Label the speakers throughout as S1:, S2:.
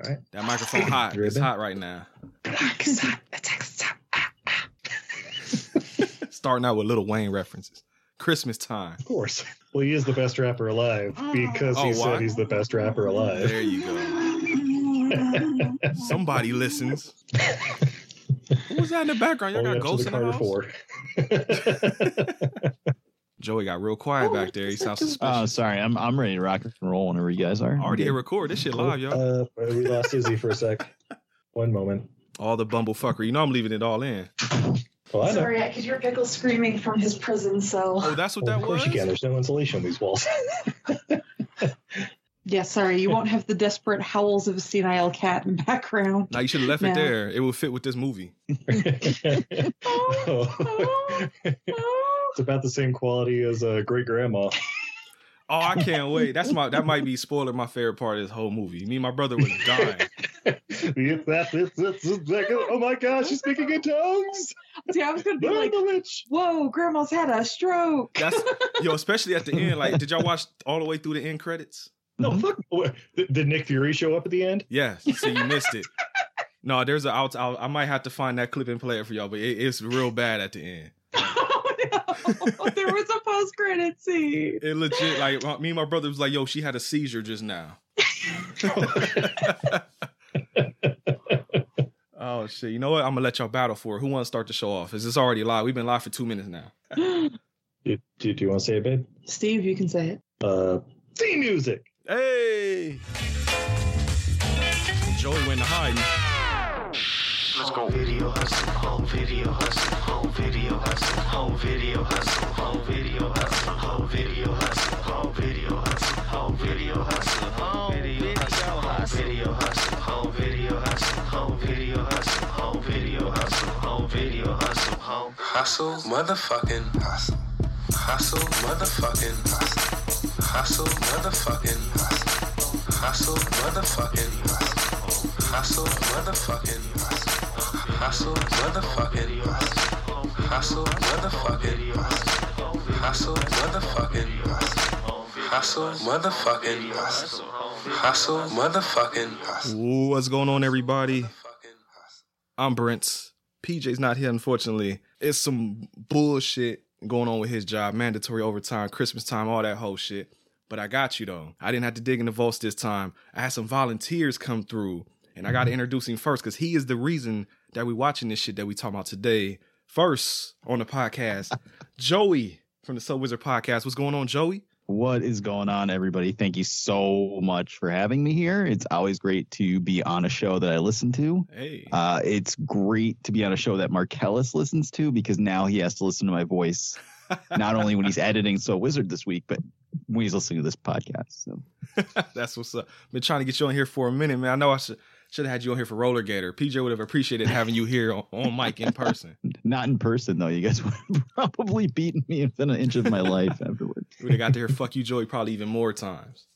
S1: All right.
S2: That microphone hot.
S1: You
S2: It's
S1: ready?
S2: hot right now.
S3: It's hot. It's hot. It's hot. Ah, ah.
S2: Starting out with Little Wayne references. Christmas time.
S1: Of course. Well, he is the best rapper alive because
S2: Oh,
S1: he
S2: why?
S1: said he's the best rapper alive.
S2: There you go. Somebody listens. Who was that in the background? Y'all
S1: All the
S2: got
S1: way up to
S2: ghosts
S1: the
S2: in the
S1: Carter
S2: house?
S1: Four.
S2: Joey got real quiet back there. He sounds
S4: Oh,
S2: suspicious.
S4: sorry. I'm I'm ready to rock and roll whenever you guys are.
S2: Already a record. This shit live, y'all.
S1: uh, we lost Izzy for a sec. One moment.
S2: all the bumblefucker. You know I'm leaving it all in.
S1: Well, I know.
S3: Sorry, I could hear Pickle screaming from his prison cell.
S2: Oh, that's what
S1: Well,
S2: that
S1: of course
S2: was?
S1: you can. There's no insulation in these walls.
S3: Yeah, sorry, you won't have the desperate howls of a senile cat in background.
S2: Now you should have left it
S3: No.
S2: there. It would fit with this movie.
S1: Oh. it's about the same quality as uh, Great Grandma.
S2: Oh, I can't wait. That's my that might be spoiler my favorite part of this whole movie. Me and my brother was dying.
S1: It's that, it's, it's, it's that good. Oh my gosh, she's speaking in tongues.
S3: See, I was gonna be
S1: Burn
S3: like,
S1: the witch.
S3: "Whoa, Grandma's had a stroke."
S2: That's yo, especially at the end. Like, did y'all watch all the way through the end credits?
S1: No, fuck. Wait, Did, did Nick Fury show up at the end?
S2: Yes. So you missed it. No, there's a out. I'll, I might have to find that clip and play it for y'all, but it, it's real bad at the end.
S3: oh no! there was a post-credit scene.
S2: It legit like my- me and my brother was like, "Yo, she had a seizure just now." oh shit! You know what? I'm gonna let y'all battle for it. Who wants to start the show off? Is this already live? We've been live for two minutes now.
S1: Do, do, do you want to say it, babe?
S3: Steve, you can say it.
S1: Uh, theme music.
S2: Hey, Joey went to hiding.
S5: Let's go. Video hustle, whole video hustle, whole video hustle, whole video hustle, whole video hustle, whole video hustle, whole video hustle, whole video hustle, whole video hustle, whole video hustle, whole video hustle, whole video hustle, whole video hustle, whole video hustle, whole hustle, motherfucking hustle, hustle, motherfucking hustle, hustle, motherfucking hustle, hustle, motherfucking hustle, hustle, motherfucking hustle. Hustle, motherfucking hustle. Hustle, motherfucking hustle. Hustle, motherfucking hustle. Hustle, motherfucking hustle. Hustle, motherfucking hustle.
S2: Ooh, what's going on, everybody? I'm Brent's. PJ's not here, unfortunately. It's some bullshit going on with his job, mandatory overtime, Christmas time, all that whole shit. But I got you though. I didn't have to dig in the vaults this time. I had some volunteers come through, and I got to introduce him first because he is the reason that we watching this shit that we talking about today. First on the podcast, Joey from the Soul Wizard Podcast. What's going on, Joey?
S4: What is going on, everybody? Thank you so much for having me here. It's always great to be on a show that I listen to.
S2: Hey,
S4: Uh, it's great to be on a show that Marcellus listens to because now he has to listen to my voice, not only when he's editing So Wizard this week, but when he's listening to this podcast. So
S2: That's what's up. Been trying to get you on here for a minute, man. I know I should should have had you on here for Roller Gator. PJ would have appreciated having you here on, on mic in person.
S4: not in person though. You guys would have probably beaten me within an inch of my life afterward.
S2: We would have got to hear "Fuck You, Joey" probably even more times.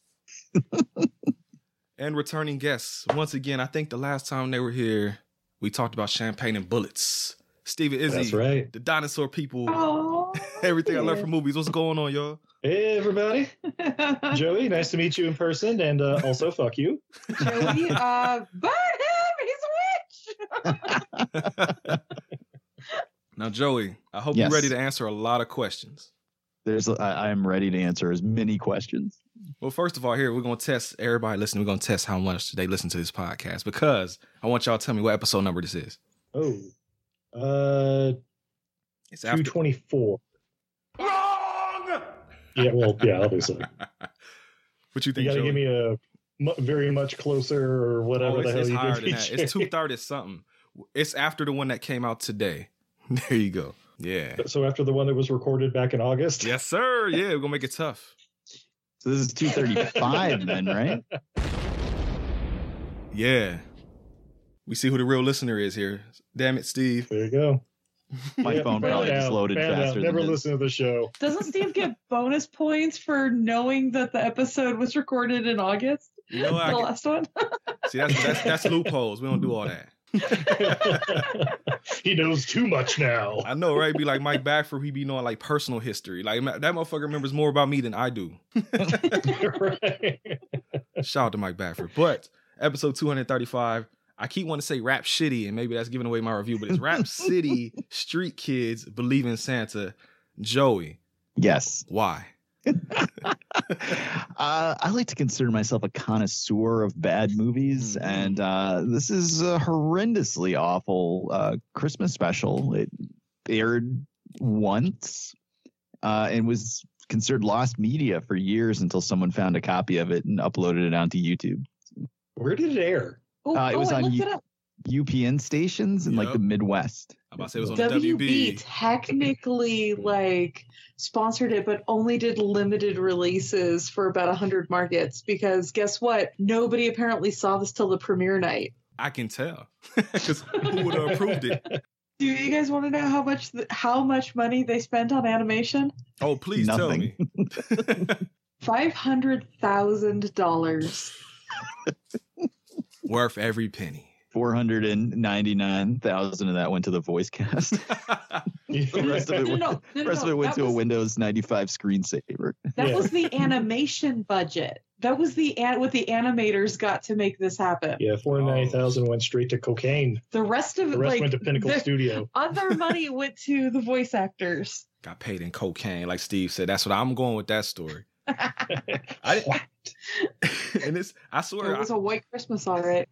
S2: and returning guests once again. I think the last time they were here, we talked about champagne and bullets. Steven Izzy,
S1: That's right.
S2: the dinosaur people,
S3: Oh,
S2: everything I learned from movies. What's going on, y'all?
S1: Hey, everybody.
S3: from
S1: Joey, nice to meet you in person, and uh, also fuck you.
S3: Joey. Uh, burn him. He's a witch.
S2: Now, Joey, I hope
S4: Yes.
S2: you're ready to answer a lot of questions.
S4: There's I, I'm ready to answer as many questions.
S2: Well, first of all, here we're gonna test everybody listening. We're gonna test how much they listen to this podcast because I want y'all to tell me what episode number this is.
S1: Oh, uh,
S2: It's
S1: two
S2: after.
S1: twenty four. Wrong. Yeah. Well. Yeah. Obviously,
S2: What you
S1: you
S2: think?
S1: got to
S2: Joey?
S1: give me a mu- very much closer or whatever
S2: oh, it's,
S1: the hell
S2: it's
S1: you
S2: higher
S1: did.
S2: than that. It's two thirty something. It's after the one that came out today. There you go. Yeah.
S1: So after the one that was recorded back in August.
S2: Yes, sir. Yeah, we're gonna make it tough.
S4: So this is 235 then, right?
S2: Yeah. We see who the real listener is here. Damn it, Steve.
S1: There you go.
S4: My
S1: Yeah,
S4: phone
S1: fan
S4: probably just
S1: out,
S4: loaded
S1: fan out.
S4: faster than
S1: Never
S4: his.
S1: listen to the show.
S3: Doesn't Steve get bonus points for knowing that the episode was recorded in August?
S2: You know, Oh,
S3: the
S2: I
S3: last one?
S2: see, that's, that's, that's loopholes. We don't do all that.
S1: he knows too much now.
S2: I know, right? Be like Mike Backford. He be knowing like personal history. Like ma- that motherfucker remembers more about me than I do.
S1: Right.
S2: Shout out to Mike Backford. But episode 235, I keep wanting to say Rap Shitty, and maybe that's giving away my review, but it's Rap City Street Kids Believe in Santa. Joey,
S4: Yes.
S2: why?
S4: uh, I like to consider myself a connoisseur of bad movies,
S3: Hmm.
S2: Mhm.
S4: and uh, this is a horrendously awful uh, Christmas special. It aired once uh, and was considered lost media for years until someone found a copy of it and uploaded it onto YouTube.
S1: Where did it air?
S3: Oh,
S4: Uh, it
S3: oh,
S4: was
S3: I
S4: on
S3: looked
S4: you-
S3: it up.
S4: UPN stations in like
S2: Yep.
S4: the Midwest.
S2: I'm about to say it was on
S3: WB,
S2: WB.
S3: technically like sponsored it, but only did limited releases for about hundred markets because guess what? Nobody apparently saw this till the premiere night.
S2: I can tell. Because who would have approved it?
S3: Do you guys want to know how much th- how much money they spent on animation?
S2: Oh, please tell me.
S4: Nothing.
S3: Five hundred thousand dollars.
S2: Worth every penny.
S4: 499,000 of that went to the voice cast. the rest of it
S3: No,
S4: went,
S3: no, no, no,
S4: the rest of
S3: no,
S4: it went
S3: that
S4: to a
S3: was-
S4: Windows 95 screensaver.
S3: That
S1: Yeah.
S3: was the animation budget. That was the an- what the animators got to make this happen.
S1: yeah, four hundred ninety thousand went straight to cocaine.
S3: The rest of it,
S1: The rest
S3: like
S1: went to Pinnacle
S3: the
S1: Studio.
S3: other money went to the voice actors.
S2: Got paid in cocaine, like Steve said. That's what I'm going with that story. I didn't, and it's I swear
S3: It was a white Christmas, all right.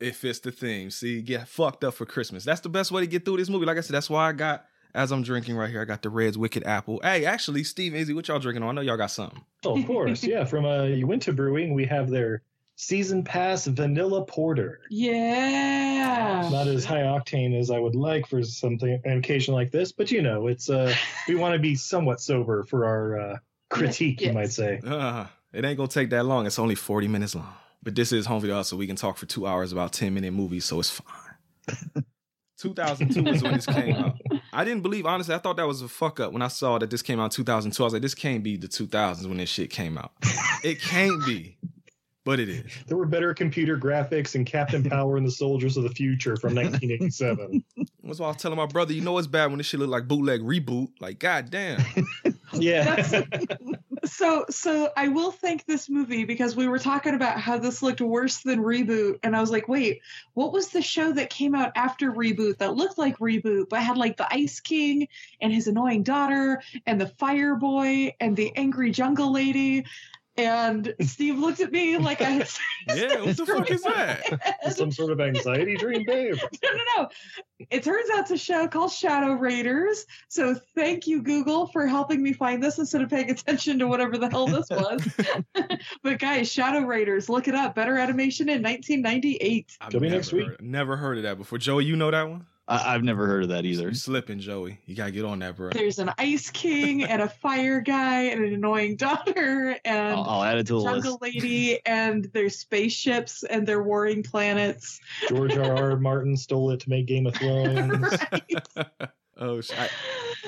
S2: it fits the theme. See, get fucked up for Christmas. That's the best way to get through this movie. Like I said, that's why I got as I'm drinking right here. I got the Reds Wicked Apple. Hey, actually, Steve Izzy, what y'all drinking on? I know y'all got something.
S1: Oh, of course, yeah. From uh, Uinta Brewing, we have their season pass vanilla porter.
S3: Yeah.
S1: Not as high octane as I would like for something an occasion like this, but you know, it's uh, we want to be somewhat sober for our uh, critique,
S3: Yes.
S1: you might say.
S2: Uh, it ain't gonna take that long. It's only 40 minutes long. But this is home video, so we can talk for two hours about 10 minute movies, so it's fine. 2002 is when this came out. I didn't believe, honestly, I thought that was a fuck up when I saw that this came out in 2002. I was like, this can't be the 2000s when this shit came out. It can't be, but it is.
S1: There were better computer graphics and Captain Power and the Soldiers of the Future from 1987.
S2: That's why I was telling my brother, you know it's bad when this shit look like bootleg reboot. Like, goddamn.
S1: yeah.
S3: So, so I will thank this movie because we were talking about how this looked worse than reboot, and I was like, wait, what was the show that came out after reboot that looked like reboot but had like the Ice King and his annoying daughter and the Fire Boy and the angry jungle lady? And Steve looked at me like I had
S2: Yeah, what the fuck is that?
S1: Some sort of anxiety dream, babe.
S3: no, no, no. It turns out it's a show called Shadow Raiders. So thank you, Google, for helping me find this instead of paying attention to whatever the hell this was. but guys, Shadow Raiders, look it up. Better animation in 1998.
S2: I've
S1: Till me
S2: never
S1: next week.
S2: heard- never heard of that before. Joey, you know that one?
S4: I, I've never heard of that either.
S2: You slipping, Joey. You gotta get on that, bro.
S3: There's an ice king and a fire guy and an annoying daughter and
S4: I'll, I'll add it to the list.
S3: jungle lady and their spaceships and their warring planets.
S1: George R. R. Martin stole it to make Game of Thrones.
S2: oh, sh- I,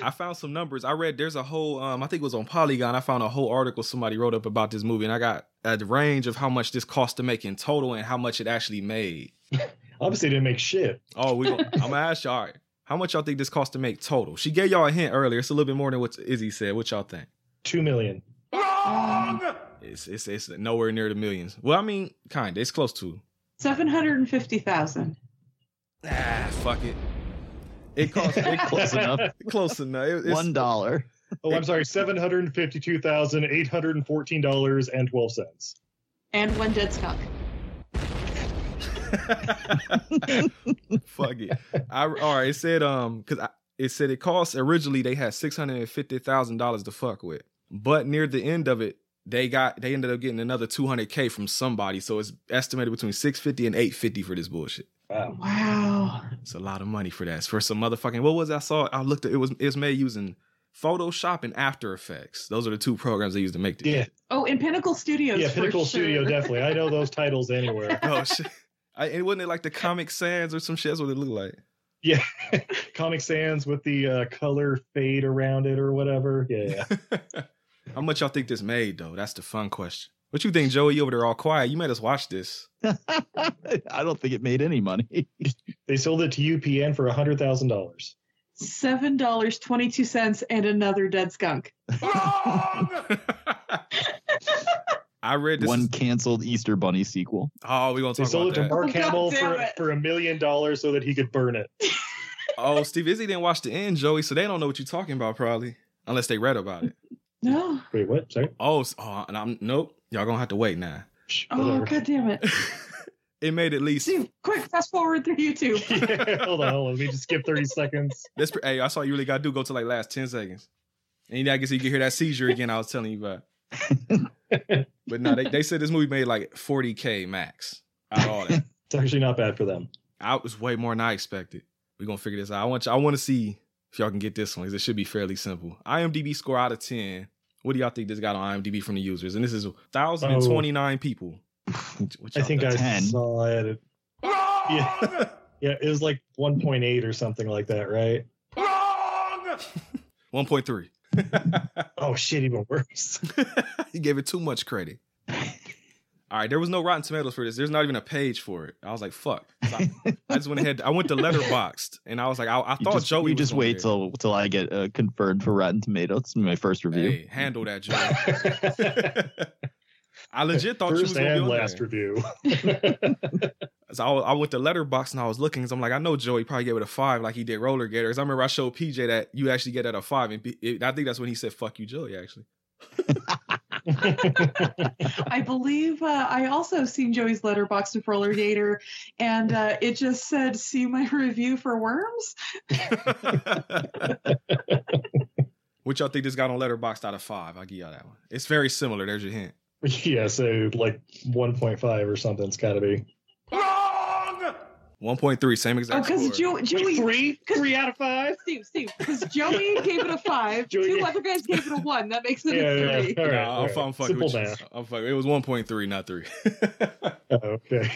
S2: I found some numbers. I read there's a whole, um, I think it was on Polygon. I found a whole article somebody wrote up about this movie, and I got a range of how much this cost to make in total and how much it actually made.
S1: Obviously, didn't make shit.
S2: Oh, we gonna, I'm gonna ask y'all, all right, how much y'all think this cost to make total? She gave y'all a hint earlier. It's a little bit more than what Izzy said. What y'all think?
S1: Two million.
S2: It's it's it's nowhere near the millions. Well, I mean, kind of. It's close to.
S3: 750,000.
S2: Ah, fuck it. It cost it,
S4: Close enough.
S2: close enough. It- it's-
S4: One dollar.
S1: Oh, I'm sorry. Seven hundred fifty-two thousand eight hundred fourteen dollars and twelve cents.
S3: And one dead skunk.
S2: Fuck it. I all right. It said um because it said it cost originally they had six hundred and fifty thousand dollars to fuck with, but near the end of it they got they ended up getting another two hundred k from somebody. So it's estimated between six fifty and eight fifty for this bullshit.
S1: Wow.
S3: Wow.
S2: It's a lot of money for that. It's for some motherfucking what was it I saw? I looked at it was it was made using Photoshop and After Effects. Those are the two programs they use to make this.
S1: Yeah.
S2: shit.
S3: Oh, in Pinnacle Studios.
S1: Yeah,
S3: for
S1: Pinnacle
S3: sure.
S1: Studio definitely. I know those titles anywhere.
S2: Oh shit. I, and wasn't it like the Comic Sans or some shit? That's what it looked like.
S1: Yeah, Comic Sans with the uh, color fade around it or whatever. Yeah,
S2: How much y'all think this made though? That's the fun question. What you think, Joey? You over there all quiet? You made us watch this.
S4: I don't think it made any money.
S1: they sold it to UPN for a hundred thousand dollars.
S3: Seven dollars twenty two cents and another dead skunk.
S2: I read this.
S4: One
S2: One.
S4: canceled Easter Bunny sequel.
S2: Oh, we gonna
S1: They
S2: talk
S1: sold
S2: about
S1: it to
S2: that.
S1: Mark
S3: Oh, God
S1: Hamill
S3: damn
S1: for,
S3: it.
S1: for a million dollars so that he could burn it.
S2: Oh, Steve Izzy didn't watch the end, Joey, so they don't know what you're talking about, probably, unless they read about it.
S3: No.
S1: Wait, what? Sorry.
S2: Oh, s- oh and I'm nope. Y'all gonna have to wait now.
S1: Shh,
S3: Oh
S1: whatever.
S3: god damn it.
S2: it made at least.
S3: Dude, quick, fast forward through YouTube.
S1: Yeah, hold on, hold on. Let me just skip thirty seconds.
S2: That's, pre- hey, I saw you really gotta do go to like last ten seconds, and I guess you can hear that seizure again. I was telling you about. but no, they, they said this movie made like 40k max out of all that.
S1: It's actually not bad for them.
S2: I was way more than I expected. We're gonna figure this out. I want you, I want to see if y'all can get this one because it should be fairly simple. IMDb score out of ten. What do y'all think this got on IMDb from the users? And this is thousand and twenty nine people. What
S1: Oh. I
S2: y'all
S1: think I
S4: 10.
S1: saw it. Yeah, yeah, it was like one point eight or something like that, right?
S2: one point three.
S1: Oh shit, even worse.
S2: he gave it too much credit. All right, there was no Rotten Tomatoes for this. There's not even a page for it. I was like, fuck. So I, I just went ahead. I went to Letterboxed, and I was like, I, I
S4: You
S2: thought
S4: just,
S2: Joey.
S4: you
S2: was
S4: just
S2: gonna
S4: wait
S2: get it.
S4: till till I get uh, confirmed for Rotten Tomatoes. It's my first review.
S2: Hey, handle that, Joey. I legit thought you was
S1: First
S2: gonna be
S1: and
S2: on
S1: last
S2: there.
S1: review.
S2: So I, I went to Letterbox and I was looking. 'cause I'm like, I know Joey probably gave it a five, like he did Roller Gators. I remember I showed PJ that you actually get at a five, and P- it, I think that's when he said, "Fuck you, Joey." Actually,
S3: I believe uh, I also have seen Joey's letterbox to Roller Gator, and uh, it just said, "See my review for Worms."
S2: what y'all think this got on Letterbox out of five? I'll give y'all that one. It's very similar. There's your hint.
S1: yeah, so like one point five or something. It's got to be
S2: One point three, same
S3: Oh,
S2: exact.
S3: because
S2: score.
S3: Joey, Joey,
S1: three, three out of five.
S3: Steve, Steve, because Joey gave it a five.
S1: Joey-
S3: Two other guys gave it a one. That makes
S1: Yeah,
S3: it a
S1: yeah,
S3: three.
S1: yeah. All right,
S2: Nah,
S1: all
S2: I'm,
S1: right.
S2: I'm fucking
S1: Simple
S2: with you.
S1: math.
S2: I'm fucking. It was one point three, not three.
S1: Oh, okay.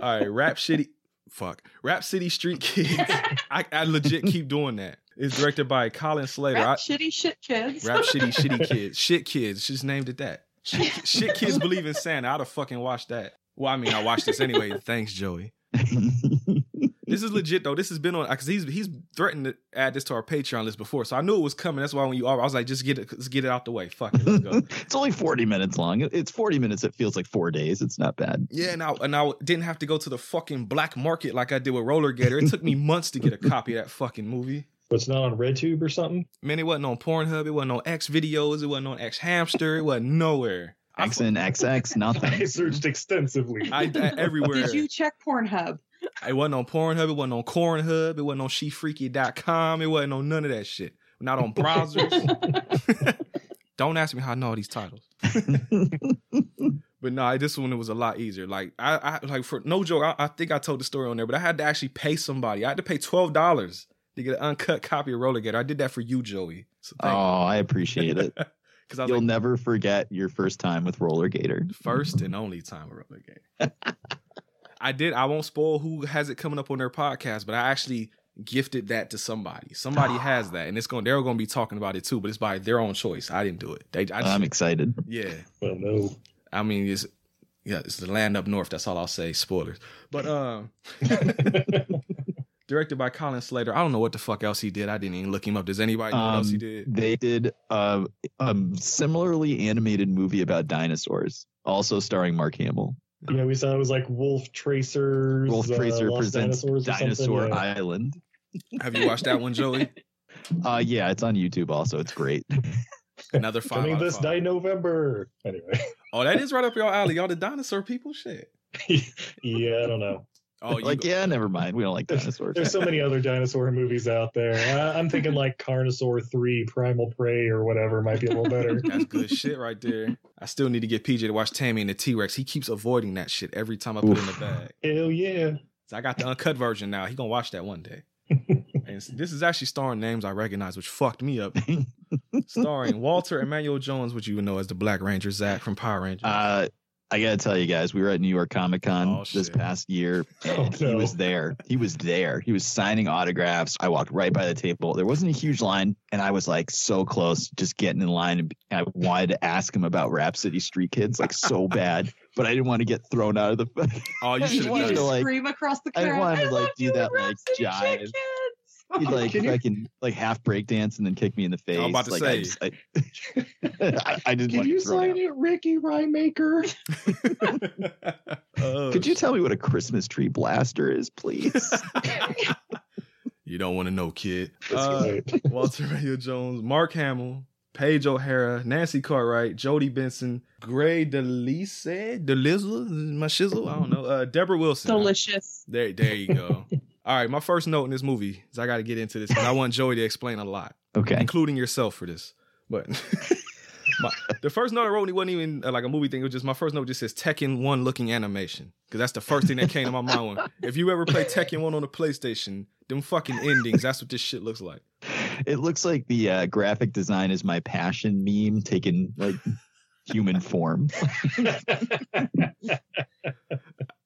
S2: All right, Rap City. Fuck. Rap City Street Kids. I, I legit keep doing that. It's directed by Colin Slater.
S3: Rap
S2: I,
S3: shitty shit kids.
S2: rap Shitty Shitty Kids. Shit Kids. She just named it that. Shit, shit Kids Believe in Santa. I'd have fucking watched that. Well, I mean, I watched this anyway. Thanks, Joey. This is legit, though. This has been on, because he's, he's threatened to add this to our Patreon list before. So I knew it was coming. That's why when you are, I was like, just get it, let's get it out the way. Fuck it. Let's go.
S4: it's only 40 minutes long. It- It's 40 minutes. It feels like four days. It's not bad.
S2: Yeah, and I, and I didn't have to go to the fucking black market like I did with Roller Gator. It took me months to get a copy of that fucking movie.
S1: But it's not on RedTube or something.
S2: Man, it wasn't on Pornhub. It wasn't on X videos. It wasn't on X Hamster. It wasn't nowhere. I,
S4: X and XX,
S1: I
S4: nothing.
S1: searched extensively.
S2: I, I- everywhere.
S3: Did you check Pornhub?
S2: It wasn't on Pornhub. It wasn't on Cornhub. It wasn't on SheFreaky.com. It wasn't on none of that shit. Not on browsers. Don't ask me how I know all these titles. but nah, this one it was a lot easier. Like I, I like for no joke, I, I think I told the story on there, but I had to actually pay somebody. I had to pay twelve dollars to get an uncut copy of Roller Gator. I did that for you, Joey. So
S4: Oh,
S2: thank
S4: I appreciate it.
S2: because I was
S4: You'll
S2: like,
S4: never forget your first time with Roller Gator.
S2: first and only time around the game. I did. I won't spoil who has it coming up on their podcast, but I actually gifted that to somebody. Somebody has that, and it's going. to They're going to be talking about it too, but it's by their own choice. I didn't do it. They, I just,
S4: I'm excited.
S2: yeah.
S1: Oh no.
S2: I mean, it's yeah, it's the land up north. That's all I'll say. Spoilers, but um. Directed by Colin Slater. I don't know what the fuck else he did. I didn't even look him up. Does anybody know what else he
S4: Um,
S2: did?
S4: They did a um, similarly animated movie about dinosaurs, also starring Mark Hamill.
S1: Yeah, we saw it was like Wolf Tracers.
S4: Wolf
S1: uh,
S4: Tracer
S1: Lost
S4: presents
S1: Dinosaurs or something,
S4: Dinosaur
S1: yeah.
S4: Island.
S2: Have you watched that one, Joey?
S4: Uh, yeah, it's on YouTube. Also, it's great.
S2: Another five.
S1: Coming
S2: out of
S1: this
S2: five.
S1: day November. Anyway,
S2: Oh, that is right up your alley. Y'all the dinosaur people. Shit.
S1: yeah, I don't know.
S2: Oh,
S4: like, yeah, never mind. We don't like dinosaurs.
S1: There's so many other dinosaur movies out there. I, I'm thinking like Carnosaur 3, Primal Prey, or whatever might be a little better.
S2: That's good shit right there. I still need to get PJ to watch Tammy and the T Rex. He keeps avoiding that shit every time I put it in the
S4: Oof.
S2: bag.
S1: Hell yeah.
S2: So I got the uncut version now. He gonna watch that one day. And s- this is actually starring names I recognize, which fucked me up. starring Walter Emmanuel Jones, which you would know as the Black Ranger Zach from Power Rangers.
S4: Uh, I gotta tell you guys, we were at New York Comic Con
S2: Oh,
S4: this
S2: shit.
S4: past year.
S1: Oh,
S4: and He
S1: no.
S4: was there. He was there. He was signing autographs. I walked right by the table. There wasn't a huge line, and I was like so close, just getting in line. And I wanted to ask him about Rhapsody Street Kids, like so bad, but I didn't want to get thrown out of the.
S2: Oh, you
S4: I
S2: should
S4: just
S3: you
S2: have
S4: wanted
S2: done
S4: to,
S3: just
S2: it.
S4: like-
S3: scream across the
S4: I
S3: crowd.
S4: wanted to, like,
S3: love
S4: do
S3: you,
S4: that, like,
S3: Rhapsody Chick
S4: jive.
S3: Kids!"
S4: He'd like
S1: Oh, Can you-
S4: fucking like half break dance and then kick me in the face.
S2: I'm about to
S4: like,
S2: say.
S4: I, just, I, I, I didn't.
S1: Can
S4: want to
S1: you
S4: get thrown out.
S1: sign it, Ricky Rymaker?
S2: Oh,
S4: Could you tell me what a Christmas tree blaster is, please?
S2: You don't want to know, kid. Uh, Walter Mayo Jones, Mark Hamill, Paige O'Hara, Nancy Cartwright, Jodie Benson, Gray DeLise, DeLizzle, my shizzle, I don't know. Uh, Deborah Wilson.
S3: Delicious.
S2: There, there you go. All right, my first note in this movie is I got to get into this because I want Joey to explain a lot,
S4: okay.
S2: including yourself for this. But my, the first note I wrote it wasn't even uh, like a movie thing. It was just my first note just says Tekken One looking animation because that's the first thing that came to my mind. When, if you ever play Tekken One on the PlayStation, them fucking endings. That's what this shit looks like.
S4: It looks like the uh, graphic design is my passion meme taken like human form.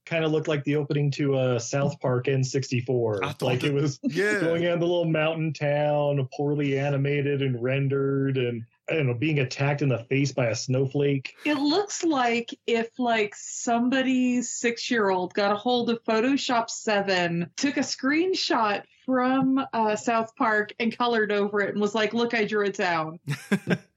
S1: kind of looked like the opening to uh, South Park N64.
S2: I thought
S1: Like
S2: that-
S1: it was
S2: Yeah.
S1: going on the little mountain town, poorly animated and rendered, and I don't know, being attacked in the face by a snowflake.
S3: It looks like if like somebody's six year old got a hold of Photoshop Seven, took a screenshot from uh, South Park and colored over it, and was like, "Look, I drew a town."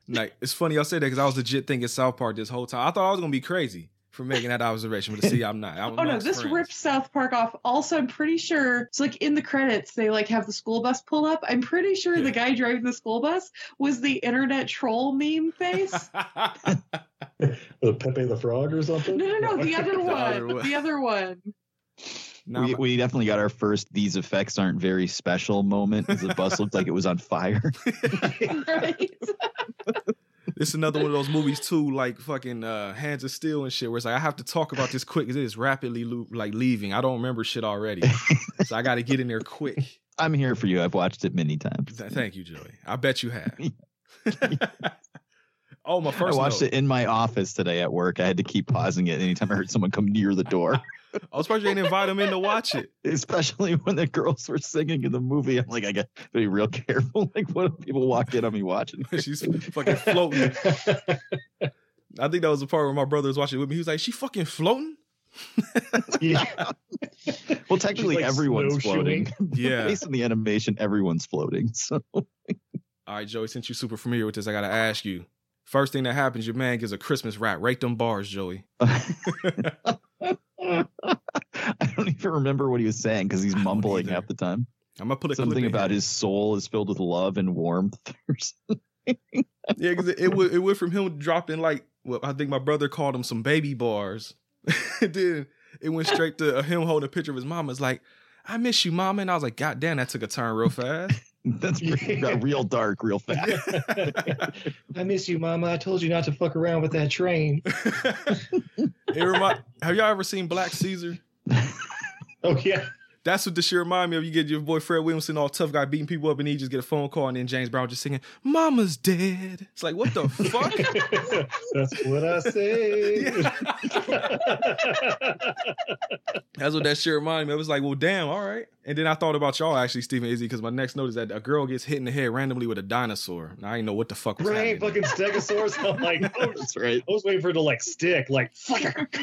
S2: Like it's funny I say that because I was legit thinking South Park this whole time. I thought I was gonna be crazy for making that observation, but see, I'm not. I'm
S3: Oh no,
S2: amongst
S3: this
S2: friends.
S3: ripped South Park off. Also, I'm pretty sure it's like in the credits they like have the school bus pull up. I'm pretty sure
S2: Yeah.
S3: the guy driving the school bus was the internet troll meme face.
S1: The Pepe the Frog or something?
S3: no, no, no, the other
S2: other
S3: one,
S2: one.
S3: the other one.
S2: Now
S4: we,
S2: I'm-
S4: we definitely got our first "these effects aren't very special" moment. 'cause The bus looked like it was on fire.
S3: Right?
S2: It's another one of those movies too, like fucking uh, Hands of Steel and shit, where it's like I have to talk about this quick. 'cause It is rapidly lo- like leaving. I don't remember shit already, so I got to get in there quick.
S4: I'm here for you. I've watched it many times.
S2: Th- thank you, Joey. I bet you have. oh, my
S4: I
S2: first.
S4: watched
S2: note.
S4: it in my office today at work. I had to keep pausing it anytime I heard someone come near the door,
S2: I was surprised you Oh, didn't invite him in to watch it.
S4: especially when the girls were singing in the movie. I'm like, I got to be real careful. Like, what if people walk in on me watching?
S2: She's fucking floating. I think that was the part where my brother was watching it with me. He was like, "She fucking floating."
S1: yeah.
S4: Well, technically,
S1: like
S4: everyone's floating.
S1: snowshoeing.
S2: Yeah.
S4: Based on the animation, everyone's floating. So
S2: All right, Joey. Since you're super familiar with this, I gotta ask you. First thing that happens, your man gives a Christmas rap. Rate them bars, Joey.
S4: I don't even remember what he was saying because he's
S2: I don't
S4: mumbling
S2: either.
S4: half the time.
S2: I'm gonna put a clip
S4: Something
S2: in
S4: about
S2: here.
S4: his soul is filled with love and warmth. or something.
S2: Yeah, because it, it went it went from him dropping like well, I think my brother called him some baby bars. And then it went straight to uh, him holding a picture of his mom. It's like, I miss you, mama. And I was like, God damn, that took a turn real fast.
S4: That's pretty, got real dark, real fast.
S1: I miss you, Mama. I told you not to fuck around with that train.
S2: it remind, have y'all ever seen Black Caesar?
S1: Oh yeah.
S2: That's what this shit remind me of. You get your boy Fred Williamson all tough guy beating people up, and he just get a phone call, and then James Brown just singing, "Mama's dead." It's like, what the fuck?
S1: That's what I say.
S2: Yeah. That's what that shit reminded me. It was like, well, damn, all right. And then I thought about y'all actually, Stephen Izzy, because my next note is that a girl gets hit in the head randomly with a dinosaur. And I didn't know what the fuck was
S1: Right, fucking
S2: happening.
S1: stegosaurus. I'm like, oh,
S4: That's right.
S1: I was waiting for it to like stick, like fuck, like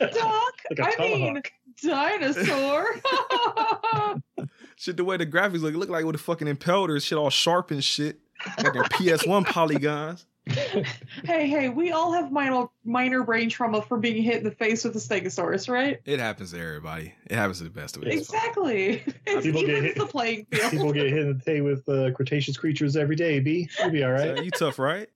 S3: Doc,
S1: a
S3: I mean,
S1: tomahawk.
S3: dinosaur.
S2: Shit, the way the graphics look, it looked like it would have fucking impelled her, shit all sharp and shit. Fucking PS1 polygons.
S3: hey, hey, we all have minor minor brain trauma from being hit in the face with a stegosaurus, right?
S2: It happens to everybody. It happens to the best of us.
S3: Exactly. It's
S1: People get
S3: even
S1: hit-
S3: the playing field.
S1: People get hit in the head with uh, Cretaceous creatures every day. B, you'll be all
S2: So,
S1: right.
S2: you tough, right?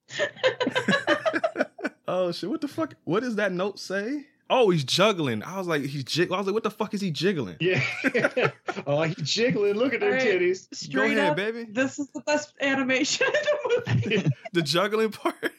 S2: oh shit! What the fuck? What does that note say? Oh, he's juggling. I was like, he's jig. I was like, what the fuck is he jiggling?
S1: Yeah. oh, he jiggling. Look at their
S3: All right.
S1: titties.
S2: Go
S3: Straight
S2: ahead,
S3: up,
S2: baby.
S3: this is the best animation in the movie.
S2: The juggling part.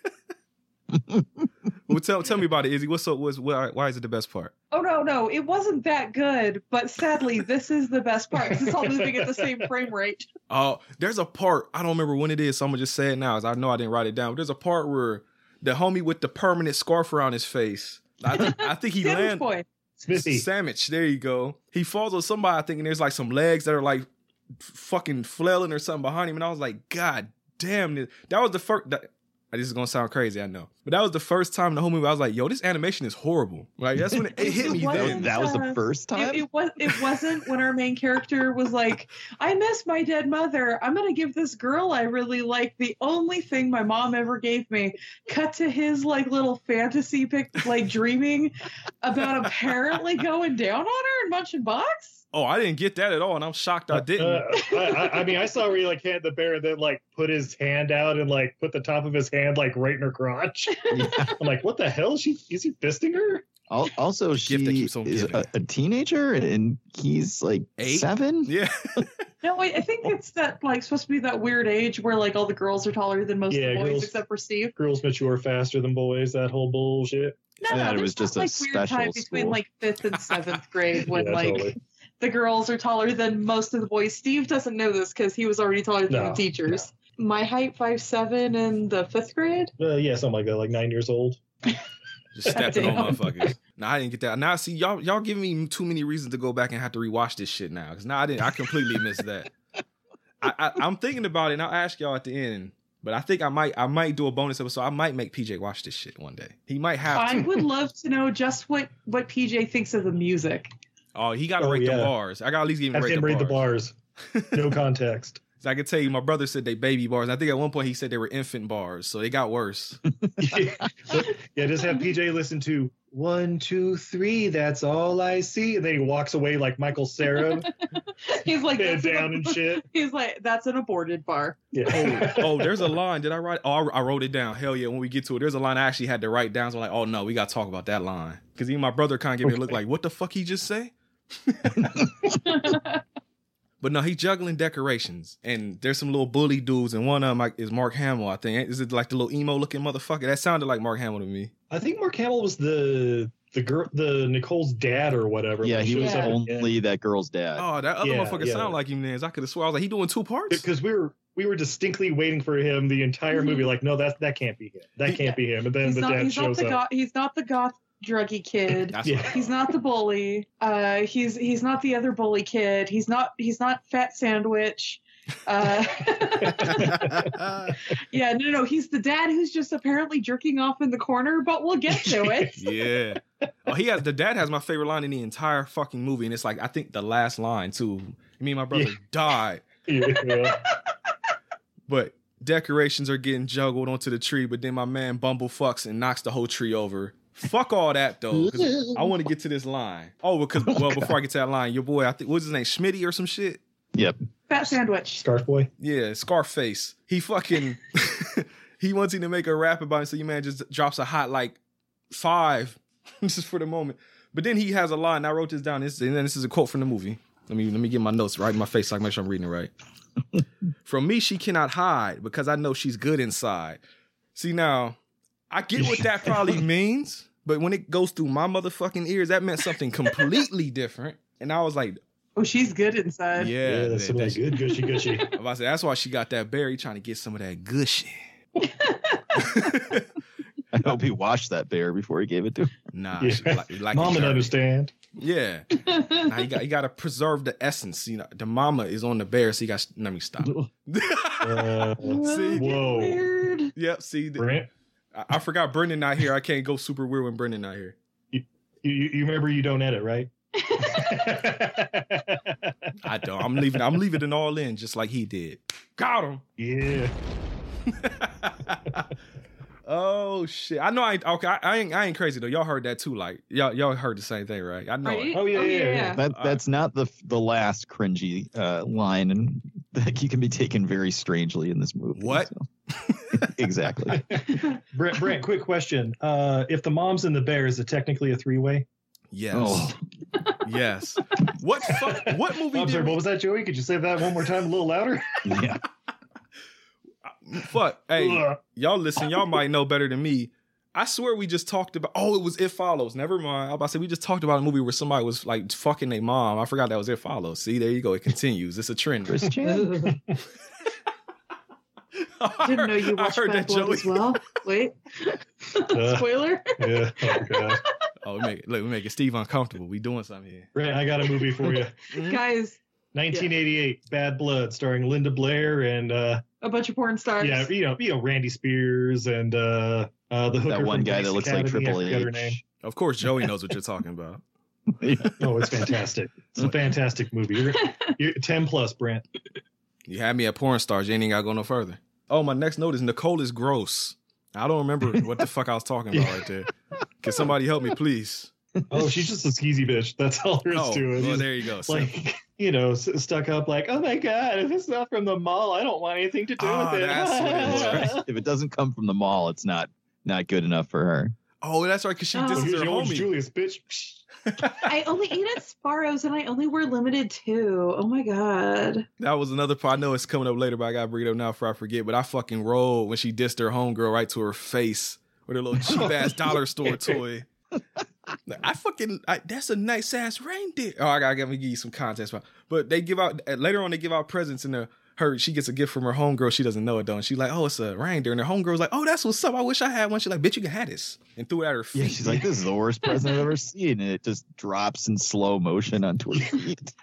S2: well, tell tell me about it, Izzy. What's up? What's why, why is it the best part?
S3: Oh no, no, it wasn't that good, but sadly, this is the best part 'cause it's all moving at the same frame rate.
S2: Oh, there's a part I don't remember when it is, so I'm gonna just say it now, as I know I didn't write it down. But there's a part where the homie with the permanent scarf around his face I, think I think he
S3: Sandwich
S2: landed
S3: boy.
S1: Smithy.
S2: sandwich. There you go. He falls on somebody. I think and there's like some legs that are like f- fucking flailing or something behind him. And I was like, God damn this. That was the first. That, this is gonna sound crazy, I know, but that was the first time in the whole movie I was like, "Yo, this animation is horrible." Like that's when it, it hit me
S3: What
S4: That,
S3: is,
S4: was-
S2: then.
S4: that was the
S3: uh,
S4: first time.
S3: It, it was. It wasn't when our main character was like, "I miss my dead mother. I'm gonna give this girl I really like the only thing my mom ever gave me." Cut to his like little fantasy pic, like dreaming about apparently going down on her and munching box.
S2: Oh, I didn't get that at all, and I'm shocked I didn't.
S1: Uh, I, I, I mean, I saw where he like had the bear that like put his hand out and like put the top of his hand like right in her crotch.
S4: Yeah.
S1: I'm like, what the hell? Is she is he fisting her?
S4: Al- Also, she
S2: gift that keeps on
S4: is
S2: giving.
S4: a, a teenager, and he's like
S2: Eight?
S4: seven.
S2: yeah,
S3: No, wait. I think it's that like supposed to be that weird age where like all the girls are taller than most
S1: Yeah,
S3: of the boys
S1: girls-
S3: except for Steve.
S1: Girls mature faster than boys. That whole bullshit.
S3: No,
S4: Yeah, it
S3: there's
S4: was just
S3: that,
S4: a
S3: like, weird time
S4: special
S3: between
S4: school.
S3: like fifth and seventh grade when
S1: Yeah,
S3: like
S1: totally.
S3: the girls are taller than most of the boys. Steve doesn't know this because he was already taller than
S1: No,
S3: the teachers. My height five seven in the fifth grade.
S1: Uh, yeah, something like that. Like nine years old.
S2: just stepping on
S3: Damn.
S2: motherfuckers. Now I didn't get that. Now see y'all y'all giving me too many reasons to go back and have to rewatch this shit now because now I didn't. I completely missed that. I, I I'm thinking about it. and I'll ask y'all at the end. But I think I might I might do a bonus episode. I might make PJ watch this shit one day. He might have to.
S3: I would love to know just what what PJ thinks of the music.
S2: Oh, he got to
S1: Oh,
S2: rate the
S1: yeah.
S2: bars. I got to at least give him
S1: Have
S2: rate
S1: him
S2: the,
S1: read the
S2: bars.
S1: bars. No context.
S2: 'Cause I can tell you, my brother said they baby bars. and I think at one point he said they were infant bars, so they got worse.
S1: yeah, just have PJ listen to one, two, three. That's all I see. And then he walks away like Michael Sarah,
S3: He's like
S1: head
S3: "That's an
S1: down and
S3: ab-"
S1: shit.
S3: He's like that's an aborted bar.
S1: Yeah.
S2: oh, oh, there's a line. Did I write? Oh, I, I wrote it down. Hell yeah! When we get to it, there's a line I actually had to write down. So I'm like, oh no, we got to talk about that line because even my brother kind of gave me a look like, what the fuck he just say? But no, he's juggling decorations, and there's some little bully dudes, and one of them is Mark Hamill. I think is it like the little emo looking motherfucker that sounded like Mark Hamill to me.
S1: I think Mark Hamill was the the girl, the Nicole's dad or whatever.
S4: Yeah, he was
S3: Yeah.
S4: only that girl's dad.
S2: Oh, that other
S1: Yeah,
S2: motherfucker
S1: yeah.
S2: sound like him. Then I could have swore I was like, he doing two parts.
S1: because we were we were distinctly waiting for him the entire
S3: Mhm.
S1: movie. Like, no, that that can't be him. That can't be him. And then
S3: he's
S1: the
S3: not
S1: dad
S3: he's not
S1: shows
S3: the
S1: up.
S3: goth he's not the goth druggy kid.
S2: That's
S1: Yeah.
S2: what-
S3: He's not the bully. Uh, he's he's not the other bully kid. He's not he's not fat sandwich. Uh, yeah, no, no, he's the dad who's just apparently jerking off in the corner. But we'll get to it.
S2: yeah. Oh, he has the dad has my favorite line in the entire fucking movie, and it's like I think the last line too. Me and my brother
S1: Yeah.
S2: died,
S1: Yeah.
S2: but decorations are getting juggled onto the tree. But then my man Bumble fucks and knocks the whole tree over. Fuck all that though. 'cause I want to get to this line. Oh, because well, before I get to that line, your boy, I think what's his name, Schmitty or some shit.
S4: Yep.
S3: fat sandwich.
S1: Scarf boy.
S2: Yeah, Scarface. He fucking he wants him to make a rap about it, so your man just drops a hot like five. this is for the moment. But then he has a line. I wrote this down. This and then this is a quote from the movie. Let me let me get my notes right in my face so I can make sure I'm reading it right. from me, she cannot hide because I know she's good inside. See now, I get what that probably means, but when it goes through my motherfucking ears, that meant something completely different. And I was like,
S3: Oh, she's good
S2: yeah,
S3: inside.
S1: Yeah,
S2: that-
S1: that's some
S2: that's-
S1: good gushy gushy.
S2: I'm about to say, that's why she got that berry trying to get some of that good shit.
S4: I hope he washed that bear before he gave it to him.
S2: nah,
S1: Yeah.
S2: she like, like
S1: Mom
S2: it
S1: would
S2: dirty.
S1: understand.
S2: Yeah, nah, you got you got to preserve the essence. You know, the mama is on the bear, so you got. Let me stop.
S1: Uh,
S2: See?
S3: get
S1: Whoa.
S3: Weird.
S2: yep. See, th-
S1: Brent,
S2: I, I forgot Brendan not here. I can't go super weird when Brendan not here.
S1: you, you you remember you don't edit, right?
S2: I don't. I'm leaving. I'm leaving it all in, just like he did. Got him.
S1: yeah.
S2: oh shit! I know. I ain't- okay. I, I ain't. I ain't crazy though. Y'all heard that too. Like y'all. Y'all heard the same thing, right? I know.
S3: Right?
S2: It.
S1: Oh, yeah, yeah, yeah.
S4: That
S2: All
S4: that's not the the last cringy uh, line, and that you can be taken very strangely in this movie.
S2: What?
S4: so. exactly.
S1: Brent, Brent, quick question. Uh, if the mom's and the bear, is it technically a three-way?
S2: Yes.
S4: Oh,
S2: Yes. What fuck, What movie
S1: I'm
S2: did
S1: sorry, what was that, Joey? Could you say that one more time, a little louder?
S4: yeah.
S2: fuck? Hey,
S1: Ugh.
S2: y'all listen. Y'all might know better than me. I swear we just talked about. Oh, it was It Follows. Never mind. I was about to say we just talked about a movie where somebody was like fucking their mom. I forgot that was It Follows. See, there you go. It continues. It's a trend.
S4: Christian.
S2: I
S3: Didn't know you
S2: heard- I
S3: watched
S2: heard
S3: Bad
S2: that
S3: Blood
S2: Joey.
S3: as well. Wait,
S1: Uh,
S3: spoiler.
S1: yeah. Oh, God.
S2: Oh, we make it, look, we making Steve uncomfortable. We doing something here.
S1: Right, I got a movie for you.
S3: Guys,
S1: 1988, Bad Blood, starring Linda Blair and uh,
S3: a bunch of porn stars.
S1: yeah, you know, you know, Randy Spears and uh, uh, the hooker
S4: that one
S1: from
S4: guy that
S1: Police
S4: looks like
S1: Academy, I
S4: Triple
S1: forgot her name.
S4: H.
S2: Of course, Joey knows what you're talking about.
S1: Oh, it's fantastic. It's a fantastic movie. You're, you're 10 plus, Brent.
S2: You had me at porn stars. You ain't even got to go no further. Oh, my next note is Nicole is gross. I don't remember what the fuck I was talking about right there. Can somebody help me, please?
S1: Oh, she's just a skeezy bitch. That's all there is
S2: Oh,
S1: to it.
S2: well,
S1: She's
S2: there you go. So-
S1: like, you know, s- stuck up like, oh my God, if it's not from the mall, I don't want anything to do
S2: Ah,
S1: with it.
S2: that's what it was, right?
S4: if it doesn't come from the mall, it's not not good enough for her.
S2: oh, that's right, because she
S3: Oh.
S2: this
S1: Here's
S2: is her
S1: your Orange
S2: homie.
S1: Julius, bitch. Psh.
S3: I only eat at Sparrows and I only wear limited two. Oh my god.
S2: That was another part. I know it's coming up later, but I got to bring it up now before I forget. But I fucking rolled when she dissed her homegirl right to her face with her little cheap ass dollar store toy. Like, I fucking I, that's a nice ass reindeer. Oh, I gotta give, give you some context, but but they give out uh, later on. They give out presents and her, her she gets a gift from her homegirl. She doesn't know it though. And she like, oh, it's a reindeer. And her homegirl's like, oh, that's what's up. I wish I had one. She like, bitch, you can have this, and threw it at her feet.
S4: Yeah, she's like, this is the worst present I've ever seen, and it just drops in slow motion onto her feet.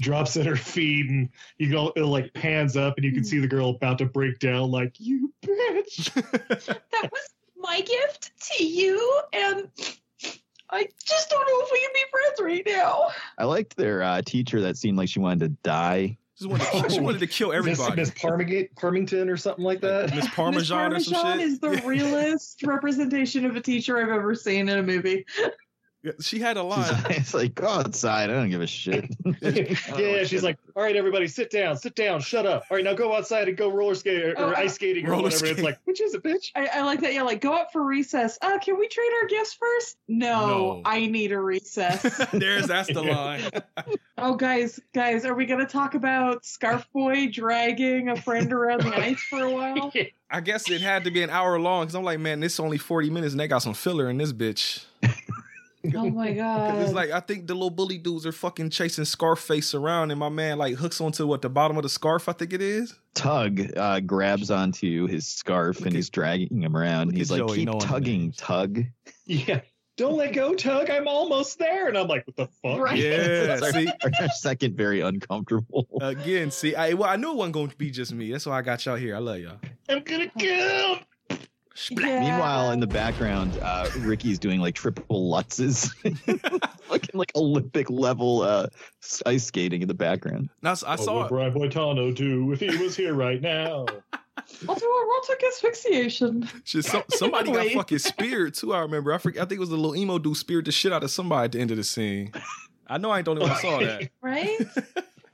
S1: Drops at her feet, and you go, it like pans up, and you can see the girl about to break down, like, you bitch.
S3: That was my gift to you and I just don't know if we can be friends right now.
S4: I liked their uh, teacher that seemed like she wanted to die.
S2: She wanted, to, she wanted to kill
S1: Miss,
S2: everybody.
S1: Miss Parmigate, Parmington or something like that.
S2: Miss
S3: Miss
S2: Parmesan, or some
S3: Parmesan
S2: shit.
S3: is the
S2: Yeah.
S3: realest representation of a teacher I've ever seen in a movie.
S2: Yeah, She had a
S4: She's
S2: line.
S4: like, it's like, go outside. I don't give a shit.
S1: yeah, she's like, all right, everybody, sit down, sit down, shut up. All right, now go outside and go roller skate or,
S3: Oh,
S1: or ice skating or
S2: roller
S1: whatever. It's
S2: skate.
S1: like, which is it, bitch?
S3: I, I like that. Yeah, like go out for recess. Uh, can we trade our gifts first? No,
S2: No.
S3: I need a recess.
S2: There's that's the line.
S3: oh, guys, guys, are we gonna talk about Scarf Boy dragging a friend around the ice for a while?
S2: I guess it had to be an hour long because I'm like, man, this only 40 minutes and they got some filler in this bitch.
S3: Oh my
S2: 'Cause
S3: god!
S2: It's like I think the little bully dudes are fucking chasing Scarface around, and my man like hooks onto what the bottom of the scarf, I think it is.
S4: Tug uh, grabs onto his scarf
S2: Look
S4: and
S2: at-
S4: he's dragging him around.
S2: look
S4: He's
S2: at
S4: like,
S2: Joey
S4: keep
S2: knowing the
S4: tugging,
S2: names.
S4: Tug.
S1: Yeah. Don't let go, Tug. I'm almost there. And I'm like, what the fuck?
S3: Right.
S2: Yeah,
S4: Sorry.
S2: see, Uh,
S4: Our second, very uncomfortable.
S2: again, see, I well, I knew it wasn't going to be just me. That's why I got y'all here. I love y'all.
S1: I'm gonna kill. him.
S3: Yeah.
S4: Meanwhile, in the background, uh, Ricky's doing like triple lutzes, looking like Olympic level uh, s- ice skating in the background.
S2: Now, I saw
S1: what Brian Boitano do if he was here right now.
S3: I'll do a roll took asphyxiation.
S2: shit, so, somebody got
S3: Wait.
S2: fucking speared too. I remember. I forget. I think it was the little emo dude speared the shit out of somebody at the end of the scene. I know I ain't the only one that saw that.
S3: Right?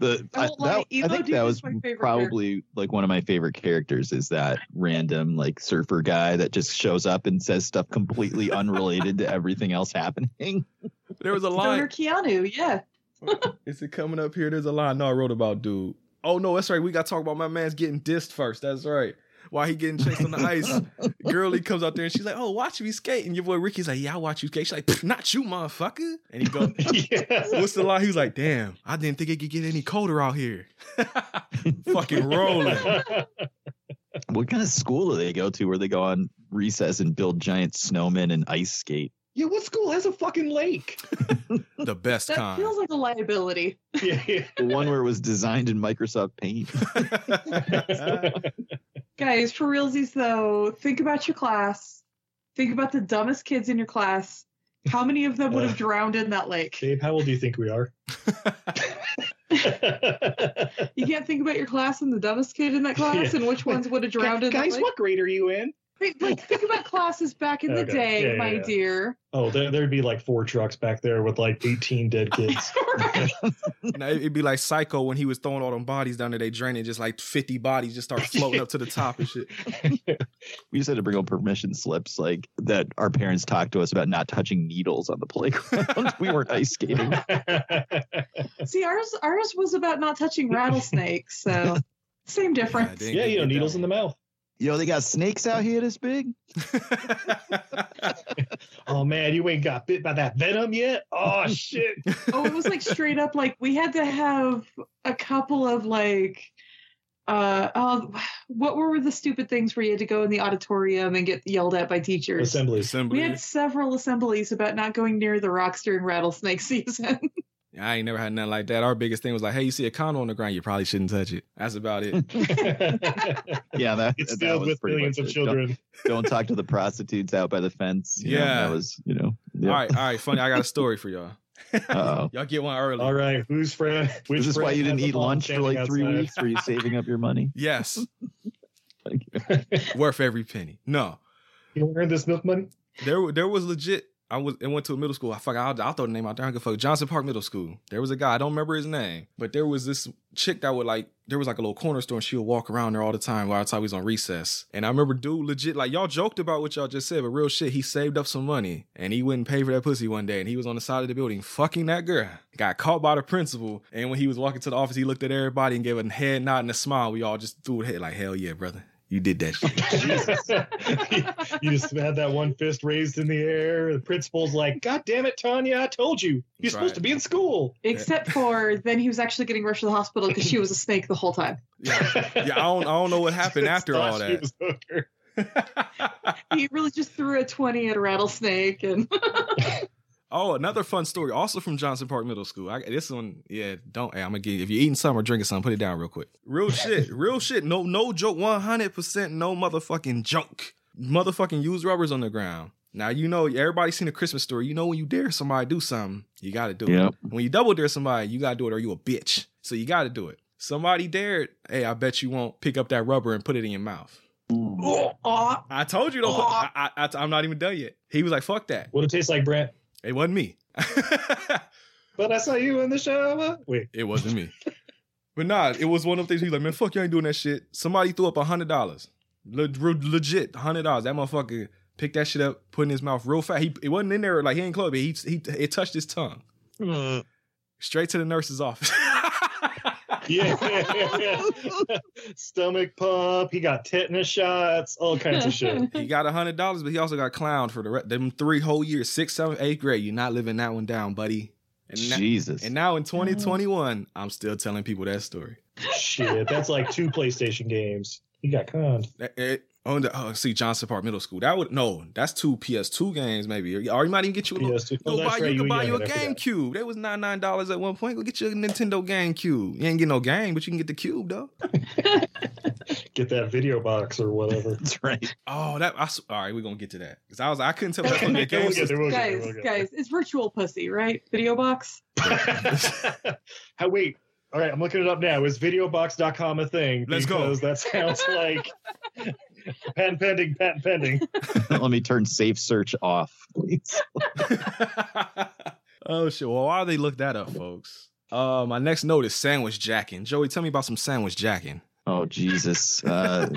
S4: The
S3: I
S4: I,
S3: won't lie,
S4: that, I
S3: Oh, Evo
S4: think
S3: Duke is
S4: that was
S3: my favorite
S4: probably like one of my favorite characters is that random like surfer guy that just shows up and says stuff completely unrelated to everything else happening.
S2: There was a line.
S3: Donor Keanu, yeah.
S2: Is it coming up here? There's a line. No, I wrote about dude. Oh no, that's right. We got to talk about my man's getting dissed first. That's right. While he getting chased on the ice, girlie comes out there and she's like, "Oh, watch me skate." And your boy Ricky's like, "Yeah, I watch you skate." She's like, "Pff, "Not you, motherfucker." And he go,
S1: yeah.
S2: "What's the line?" He was like, "Damn, I didn't think it could get any colder out here." Fucking rolling.
S4: What kind of school do they go to where they go on recess and build giant snowmen and ice skate?
S1: yeah, what school has a fucking lake?
S2: The best
S3: That
S2: kind.
S3: feels like a liability.
S1: Yeah, yeah.
S4: The one where it was designed in Microsoft Paint.
S3: Guys, for realsies though, think about your class. Think about the dumbest kids in your class. How many of them would have
S1: Ugh.
S3: drowned in that lake?
S1: Dave, how old do you think we are?
S3: You can't think about your class and the dumbest kid in that class,
S1: Yeah.
S3: and which ones would have drowned in
S1: Guys,
S3: that lake.
S1: what grade are you in?
S3: Think- Like, think about classes back in the
S1: Okay.
S3: day,
S1: Yeah, yeah,
S3: my
S1: yeah.
S3: dear.
S1: Oh, there, there'd be like four trucks back there with like 18 dead kids.
S3: Right?
S2: Now, it- it'd be like Psycho when he was throwing all them bodies down there. They drain it, just like fifty bodies just start floating up to the top and shit.
S4: We used to have to bring up permission slips like that our parents talked to us about not touching needles on the playground. we weren't ice skating.
S3: See, ours ours was about not touching rattlesnakes, so same
S2: I
S3: difference.
S2: didn't
S1: yeah,
S2: get
S1: you know,
S2: that
S1: needles in the
S2: one.
S1: mouth.
S4: Yo, they got snakes out here this big?
S1: Oh man, you ain't got bit by that venom yet. Oh shit.
S3: oh, it was like straight up like we had to have a couple of like uh, oh, what were the stupid things where you had to go in the auditorium and get yelled at by teachers?
S1: Assemblies.
S2: Assembly.
S3: We had several assemblies about not going near the rocks during rattlesnake season.
S2: I ain't never had nothing like that. Our biggest thing was like, hey, you see a condo on the ground, you probably shouldn't touch it. That's about it.
S1: it's
S4: Yeah, that, that
S1: filled
S4: was
S1: with
S4: pretty
S1: millions
S4: much
S1: of
S4: it. Don't-
S1: children.
S4: Don't, talk to the prostitutes out by the fence. you know,
S2: Yeah.
S4: that was you know. Yeah.
S2: All right, all right, funny. I got a story for y'all.
S4: Uh-oh.
S2: Y'all get one early.
S1: All right, who's friend? Which
S4: Is this why
S1: friend
S4: you didn't
S1: has a
S4: eat
S1: ball
S4: lunch for
S1: standing
S4: like three
S1: outside?
S4: weeks? Were you saving up your money?
S2: Yes,
S4: Like,
S2: worth every penny. No,
S1: You want to earn this milk money?
S2: there there was legit. I was I went to a middle school. I fuck. I'll, I'll throw the name out there. I don't give a fuck. Johnson Park Middle School. There was a guy. I don't remember his name, but there was this chick that would like. There was like a little corner store, and she would walk around there all the time. While the time we was on recess, and I remember dude legit like y'all joked about what y'all just said, but real shit. He saved up some money, and he wouldn't pay for that pussy one day, and he was on the side of the building fucking that girl. Got caught by the principal, and when he was walking to the office, he looked at everybody and gave a head nod and a smile. We all just threw it head like hell yeah, brother. You did that shit.
S1: you just had that one fist raised in the air. The principal's like, God damn it, Tanya, I told you. You're
S2: That's
S1: supposed
S2: right.
S1: to be in school.
S3: Except for then he was actually getting rushed to the hospital because she was a snake the whole time.
S2: Yeah, yeah. I don't I don't know what happened after
S1: Thought
S2: all
S1: she was hooker.
S2: that.
S3: He really just threw a 20 at a rattlesnake and
S2: Oh, another fun story, also from Johnson Park Middle School. I, this one, yeah, don't. hey, I'm gonna get if you're eating something or drinking something, put it down real quick. Real shit, real shit. No, no joke. One hundred percent, no motherfucking joke. Motherfucking used rubbers on the ground. Now you know everybody's seen a Christmas story. You know when you dare somebody to do something, you gotta do it.
S4: Yep.
S2: When you double dare somebody, you gotta do it or you a bitch. So you gotta do it. Somebody dared, hey, I bet you won't pick up that rubber and put it in your mouth.
S3: oh, aw.
S2: I told you don't. Put, I, I, I, I'm not even done yet. He was like, "Fuck that."
S1: What it tastes like, Brent?
S2: It wasn't me.
S1: But I saw you in the shower. Wait,
S2: It wasn't me. but nah, it was one of the things he's like, man, fuck you ain't doing that shit. Somebody threw up a hundred dollars. Le- re- legit, hundred dollars. That motherfucker picked that shit up, put it in his mouth real fast. He it wasn't in there like he ain't club. He he it touched his tongue. Straight to the nurse's office.
S1: yeah, stomach pump. He got tetanus shots, all kinds of shit.
S2: he got a hundred dollars, but he also got clowned for the re- them three whole years, sixth, seventh, eighth grade. You're not living that one down, buddy. And, na-
S4: Jesus.
S2: and now in 2021, I'm still telling people that story.
S1: Shit, that's like two PlayStation games. He got conned.
S2: That- it- on the oh, see Johnson Park Middle School. That would no, that's two PS2 games maybe, or, you might even get you a little.
S1: Yes,
S2: Go
S1: well, Oh, that's
S2: buy,
S1: right,
S2: you can
S1: were
S2: buy you a
S1: young, I forgot.
S2: GameCube. They was nine nine dollars at one point. Go get you a Nintendo GameCube. You ain't get no game, but you can get the cube though.
S1: Get that video box or whatever.
S4: That's right.
S2: Oh, that I, s- all right. We're gonna get to that because I was I couldn't tell. if That's
S1: We'll
S2: gonna be a
S1: get there,
S2: game
S1: we'll get
S2: system.
S1: there, we'll get
S3: guys,
S1: there.
S3: guys, it's virtual pussy, right? Video box?
S1: How, wait. All right, I'm looking it up now. Is videobox.com a thing?
S2: Let's go.
S1: Because That sounds like patent pending, patent pending.
S4: Let me turn safe search off, please.
S2: oh shit! Well, why they look that up, folks? Uh, my next note is sandwich jacking. Joey, tell me about some sandwich jacking.
S4: Oh Jesus. Uh,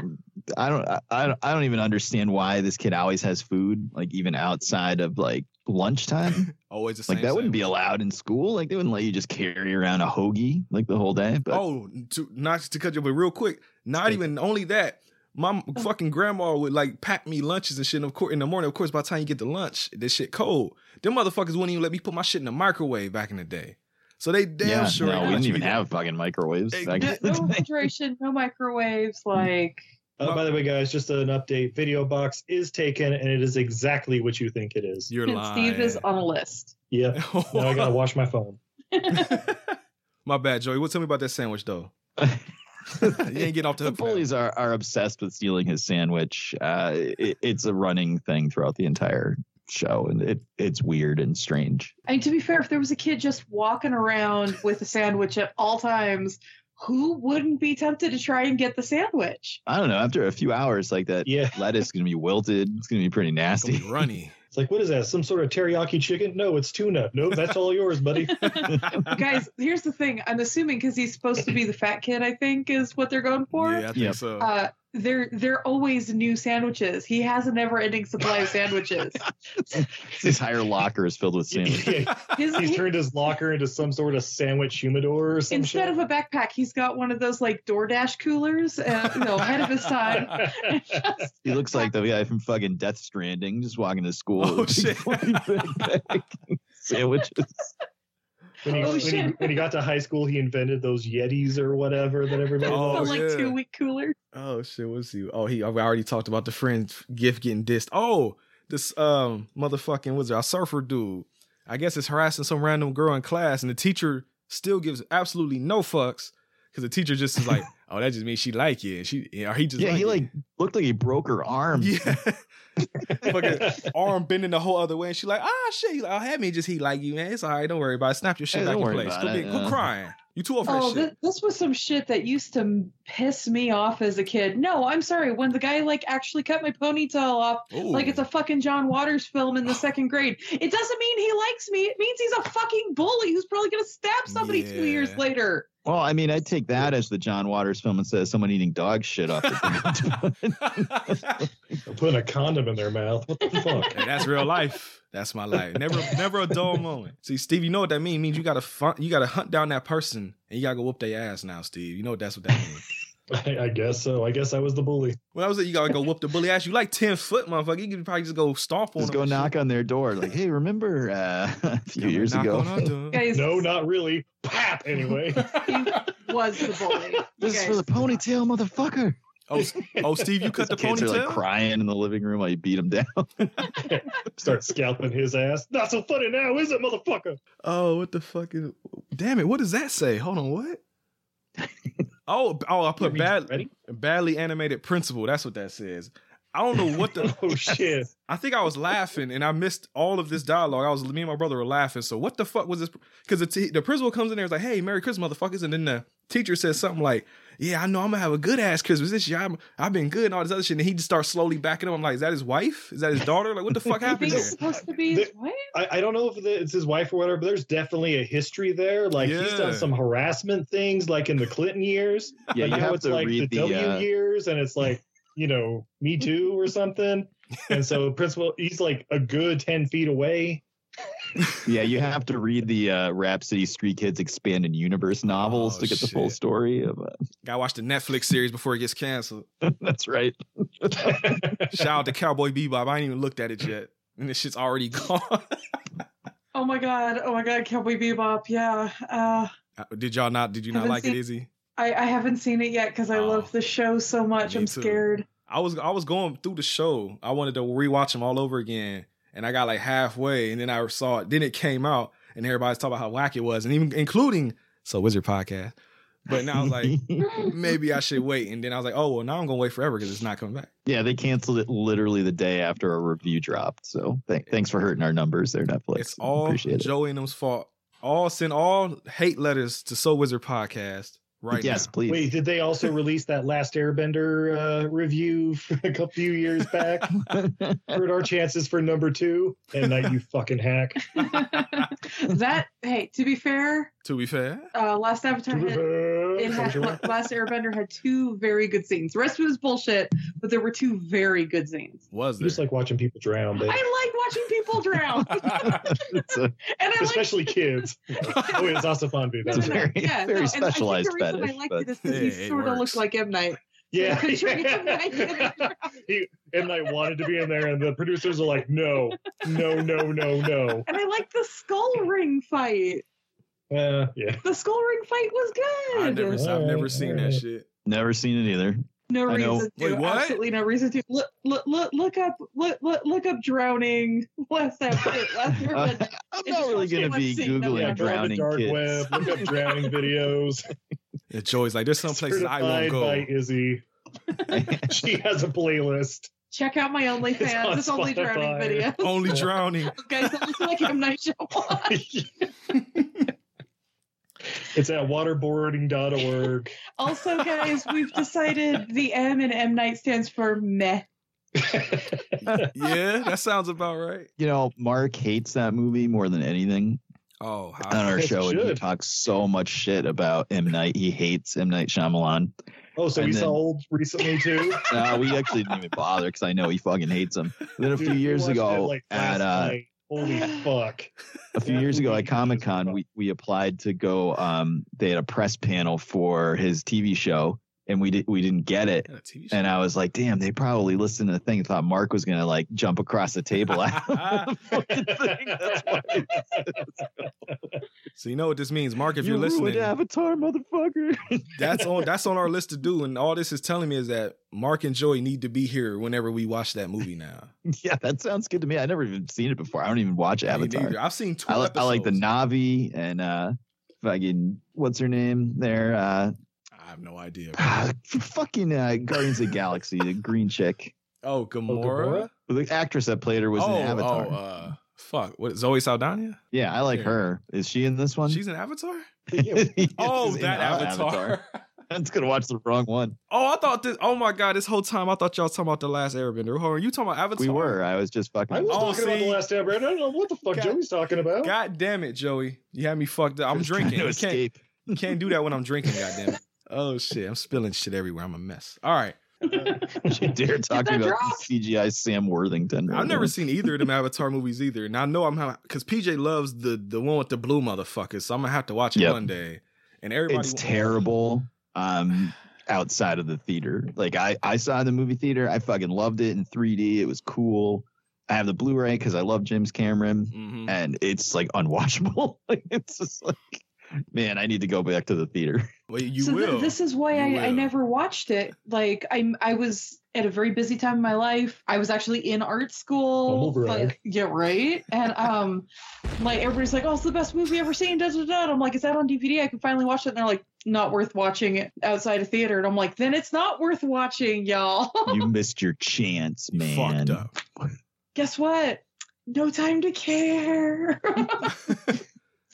S4: I don't. I, I don't- I don't even understand why this kid always has food, like even outside of like lunchtime.
S2: Always the same.
S4: Like that wouldn't be
S2: sandwich.
S4: allowed in school. Like they wouldn't let you just carry around a hoagie like the whole day. But
S2: oh, to, not to cut you, but real quick, not
S4: Steak.
S2: even only that. My fucking grandma would like pack me lunches and shit. And of course, in the morning, of course, by the time you get to lunch, this shit cold. Them motherfuckers wouldn't even let me put my shit in the microwave back in the day. So they damn
S4: yeah,
S2: sure.
S4: no,
S2: ain't gonna
S4: we
S2: let
S4: didn't
S2: you
S4: even
S2: eat that.
S4: have fucking microwaves.
S2: Hey,
S4: back
S3: No,
S4: in
S3: no
S4: the day.
S3: refrigeration, no microwaves, like
S1: Uh, by the way, guys, just an update. Video box is taken, and it is exactly what you think it is.
S2: You're
S3: and
S2: lying.
S3: Steve is on a list.
S1: Yep. Now I gotta wash my phone.
S2: my bad, Joey. What tell me about that sandwich though? You ain't getting off the
S4: the
S2: hook. for that.
S4: bullies are, are obsessed with stealing his sandwich. Uh, it, it's a running thing throughout the entire show, and it it's weird and strange.
S3: I mean, to be fair, if there was a kid just walking around with a sandwich at all times, who wouldn't be tempted to try and get the sandwich?
S4: I don't know. After a few hours, like that
S1: Yeah.
S4: lettuce is gonna be wilted. It's gonna be pretty
S2: It's gonna
S4: nasty.
S2: be runny.
S1: It's like, what is that? Some sort of teriyaki chicken? No, it's tuna. Nope, that's all yours, buddy.
S3: Guys, here's the thing. I'm assuming because he's supposed to be the fat kid, I think, is what they're going for.
S2: yeah, I think
S4: Yep.
S2: so.
S3: Uh, they're they're always new sandwiches. He has a never-ending supply of sandwiches.
S4: His entire locker is filled with sandwiches.
S1: Yeah,
S3: His,
S1: He's
S3: he-
S1: turned his locker into some sort of sandwich humidor or some
S3: instead of a backpack, he's got one of those like DoorDash coolers. Uh, you know, ahead of his time.
S1: shit.
S4: He looks like the guy from fucking Death Stranding, just walking to school.
S2: Oh,
S4: with a
S2: shit.
S4: big fucking backpack, Sandwiches.
S1: When he,
S3: Oh,
S1: when, he,
S3: shit.
S1: when he got to high school, he invented those Yetis or whatever that everybody.
S2: Oh,
S3: the
S1: loves.
S3: like
S2: yeah.
S3: two week cooler.
S2: Oh shit, what's he? Oh, he. I already talked about the friend gift getting dissed. Oh, this um motherfucking what's it? A surfer dude. I guess is harassing some random girl in class, and the teacher still gives absolutely no fucks because the teacher just is like, oh, that just means she like you. And she or he just
S4: yeah, he
S2: it.
S4: like looked like he broke her arm.
S2: yeah, fucking arm bending the whole other way, and she like, ah shit. He's like, oh, had me just he like you, man. It's all right, don't worry about it. Snap your shit
S4: Hey,
S2: back
S4: don't
S2: in
S4: worry
S2: place.
S4: about
S2: Quit,
S4: it, Uh-huh.
S2: being- quit
S4: yeah.
S2: crying. You too old for that
S3: Oh,
S2: shit.
S3: th- this was some shit that used to piss me off as a kid. No, I'm sorry. When the guy like actually cut my ponytail off,
S2: Ooh.
S3: like it's a fucking John Waters film in the second grade. It doesn't mean he likes me. It means he's a fucking bully who's probably gonna stab somebody two
S2: Yeah.
S3: years later.
S4: Well, I mean, I take that as the John Waters film and says someone eating dog shit off the
S1: Putting a condom in their mouth. What the fuck?
S2: Hey, that's real life. That's my life. Never, never a dull moment. See, Steve, you know what that means? It means you gotta, fun, you gotta hunt down that person, and you gotta go whoop their ass now, Steve. You know what that's what that means.
S1: I, I guess so. I guess I was the bully.
S2: When I was like, you gotta go whoop the bully ass. You like ten foot, motherfucker. You could probably just go stomp on.
S4: Just
S2: them
S4: go
S2: and shit.
S4: knock on their door, like, "Hey, remember uh, a few
S2: Come
S4: years
S2: knock
S4: ago?"
S2: on our door.
S3: Guys,
S1: No, not really. Pap. Anyway.
S3: he was the bully. You
S4: This is
S3: guys-
S4: for the ponytail, motherfucker.
S2: Oh, s- oh, Steve, you cut the
S4: His kids are like
S2: ponytail.
S4: crying in the living room. I beat him down.
S1: Start scalping his ass. Not so funny now, is it, motherfucker?
S2: oh, what the fuck is? Damn it! What does that say? Hold on, what? oh, oh, I put bad,
S1: Ready?
S2: badly animated principal. That's what that says. I don't know what the.
S1: Oh shit.
S2: I think I was laughing and I missed all of this dialogue. I was me and my brother were laughing. So what the fuck was this? Because the, t- the principal comes in there and is like, "Hey, Merry Christmas, motherfuckers!" And then the teacher says something like, "Yeah, I know I'm gonna have a good ass Christmas this year. I'm, I've been good and all this other shit." And he just starts slowly backing up. I'm like, "Is that his wife? Is that his daughter? Like, what the fuck
S3: You
S2: happened
S3: think
S2: there?"
S3: it's supposed to be his wife?
S1: I, I don't know if the, it's his wife or whatever, but there's definitely a history there. Like he's
S2: Yeah.
S1: done some harassment things, like in the Clinton years.
S4: Yeah,
S1: Like,
S4: you
S1: now
S4: have
S1: it's
S4: to
S1: like
S4: read
S1: the,
S4: the.
S1: W
S4: uh,
S1: years, and it's like you know Me Too or something. And so principal, he's like a good ten feet away.
S4: yeah, you have to read the uh, Rhapsody Street Kids Expanded Universe novels
S2: Oh,
S4: to get the full
S2: shit.
S4: story. Of, uh,
S2: Gotta watch the Netflix series before it gets canceled.
S4: that's right.
S2: Shout out to Cowboy Bebop. I ain't even looked at it yet, and this shit's already gone. Uh,
S3: Oh my god! Oh my god! Cowboy Bebop. Yeah. Uh,
S2: did y'all not? Did you not
S3: Haven't
S2: like it,
S3: seen-
S2: Izzy?
S3: I, I haven't seen it yet because I
S2: Oh.
S3: love the show so much.
S2: Me
S3: I'm
S2: too.
S3: scared.
S2: I was I was going through the show. I wanted to rewatch them all over again, and I got like halfway, and then I saw it. Then it came out, and everybody's talking about how whack it was, and even including so Wizard podcast. But now I was like, maybe I should wait. And then I was like, oh well, now I'm gonna wait forever because it's not coming back.
S4: yeah, they canceled it literally the day after our review dropped. So th- thanks for hurting our numbers there, Netflix.
S2: it's all
S4: Appreciate it.
S2: Joey and them's fault. All send all hate letters to So Wizard podcast right
S4: yes,
S2: now.
S4: please.
S1: Wait, did they also release that Last Airbender uh, review a couple few years back? Hurt our chances for number two, and that you fucking hack.
S3: that hey, to be fair,
S2: To be fair,
S3: uh, Last Avatar had, it had
S1: Something like-
S3: Last Airbender had two very good scenes. The rest of it was bullshit, but there were two very good scenes.
S2: was
S1: Just
S2: there?
S1: like watching people drown,
S3: I
S1: babe.
S3: like watching people drown, and
S4: It's a-
S3: I like
S1: especially kids. oh, wait, it's also fun, dude.
S3: No,
S4: It's
S1: That's
S3: no,
S4: a
S3: no.
S1: right.
S4: very-
S3: yeah, no,
S4: very
S3: and
S4: specialized
S3: I think the reason I
S4: fetish,
S3: liked
S4: but-
S3: it is because
S2: Yeah,
S3: he
S2: it
S3: sort of
S2: works.
S3: looked like M Night.
S1: Yeah,
S3: yeah.
S1: yeah. he, and I wanted to be in there, and the producers are like, "No, no, no, no, no."
S3: And I liked the skull ring fight.
S1: Uh, yeah,
S3: The skull ring fight was good.
S2: I never, I've never seen that shit.
S4: Never seen it either.
S3: No
S4: I know.
S3: reason to.
S2: Wait, what?
S3: Absolutely no reason to. Look, look, look, look up, look, look, look up drowning. What's that? Last
S4: Uh,
S3: Airbender.
S4: I'm
S3: It's
S4: not really
S3: just
S4: going to
S3: one
S4: be
S3: scene, no one.
S4: Googling
S1: yeah. Go on the
S4: drowning
S1: dark
S4: kids.
S1: web, look up drowning videos.
S2: Yeah, Joey's like, there's some places I won't
S1: Certified
S2: go.
S1: By Izzy, she has a playlist.
S3: Check out my
S1: It's
S3: OnlyFans.
S1: on
S3: It's, only drowning
S1: Spotify.
S3: video.
S2: Only drowning.
S3: Guys, that looks like M Night Shyamalan.
S1: it's at waterboarding.org.
S3: Also, guys, we've decided the M and M Night stands for meh.
S2: yeah, that sounds about right.
S4: You know, Mark hates that movie more than anything
S2: Oh,
S4: on
S2: how,
S4: our
S1: As he
S4: show, and he
S1: should.
S4: talks so much shit about M Night. He hates M Night Shyamalan.
S1: Oh, so
S4: And
S1: we
S4: then-
S1: saw old recently too.
S4: No, we actually didn't even bother because I know he fucking hates him. And then a
S1: Dude,
S4: few
S1: we
S4: years
S1: watched
S4: ago,
S1: that, like,
S4: at
S1: last
S4: uh,
S1: night. holy fuck,
S4: a few
S1: Yeah,
S4: years ago
S1: we
S4: at
S1: just-
S4: Comic Con, we, we applied to go. Um, they had a press panel for his TV show, and we did we didn't get it.
S2: Yeah, TV show.
S4: And I was like, damn, they probably listened to the thing and thought Mark was gonna like jump across the table. I don't fucking think that's why they
S2: so you know what this means, Mark. If
S4: you
S2: you're
S4: ruined
S2: listening,
S4: Avatar, motherfucker.
S2: that's on that's on our list to do. And all this is telling me is that Mark and Joy need to be here whenever we watch that movie now.
S4: yeah, that sounds good to me. I never even seen it before. I don't even watch
S2: Me
S4: Avatar.
S2: neither. I've seen two.
S4: I, li- I like the
S2: episodes.
S4: Navi and uh fucking what's her name there? Uh
S2: I have no idea. Oh,
S4: Ah, fucking uh, Guardians of the Galaxy, the green chick.
S2: Oh,
S1: Gamora?
S2: Gamora.
S4: The actress that played her was
S2: oh,
S4: in Avatar.
S2: oh, uh, fuck. What Zoe Saldana?
S4: yeah, I like
S2: yeah.
S4: her. Is she in this one?
S2: She's an Avatar.
S1: Yeah,
S4: Yes,
S2: Oh,
S4: she's in uh,
S2: that
S4: our
S2: Avatar.
S4: That's gonna watch the wrong one.
S2: oh, I thought this. Oh my god, this whole time I thought y'all was talking about the Last Airbender. Hold on, you talking about Avatar?
S4: We were. I was just fucking.
S1: I was
S2: Oh,
S1: talking about the
S2: see.
S1: last tab. I don't know what the fuck
S2: God-
S1: Joey's talking about.
S2: God damn it, Joey. You had me fucked up. I'm
S4: just trying
S2: drinking.
S4: To
S2: You can't,
S4: escape.
S2: you can't do that when I'm drinking, goddamn it. Oh shit, I'm spilling shit everywhere. I'm a mess. All right.
S4: Don't you dare talk
S3: that
S4: about
S3: drop.
S4: CGI Sam Worthington.
S2: I've never seen either of them Avatar movies either. And I know I'm because PJ loves the the one with the blue motherfucker, so I'm gonna have to watch it
S4: Yep.
S2: one day. And everybody
S4: It's terrible. Um, outside of the theater. Like I, I saw it in the movie theater. I fucking loved it in 3D. It was cool. I have the Blu-ray because I love James Cameron.
S2: Mhm.
S4: and it's like unwatchable. like it's just like, man, I need to go back to the theater.
S2: Well, you
S3: so th-
S2: will.
S3: this is why
S2: You
S3: I, I
S2: will.
S3: never watched it. Like I I was at a very busy time in my life. I was actually in art school.
S1: Humble brag.
S3: But, yeah, right. And um, like everybody's like, "Oh, it's the best movie ever seen." Da da da. And I'm like, "Is that on DVD? I can finally watch it." And they're like, "Not worth watching it outside of theater." And I'm like, "Then it's not worth watching, y'all."
S4: you missed your chance,
S2: You
S4: man.
S2: fucked up.
S3: Guess what? No time to care.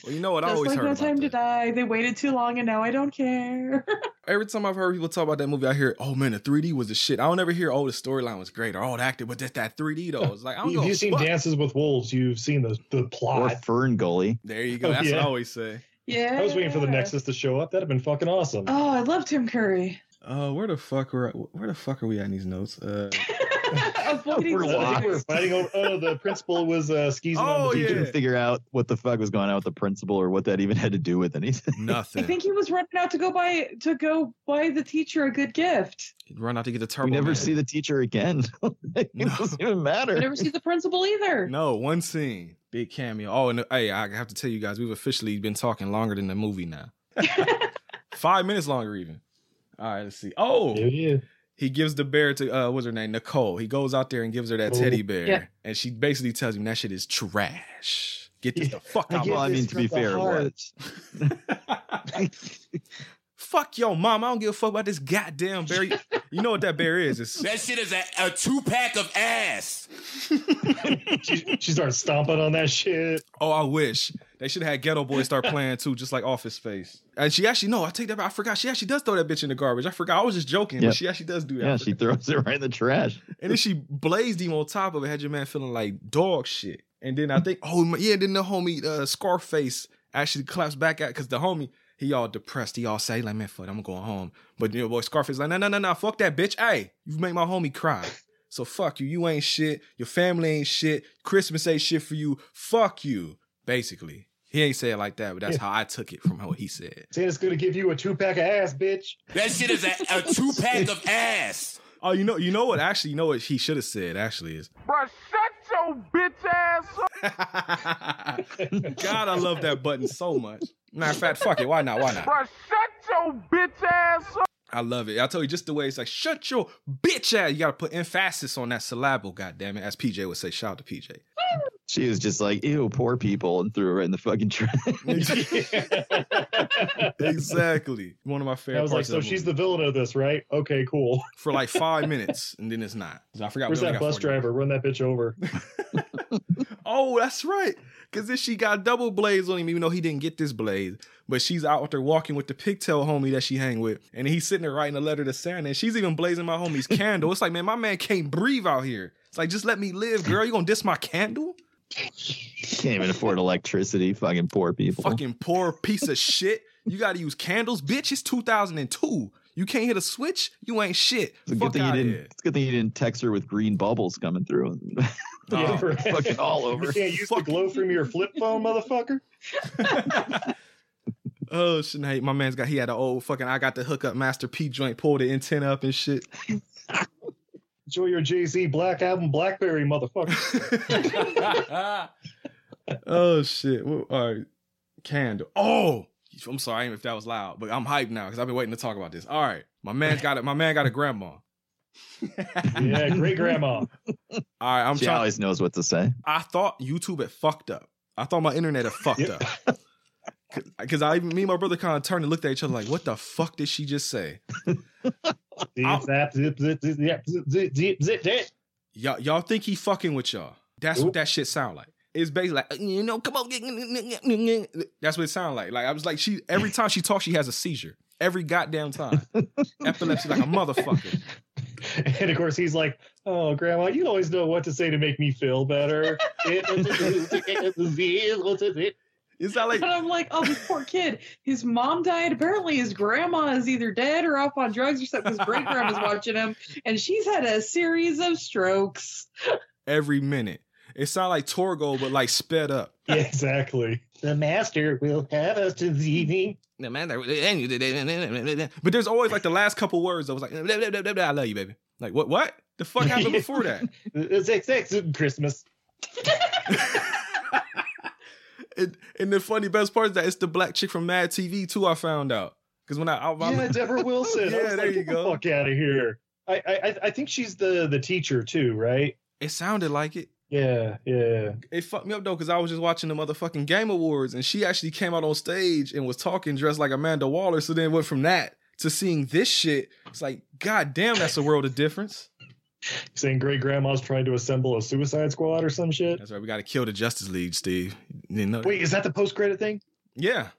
S2: Well, you know what I
S3: Just
S2: always
S3: like
S2: heard
S3: No
S2: about
S3: Time to
S2: that.
S3: Die. They waited too long, and now I don't care.
S2: Every time I've heard people talk about that movie, I hear, "Oh man, the 3D was the shit." I don't ever hear, "Oh, the storyline was great," or "Oh, the acting," but that's that 3D though. It's like I don't
S1: If
S2: know.
S1: you've seen Dances with Wolves, you've seen the, the
S4: Or
S1: plot.
S4: Fern Gully.
S2: There you go. That's what
S1: Yeah.
S2: I always say.
S3: yeah.
S1: I was waiting for the Nexus to show up. That'd have been fucking awesome.
S3: Oh, I love Tim Curry.
S2: Uh, where the fuck were where the fuck are we at in these notes? Uh,
S3: Avoiding
S4: We're
S1: Uh, I think
S4: lost.
S1: we were fighting over. Oh, the principal was uh, skeezing on the
S2: Oh, yeah.
S1: teacher.
S4: Couldn't figure out what the fuck was going on with the principal or what that even had to do with anything.
S3: I
S2: nothing.
S3: think he was running out to go buy to go buy the teacher a good gift.
S2: Run out to get the turbo.
S4: we never
S2: Man.
S4: see the teacher again. it
S2: No.
S4: doesn't even
S3: I
S4: matter.
S3: never see the principal either.
S2: No, one scene, big cameo. Oh, and hey, I have to tell you guys, we've officially been talking longer than the movie now. Five minutes longer, even. All right, let's see. Oh,
S1: Yeah, yeah.
S2: he gives the bear to uh, what's her name, Nicole. He goes out there and gives her that
S1: Oh.
S2: teddy bear,
S3: Yeah.
S2: and she basically tells him that shit is trash. Get this the fuck
S1: I
S2: out.
S1: get
S4: Well,
S2: my
S4: I mean,
S1: this
S4: to be
S1: from the
S4: fair, it
S1: heart.
S4: was.
S2: Fuck your mom. I don't give a fuck about this goddamn bear. You you know what that bear is? It's
S6: That shit is a, a two pack of ass.
S1: she, she starts stomping on that shit.
S2: Oh, I wish they should have had Ghetto Boy start playing too, just like Office Space. And she actually, no, I take that back. I forgot. She actually does throw that bitch in the garbage. I forgot. I was just joking,
S4: Yeah.
S2: but she actually does do that. I
S4: Yeah, she
S2: forgot.
S4: throws it right in the trash.
S2: and then she blazed him on top of it. Had your man feeling like dog shit. And then I think, oh my- yeah, then the homie uh, Scarface actually claps back at because the homie he all depressed. He all sad. He like, man, fuck, it, I'm going home. But you know, boy, Scarface like, no, no, no, no, fuck that bitch. Hey, you make my homie cry. So fuck you. You ain't shit. Your family ain't shit. Christmas ain't shit for you. Fuck you. Basically, he ain't say it like that, but that's
S1: Yeah.
S2: how I took it from what he said.
S1: Santa's gonna give you a two pack of ass, bitch.
S6: That shit is a, a two pack of ass.
S2: Oh, you know, you know what? Actually, you know what he should have said. Actually, is bro, shut your bitch ass up. God, I love that button so much. Matter of fact, fuck it. Why not? Why not? Bro, shut your bitch ass up. I love it. I tell you just the way it's like. Shut your bitch ass. You gotta put emphasis on that syllable. God damn it, as PJ would say. Shout out to PJ.
S4: She was just like, ew, poor people, and threw it right in the fucking trash.
S2: exactly. One of my favorite.
S1: I was like,
S2: parts
S1: so
S2: of that
S1: she's
S2: movie.
S1: the villain of this, right? Okay, cool.
S2: for like five minutes, and then it's not. I forgot. we
S1: Where's
S2: only
S1: that
S2: got
S1: bus
S2: 40 minutes.
S1: driver? Run that bitch over.
S2: Oh, that's right. Cause then she got double blades on him, even though he didn't get this blade. But she's out there walking with the pigtail homie that she hang with, and he's sitting there writing a letter to Santa, and she's even blazing my homie's candle. It's like, man, my man can't breathe out here. It's like, just let me live, girl. You gonna diss my candle?
S4: Can't even afford electricity. Fucking poor people.
S2: Fucking poor piece of shit. You gotta use candles, bitch. It's 2002. You can't hit a switch. You ain't shit.
S4: It's a good
S2: Fuck
S4: thing you
S2: out
S4: didn't.
S2: here.
S4: It's a good thing you didn't text her with green bubbles coming through.
S2: Oh.
S1: right.
S4: fucking all
S1: You
S4: over.
S1: can't use the
S2: Fuck.
S1: glow from your flip phone, motherfucker.
S2: Oh shit! Now he- my man's got he had an old fucking I got the hookup Master P joint, pulled the antenna up and shit.
S1: Enjoy your Jay Z Black Album Blackberry, motherfucker.
S2: oh shit! Well, all right, candle. Oh, I'm sorry if that was loud, but I'm hyped now because I've been waiting to talk about this. All right, my man's got it. My man got a grandma.
S1: yeah, great grandma.
S2: All right, I'm
S4: she
S2: trying.
S4: always knows what to say.
S2: I thought YouTube had fucked up. I thought my internet had fucked up. Because I, me and my brother kind of turned and looked at each other like, what the fuck did she just say?
S1: Zip, zap, zip, zip, zip, zip, zip, zip, zip, zip, zip.
S2: Y'all, y'all think he fucking with y'all. That's what
S1: Nope.
S2: that shit sound like. It's basically like, "Uh, you know, come on. That's what it sound like. Like, I was like, she, every time she talks, she has a seizure. Every goddamn time. Epilepsy like a motherfucker.
S1: And of course, he's like, "Oh, grandma, you always know what to say to make me feel better."
S2: It's not like,
S3: And I'm like, oh, this poor kid. His mom died. Apparently, his grandma is either dead or off on drugs or something. His great grandma's watching him, and she's had a series of strokes.
S2: every minute. It sound like Torgo, but like sped up.
S1: yeah, exactly. The master will have us this evening.
S2: No, man, that- and you did it. But there's always like the last couple words. I was like, "Blah, blah, blah, blah, blah, I love you, baby. Like what? What the fuck happened before that?
S1: It's it's- it's Christmas.
S2: And, and the funny best part is that it's the black chick from Mad TV too. I found out because when I, I, I
S1: Yeah, Deborah Wilson.
S2: Yeah,
S1: I was
S2: there
S1: like,
S2: you
S1: "Get the
S2: go.
S1: fuck out of here. I, I I- I think she's the the teacher too, right?
S2: it sounded like it.
S1: Yeah, yeah.
S2: It fucked me up though because I was just watching the motherfucking Game Awards and she actually came out on stage and was talking dressed like Amanda Waller. So then it went from that to seeing this shit. It's like, god damn, that's a world of difference.
S1: Saying great grandma's trying to assemble a suicide squad or some shit.
S2: That's right. We got to kill the Justice League, Steve. You didn't know that.
S1: Wait, is that the post credit thing?
S2: Yeah.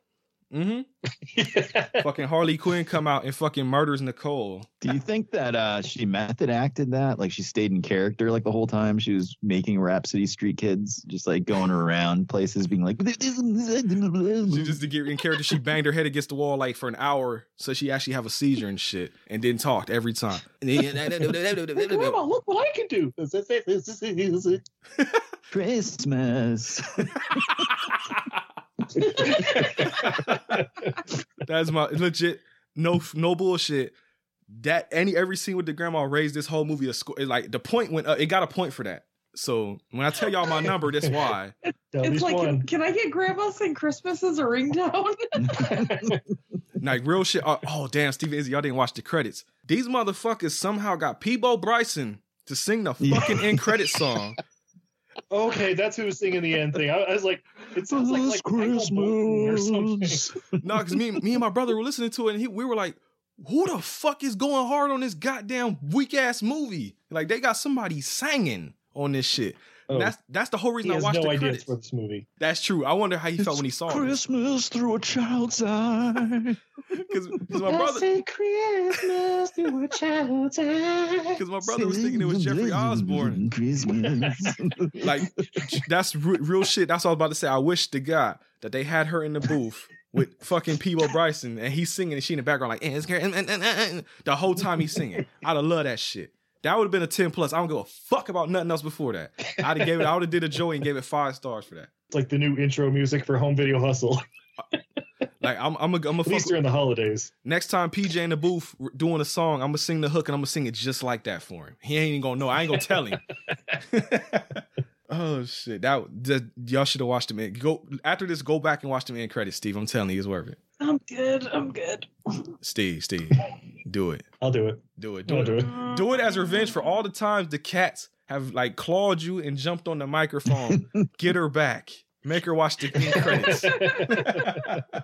S2: Mm-hmm. fucking Harley Quinn come out and fucking murders Nicole.
S4: Do you think that uh, she method acted that? Like she stayed in character like the whole time she was making Rhapsody Street Kids, just like going around places being like. Mm-hmm.
S2: She just to get in character, she banged her head against the wall like for an hour, so she actually have a seizure and shit, and then talked every time.
S1: Hey, grandma, Oh, look what I can do.
S4: Christmas.
S2: That's my legit no no bullshit. That any every scene with the grandma raised this whole movie a score. Like the point went up, it got a point for that. So when I tell y'all my number, that's why.
S1: At
S3: it's
S1: least
S3: like, can,
S1: one.
S3: can I get grandma saying Christmas as a ringtone?
S2: Like real shit. Oh, oh, damn, Steven Izzy, y'all didn't watch the credits. These motherfuckers somehow got Peebo Bryson to sing the
S4: Yeah.
S2: fucking end credit song.
S1: Okay, that's who was singing the end thing. I, I was like, it sounds like, like Michael Bolton or something.
S2: No, because me, me and my brother were listening to it, and he, we were like, "Who the fuck is going hard on this goddamn weak ass movie? Like they got somebody singing on this shit."
S1: Oh,
S2: That's that's the whole reason
S1: he
S2: I
S1: has
S2: watched
S1: no
S2: the
S1: idea
S2: credits.
S1: it's for this movie.
S2: That's true. I wonder how he felt when he saw it.
S4: Christmas through a child's eye.
S2: Because my brother,
S1: Christmas through a child's
S2: because my brother was thinking it was Jeffrey Osborne.
S4: Christmas.
S2: Like that's re- real shit. That's what I was about to say. I wish to God that they had her in the booth. With fucking Peebo Bryson and he's singing and she in the background like "Eh, it's Karen," eh, eh, eh, eh," the whole time he's singing. I'd have loved that shit. That would have been a ten plus. I don't give a fuck about nothing else before that. I'd have gave it. I would have did a Joey and gave it five stars for that.
S1: It's like the new intro music for Home Video Hustle.
S2: Like I'm, I'm, a, I'm a
S1: At
S2: fuck.
S1: least during the holidays.
S2: Next time PJ in the booth r- doing a song, I'm gonna sing the hook and I'm gonna sing it just like that for him. He ain't even gonna know. I ain't gonna tell him. oh shit! That, that y'all should have watched him. In, go after this. Go back and watch them in credits, Steve. I'm telling you, it's worth it.
S3: I'm good. I'm good.
S2: Steve, Steve, do it,
S1: I'll do it.
S2: do it, do
S1: I'll do
S2: it,
S1: it.
S2: do it as
S3: Mm.
S2: revenge for all the times the cats have like clawed you and jumped on the microphone. Get her back. Make her watch the end credits.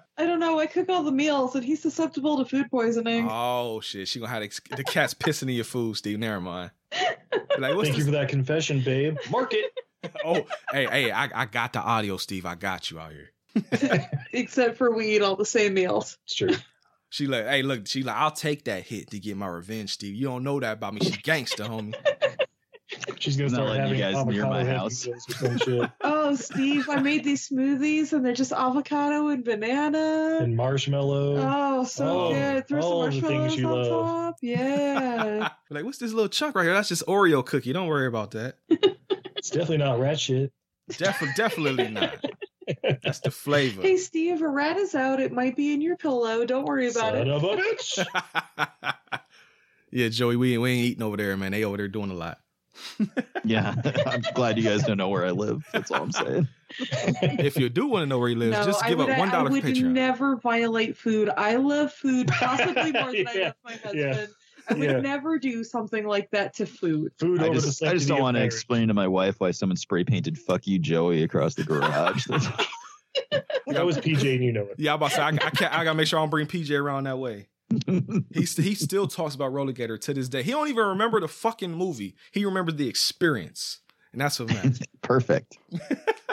S3: I don't know. I cook all the meals, and he's susceptible to food poisoning.
S2: Oh shit! She gonna have the, the cats pissing in your food, Steve. Never mind. Be Like what's
S1: Thank you
S2: this?
S1: for that confession, babe. Mark it.
S2: Oh, hey, hey, I, I got the audio, Steve. I got you out here.
S3: Except for we eat all the same meals.
S1: It's true.
S2: She like, hey, look, she like, I'll take that hit to get my revenge, Steve. You don't know that about me. She gangster, homie.
S1: She's gonna
S4: Not
S1: start
S4: letting
S1: having
S4: you guys near
S1: avocado
S4: my
S1: head
S4: house.
S1: noodles or some shit.
S3: Oh, Steve, I made these smoothies, and they're just avocado and banana.
S1: and marshmallow.
S3: Oh, so
S1: Oh,
S3: good. Throw some
S1: all the
S3: marshmallows
S1: things
S3: on
S1: you love.
S3: top. Yeah.
S2: like, what's this little chunk right here? That's just Oreo cookie. Don't worry about that.
S1: it's definitely not rat shit.
S2: Def- definitely not. That's the flavor.
S3: Hey, Steve, a rat is out. It might be in your pillow. Don't worry about
S1: Son
S3: it.
S1: of a bitch.
S2: yeah, Joey, we, we ain't eating over there, man. They over there doing a lot.
S4: Yeah, I'm glad you guys don't know where I live. That's all I'm saying.
S2: If you do want to know where he lives,
S3: no,
S2: just
S3: I
S2: give
S3: would,
S2: up one dollar
S3: I
S2: for
S3: would
S2: Patreon.
S3: never violate food. I love food possibly more than I
S1: Yeah,
S3: love my husband.
S1: yeah,
S3: I would
S1: yeah.
S3: never do something like that to food.
S1: Food
S4: I
S1: over the
S4: just, I
S1: sanctity
S4: just don't
S1: of
S4: want to
S1: marriage.
S4: explain to my wife why someone spray painted "fuck you, Joey" across the garage. That's-
S1: That was PJ, and you know it.
S2: Yeah, I'm about to say I, I can't. I gotta make sure I don't bring PJ around that way. He st- he still talks about Roller Gator to this day. He don't even remember the fucking movie. He remembers the experience, and that's what matters.
S4: Perfect.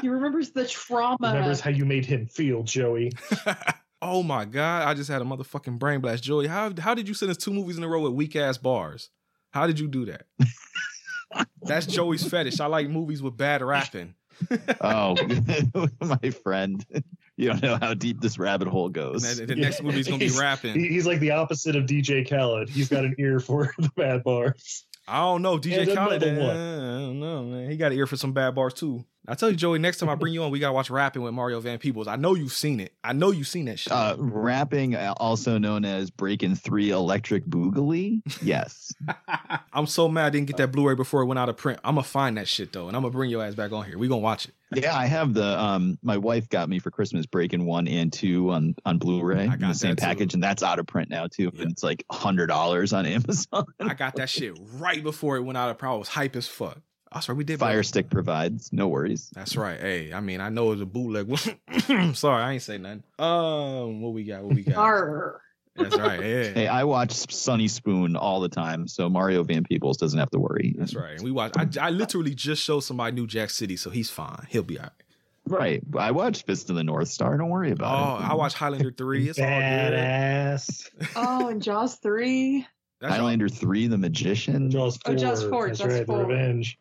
S3: He remembers the trauma.
S1: Remembers how you made him feel, Joey.
S2: oh my god, I just had a motherfucking brain blast, Joey. How how did you send us two movies in a row with weak ass bars? How did you do that? that's Joey's fetish. I like movies with bad rapping.
S4: Oh, my friend, you don't know how deep this rabbit hole
S2: And
S4: goes.
S2: then the next movie's gonna be
S1: He's-
S2: rapping.
S1: He- He's like the opposite of DJ Khaled. He's got an ear for the bad bars.
S2: I don't know,
S1: And
S2: DJ
S1: another
S2: Khaled.
S1: one.
S2: uh, I don't know, man. He got an ear for some bad bars too. I tell you, Joey. Next time I bring you on, we gotta watch rapping with Mario Van Peebles. I know you've seen it. I know you've seen that shit.
S4: Uh, rapping, uh, also known as breaking three electric boogly. Yes.
S2: I'm so mad I didn't get that Blu-ray before it went out of print. I'm gonna find that shit though, and I'm gonna bring your ass back on here. We gonna watch it.
S4: Yeah, I have the. Um, my wife got me for Christmas breaking one and two on on Blu-ray,
S2: I got
S4: in the same
S2: that, too.
S4: package, and that's out of print now too.
S2: Yeah.
S4: And it's like hundred dollars on Amazon.
S2: I got that shit right before it went out of print. I was hype as fuck. I swear we did
S4: Fire
S2: both.
S4: Stick provides. No worries.
S2: That's right. Hey, I mean, I know it was a bootleg. Sorry, I ain't say nothing. Um, what we got? What we got?
S3: Arr.
S2: That's right. Yeah.
S4: Hey, I watch Sunny Spoon all the time, so Mario Van Peebles doesn't have to worry.
S2: That's right. And we watched. I, I literally just showed somebody New Jack City, so he's fine. He'll be all right.
S4: Right. I watch Fist of the North Star. Don't worry about
S2: Oh,
S4: it.
S2: I watched Highlander three. It's all good.
S1: Badass.
S3: Oh, and Jaws 3.
S2: That's all-
S4: Highlander Three, The Magician.
S1: Jaws 4.
S3: Oh, Jaws 4,
S1: That's
S3: Jaws
S1: right,
S3: 4.
S1: Revenge.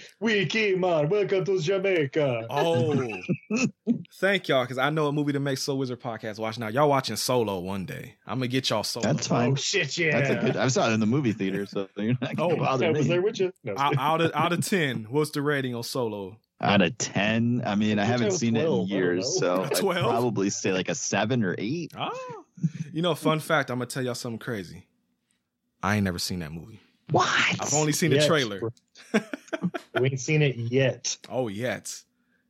S1: we came on. Welcome to Jamaica.
S2: Oh, thank y'all, because I know a movie to make Soul Wizard podcast watch now. Y'all watching Solo one day. I'm gonna get y'all Solo.
S4: That's
S1: Oh,
S4: fine.
S1: shit, yeah.
S4: That's a good. I saw it in the movie theater, so you're not gonna
S2: Oh,
S4: bother
S1: I
S4: me.
S1: was there with you. No,
S2: out, out of out of ten, what's the rating on Solo?
S4: Out of ten, I mean, I,
S1: I think I
S4: haven't
S1: was
S4: seen
S1: 12,
S4: it
S1: I
S4: in
S1: don't
S4: years,
S1: know.
S4: so I'd
S2: 12?
S4: probably say like a seven or eight.
S2: Oh, you know, fun fact. I'm gonna tell y'all something crazy. I ain't never seen that movie.
S4: What?
S2: I've only seen the
S1: Yet,
S2: trailer.
S1: bro. we ain't seen it yet.
S2: Oh yet.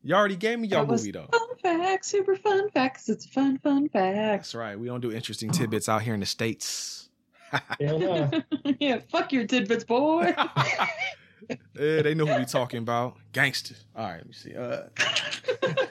S2: You already gave me y'all
S3: That was
S2: movie though.
S3: Fun fact, super fun fact, 'cause it's a fun, fun fact.
S2: That's right. We don't do interesting tidbits out here in the states.
S1: Hell no.
S3: yeah, fuck your tidbits, boy.
S2: Eh, they know who we talking about. Gangster. All right, let me see. Uh,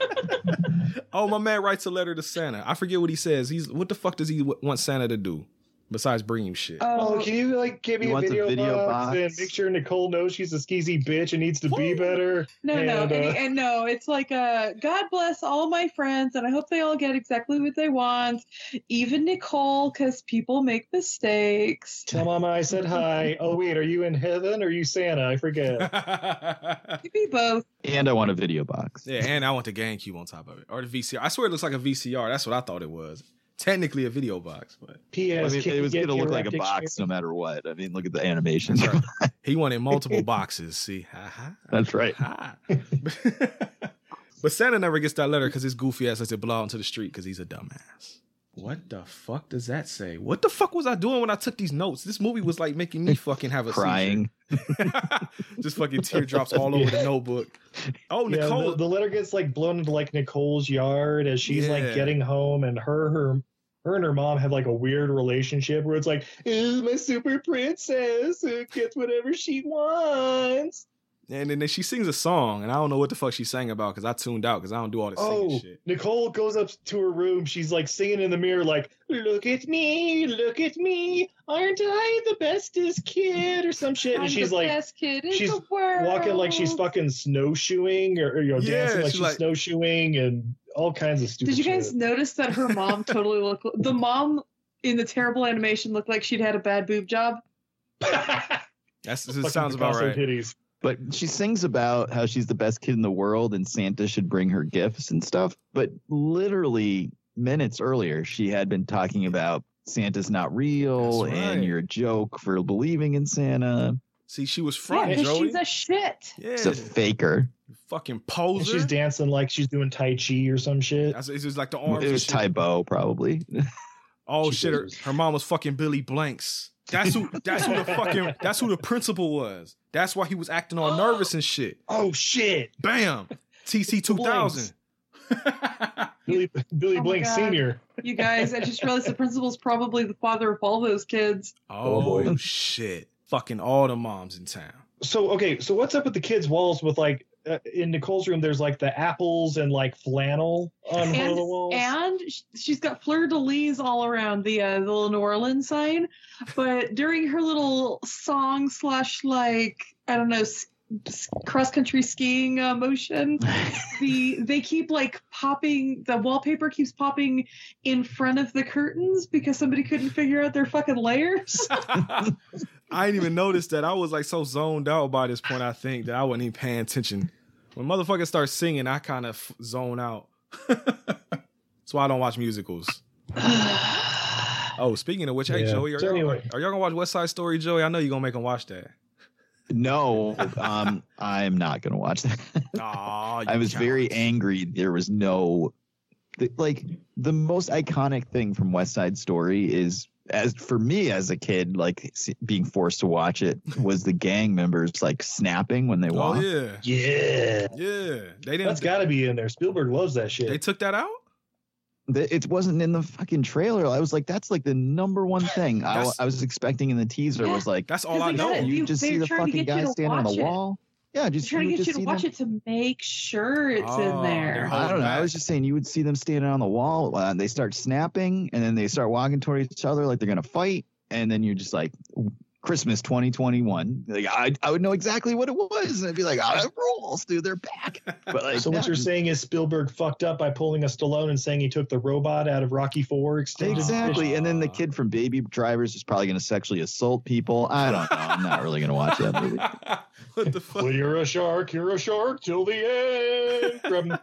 S2: oh, my man writes a letter to Santa. I forget what he says. He's what the fuck does he w- want Santa to do besides bring you shit?
S1: Oh,
S3: Oh,
S1: can you like give
S4: He
S1: me a
S4: wants a
S1: video,
S4: video
S1: box, and
S4: box.
S1: make sure Nicole knows she's a skeezy bitch and needs to be
S2: Woo.
S1: better?
S3: no, no,
S1: And,
S3: and,
S1: uh,
S3: and no, it's like uh God bless all my friends, and I hope they all get exactly what they want, even Nicole, because people make mistakes.
S1: Tell mama I said hi. Oh wait, are you in heaven or are you Santa? I forget.
S2: yeah,
S3: Could be both.
S4: And I want a video box.
S2: and I want the GameCube on top of it or the VCR. I swear it looks like a VCR. That's what I thought it was. Technically a video box, but
S4: I
S1: P.S.
S4: mean,
S1: can
S4: it
S1: you
S4: was
S1: get
S4: gonna look
S1: your
S4: like a
S1: dictionary?
S4: box no matter what. I mean, look at the animations.
S2: That's right. he wanted multiple boxes. See, ha ha.
S4: That's right.
S2: ha. but Santa never gets that letter because his goofy ass lets it blow out into the street because he's a dumbass. What the fuck does that say? What the fuck was I doing when I took these notes? This movie was like making me fucking have a seizure.
S4: Crying.
S2: Just fucking teardrops all over the notebook. Oh,
S1: Yeah,
S2: Nicole.
S1: the, the letter gets like blown into like Nicole's yard as she's
S2: Yeah.
S1: like getting home, and her her her and her mom have like a weird relationship where it's like, "Ooh, my super princess who gets whatever she wants."
S2: and then she sings a song, and I don't know what the fuck she sang about because I tuned out because I don't do all this
S1: Oh,
S2: singing shit.
S1: Nicole goes up to her room. She's like singing in the mirror, like, "Look at me, look at me, aren't I the bestest kid?" or some shit.
S3: I'm
S1: And she's
S3: the
S1: like,
S3: best kid in
S1: she's
S3: the world.
S1: walking like she's fucking snowshoeing or, or, you know
S2: Yeah,
S1: dancing like
S2: she's
S1: she's
S2: like-
S1: snowshoeing and all kinds of stupid
S3: Did you guys
S1: shit.
S3: notice that her mom totally looked the mom in the terrible animation looked like she'd had a bad boob job?
S2: That's this
S1: Fucking
S2: sounds about
S1: Picasso
S2: right.
S1: titties.
S4: But she sings about how she's the best kid in the world and Santa should bring her gifts and stuff. But literally minutes earlier, she had been talking about Santa's not real
S2: That's
S4: and
S2: right.
S4: you're a joke for believing in Santa.
S2: See, she was from
S3: yeah, 'cause
S2: Joey.
S3: she's a shit.
S2: yeah,
S4: She's a faker.
S2: You fucking
S1: And
S2: poser.
S1: she's dancing like she's doing tai chi or some shit.
S2: That's- It's just like the arms.
S4: It
S2: and
S4: was
S2: shit.
S4: Tybo, probably.
S2: Oh
S1: She
S2: shit! Her,
S1: does.
S2: her mom was fucking Billy Blanks. That's who. That's who the fucking. That's who the principal was. That's why he was acting all nervous and shit.
S1: Oh shit!
S2: Bam. TC two thousand.
S1: Billy Billy
S3: Oh my
S1: Blank
S3: God.
S1: Senior.
S3: You guys, I just realized the principal's probably the father of all those kids.
S2: oh
S4: boy.
S2: shit! Fucking all the moms in town.
S1: So okay, so what's up with the kids' walls with like uh, in Nicole's room? There's like the apples and like flannel on one of the walls.
S3: And sh- she's got fleur de lis all around the uh, the little New Orleans sign. But during her little song slash like I don't know cross country skiing uh, motion, the they keep like popping the wallpaper keeps popping in front of the curtains because somebody couldn't figure out their fucking layers.
S2: I didn't even notice that. I was like so zoned out by this point. I think that I wasn't even paying attention. When motherfuckers start singing, I kind of f- zone out. That's why I don't watch musicals. Oh, speaking of which, hey
S1: Yeah.
S2: Joey, are
S1: So
S2: y'all,
S1: anyway.
S2: are y'all gonna watch West Side Story, Joey? I know you're gonna make them watch that.
S4: no, um, I'm not going to watch that.
S2: Aw, you
S4: I was
S2: coward.
S4: very angry. There was no, the, like, the most iconic thing from West Side Story is, as for me as a kid, like s- being forced to watch it was the gang members like snapping when they
S2: Oh
S4: walked.
S2: yeah,
S1: yeah,
S2: yeah. They didn't.
S1: that's got to be in there. Spielberg loves that shit.
S2: they took that out.
S4: Th- It wasn't in the fucking trailer. I was like, that's like the number one thing I,
S2: That's-
S4: I was expecting in the teaser
S3: Yeah,
S4: was like,
S2: That's all
S3: 'Cause
S2: I
S3: they
S2: know.
S3: gotta-
S4: you
S3: You-
S4: just
S3: they're
S4: see the
S3: trying to
S4: fucking
S3: get you
S4: guy
S3: to
S4: standing on the
S3: watch it.
S4: wall. Yeah, just
S3: trying to
S4: you
S3: get
S4: just
S3: you to
S4: see
S3: watch
S4: them-
S3: it to make sure it's
S2: Oh,
S3: in
S2: they're
S3: there.
S4: I don't know.
S2: back.
S4: I was just saying you would see them standing on the wall uh, and they start snapping and then they start walking toward each other like they're gonna fight and then you're just like Christmas 2021. Like I, I would know exactly what it was and I'd be like, oh, that rules, dude. They're back. But like,
S1: so what
S4: no,
S1: you're saying is Spielberg fucked up by pulling a Stallone and saying he took the robot out of Rocky Four extended.
S4: Exactly. And
S1: Uh.
S4: then the kid from Baby Drivers is probably going to sexually assault people. I don't know. I'm not really going to watch that movie.
S2: what the
S1: Well,
S2: fuck?
S1: you're a shark. You're a shark till the end. From-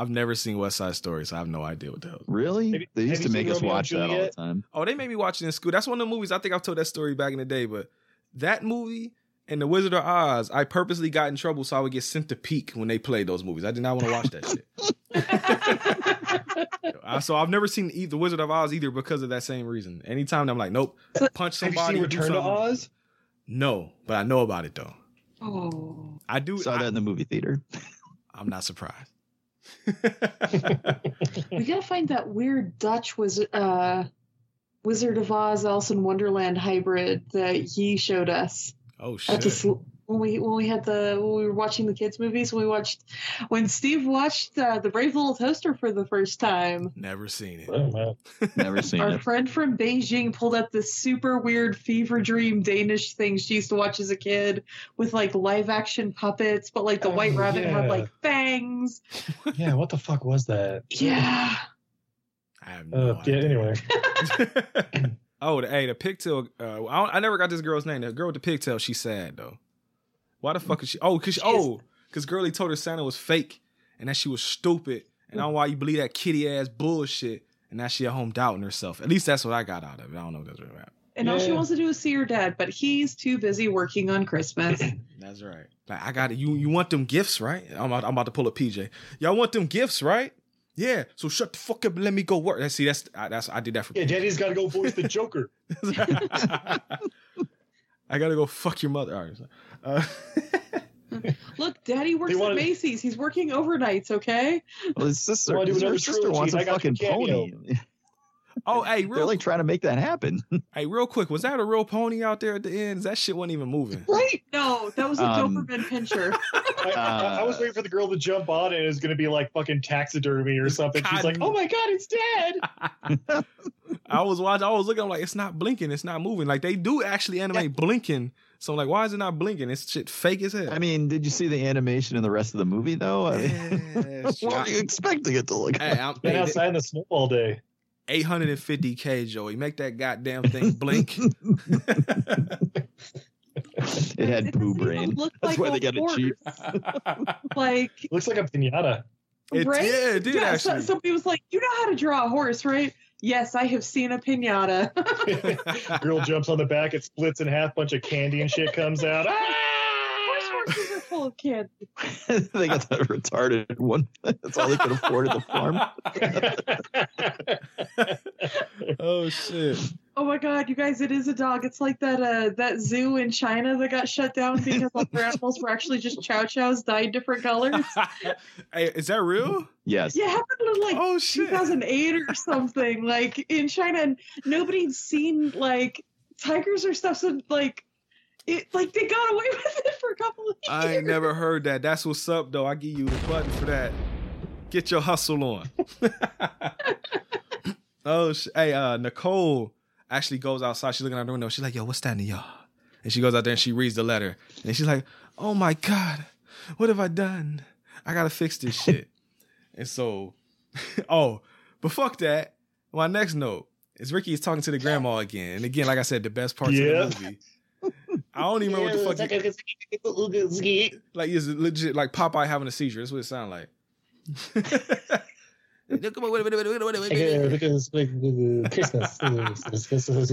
S2: I've never seen West Side Story, so I have no idea what the hell.
S4: Really?
S1: Have you-
S4: they used
S1: have
S4: to
S1: you
S4: make
S1: seen
S4: us
S1: Romeo and
S4: watch that all the
S1: Juliet?
S4: time.
S2: Oh, they made me watch it in school. That's one of the movies. I think I've told that story back in the day, but that movie and The Wizard of Oz, I purposely got in trouble so I would get sent to peek when they played those movies. I did not want to watch that shit. I- so I've never seen e- The Wizard of Oz either because of that same reason. Anytime I'm like, nope, punch
S1: have you
S2: somebody.
S1: seen
S2: do
S1: Return to
S2: something.
S1: Oz?
S2: No, but I know about it though.
S3: Oh.
S2: I do.
S4: Saw
S2: I,
S4: that in the movie theater.
S2: I'm not surprised.
S3: We gotta find that weird Dutch wizard, uh, Wizard of Oz, Alice in Wonderland hybrid that Yi showed us
S2: oh
S3: at the
S2: shit!
S3: sl- when we when we had the when we were watching the kids movies. When we watched when Steve watched uh, the Brave Little Toaster for the first time.
S2: Never seen it.
S1: Oh, man.
S4: Never seen
S3: Our
S4: it.
S3: friend from Beijing pulled up this super weird fever dream Danish thing she used to watch as a kid with like live action puppets, but like the
S1: Oh,
S3: White Rabbit
S1: yeah.
S3: had like fangs.
S1: Yeah, what the fuck was that?
S3: Yeah.
S2: I have no
S1: Uh, yeah,
S2: idea.
S1: anyway.
S2: oh, the, hey, the pigtail. Uh, I, don't, I never got this girl's name. The girl with the pigtail. She's sad though. Why the fuck is she? Oh, cause she,
S3: She is-
S2: oh, cause girlie told her Santa was fake and that she was stupid. And I don't know why you believe that kitty ass bullshit. And now she at home doubting herself. At least that's what I got out of it. I don't know if that's right.
S3: And all she
S1: Yeah.
S3: wants to do is see her dad, but he's too busy working on Christmas.
S2: That's right. Like I got it. You you want them gifts, right? I'm about, I'm about to pull a PJ. Y'all want them gifts, right? Yeah. So shut the fuck up and let me go work. That's- See, that's I, that's I did that for.
S1: Yeah, daddy's got to go voice the Joker.
S2: I gotta go fuck your mother. All right. Uh,
S3: Look, Daddy works
S1: They wanted-
S3: at Macy's. He's working overnights, okay?
S4: Well, his sister,
S1: Wanna do
S4: his
S1: another
S4: sister
S1: trilogy?
S4: wants
S1: I
S4: a
S1: got you
S4: fucking pony.
S2: oh, hey,
S4: They're
S2: real,
S4: like trying to make that happen.
S2: hey, real quick, was that a real pony out there at the end? That shit wasn't even moving.
S1: Right.
S3: No, that was a
S4: Um,
S3: Doberman pincher.
S1: I, I, I was waiting for the girl to jump on it. It was going to be like fucking taxidermy or something. She's like,
S2: Cotton.
S1: oh my God, it's dead.
S2: I was watching. I was looking. I'm like, it's not blinking. It's not moving. Like they do actually animate blinking. So I'm like, why is it not blinking? It's shit fake as hell.
S4: I mean, did you see the animation in the rest of the movie though? I mean,
S2: Yeah, shit.
S4: what were you expecting it to look?
S2: Hey,
S4: like?
S2: I'm,
S1: Been
S2: hey,
S1: outside in the snow all day.
S2: 850k, Joey. Make that goddamn thing blink.
S4: It
S3: doesn't
S4: had poo
S3: even
S4: brain.
S3: look
S4: That's
S3: like
S4: why they got it
S3: horse.
S4: cheap.
S3: Like,
S1: Looks like a pinata.
S2: It-
S3: right?
S2: yeah, it did
S3: so-
S2: actually.
S3: somebody was like, "You know how to draw a horse, right?" Yes, I have seen a pinata.
S1: Girl jumps on the back, it splits in half, bunch of candy and shit comes out. Ah!
S3: houses are full of kids.
S4: they got that retarded one. That's all they could afford at the farm.
S2: oh shit!
S3: Oh my god, you guys, it is a dog. It's like that uh that zoo in China that got shut down because all their animals were actually just chow chows dyed different colors.
S2: hey, is that real?
S4: Yes.
S3: Yeah, it happened in like
S2: Oh shit!
S3: 2008 or something, like in China, and nobody'd seen like tigers or stuff. So like, it like they got away with it for a couple of years.
S2: I ain't never heard that. That's what's up, though. I give you the button for that. Get your hustle on. oh, sh- hey, uh, Nicole actually goes outside. She's looking out the window. She's like, "Yo, what's that in the yard?" And she goes out there and she reads the letter. And she's like, "Oh my god, what have I done? I gotta fix this shit." and so, oh, but fuck that. My next note is Ricky is talking to the grandma again. And again, like I said, the best parts
S1: Yeah.
S2: of the movie. I don't even remember what the fuck. Like it's legit like Popeye having a seizure. That's what it sounded like.
S1: Christmas,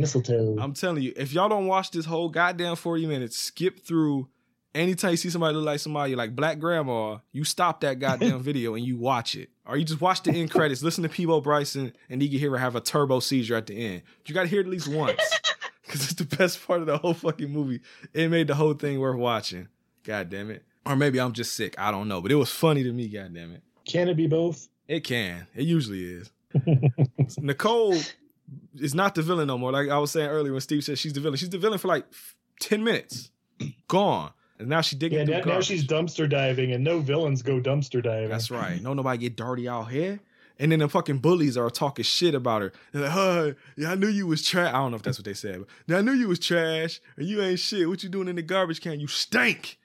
S1: mistletoe.
S2: I'm telling you, if y'all don't watch this whole goddamn 40 minutes, skip through anytime you see somebody look like somebody like Black Grandma, you stop that goddamn video and you watch it. Or you just watch the end credits, listen to Peebo Bryson and Nigga Hero have a turbo seizure at the end. You gotta hear it at least once. Cause it's the best part of the whole fucking movie. It made the whole thing worth watching. God damn it. Or maybe I'm just sick. I don't know. But it was funny to me, god damn it.
S1: Can it be both?
S2: It can. It usually is. Nicole is not the villain no more. Like I was saying earlier when Steve said she's the villain. She's the villain for like f- 10 minutes. Gone. And now she digging
S1: Yeah,
S2: through
S1: now, now
S2: garbage.
S1: she's dumpster diving, and no villains go dumpster diving.
S2: That's right. No nobody get dirty out here. And then the fucking bullies are talking shit about her. They're like, huh, yeah, I knew you was trash. I don't know if that's what they said, but I knew you was trash and you ain't shit. What you doing in the garbage can? You stink,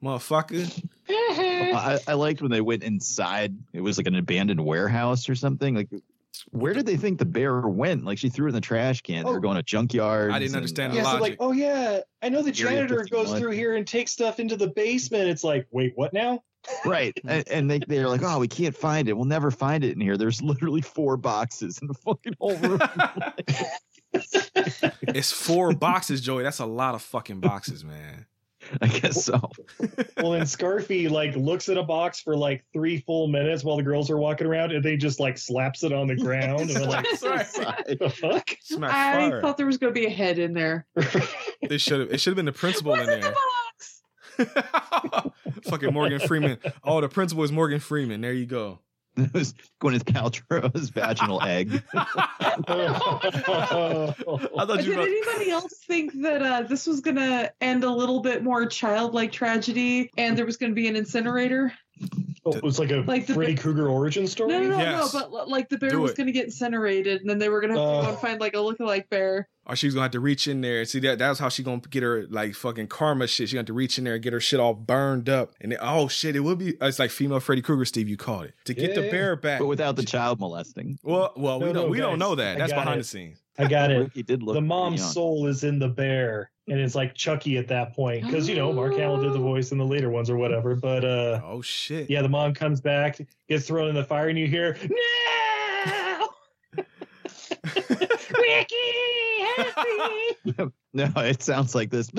S2: motherfucker.
S4: I, I liked when they went inside. It was like an abandoned warehouse or something. Like, where did they think the bear went? Like, she threw it in the trash can. They
S1: Oh.
S4: were going to junkyards.
S2: I didn't understand
S4: uh,
S1: Yeah, so like,
S2: logic.
S1: oh yeah, I know the
S4: Area
S1: janitor goes
S4: 51.
S1: through here and takes stuff into the basement. It's like, wait, what now?
S4: right. And, and they, they're like, oh, we can't find it. We'll never find it in here. There's literally four boxes in the fucking whole room.
S2: It's four boxes, Joey. That's a lot of fucking boxes, man.
S4: I guess so.
S1: Well, then Scarfy like looks at a box for like three full minutes while the girls are walking around, and they just like slaps it on the ground, and they're like,
S2: That's right.
S1: what the fuck?
S2: Smack
S3: I
S2: fire.
S3: thought there was gonna be a head in there.
S2: They should have. It should have been the principal in
S3: What's in the
S2: there.
S3: box?
S2: Fucking Morgan Freeman. Oh, the principal is Morgan Freeman. There you go.
S4: It was Gwyneth Paltrow's vaginal egg.
S2: I thought
S3: Did
S2: you. Were,
S3: anybody else think that uh, this was gonna end a little bit more childlike tragedy, and there was gonna be an incinerator?
S1: Oh, it was like a
S3: Like the-
S1: Freddy Krueger origin
S3: No,
S1: story.
S3: no, no,
S2: Yes.
S3: no. But l- like the bear
S2: Do
S3: was
S2: it.
S3: gonna get incinerated, and then they were gonna have to go
S1: Uh.
S3: and find like a lookalike bear.
S2: or she's gonna have to reach in there and see that. That's how she gonna get her like fucking karma shit. She gonna have to reach in there and get her shit all burned up. And then, oh shit, it would be. It's like female Freddy Krueger, Steve. You called it to get
S1: Yeah,
S2: the
S1: yeah.
S2: bear back.
S4: but without the child molesting.
S2: well, well, we
S1: No,
S2: don't.
S1: no,
S2: we don't
S1: guys.
S2: know that.
S1: I
S2: That's
S1: got
S2: behind
S1: it.
S2: the scenes.
S1: I got it.
S4: Ricky did look
S1: The
S4: pretty
S1: mom's
S4: young.
S1: soul is in the bear, and it's like Chucky at that point because you know Mark Hamill did the voice in the later ones or whatever. But uh,
S2: Oh shit.
S1: yeah, the mom comes back, gets thrown in the fire, and you hear no, Ricky, help me.
S4: No, it sounds like this.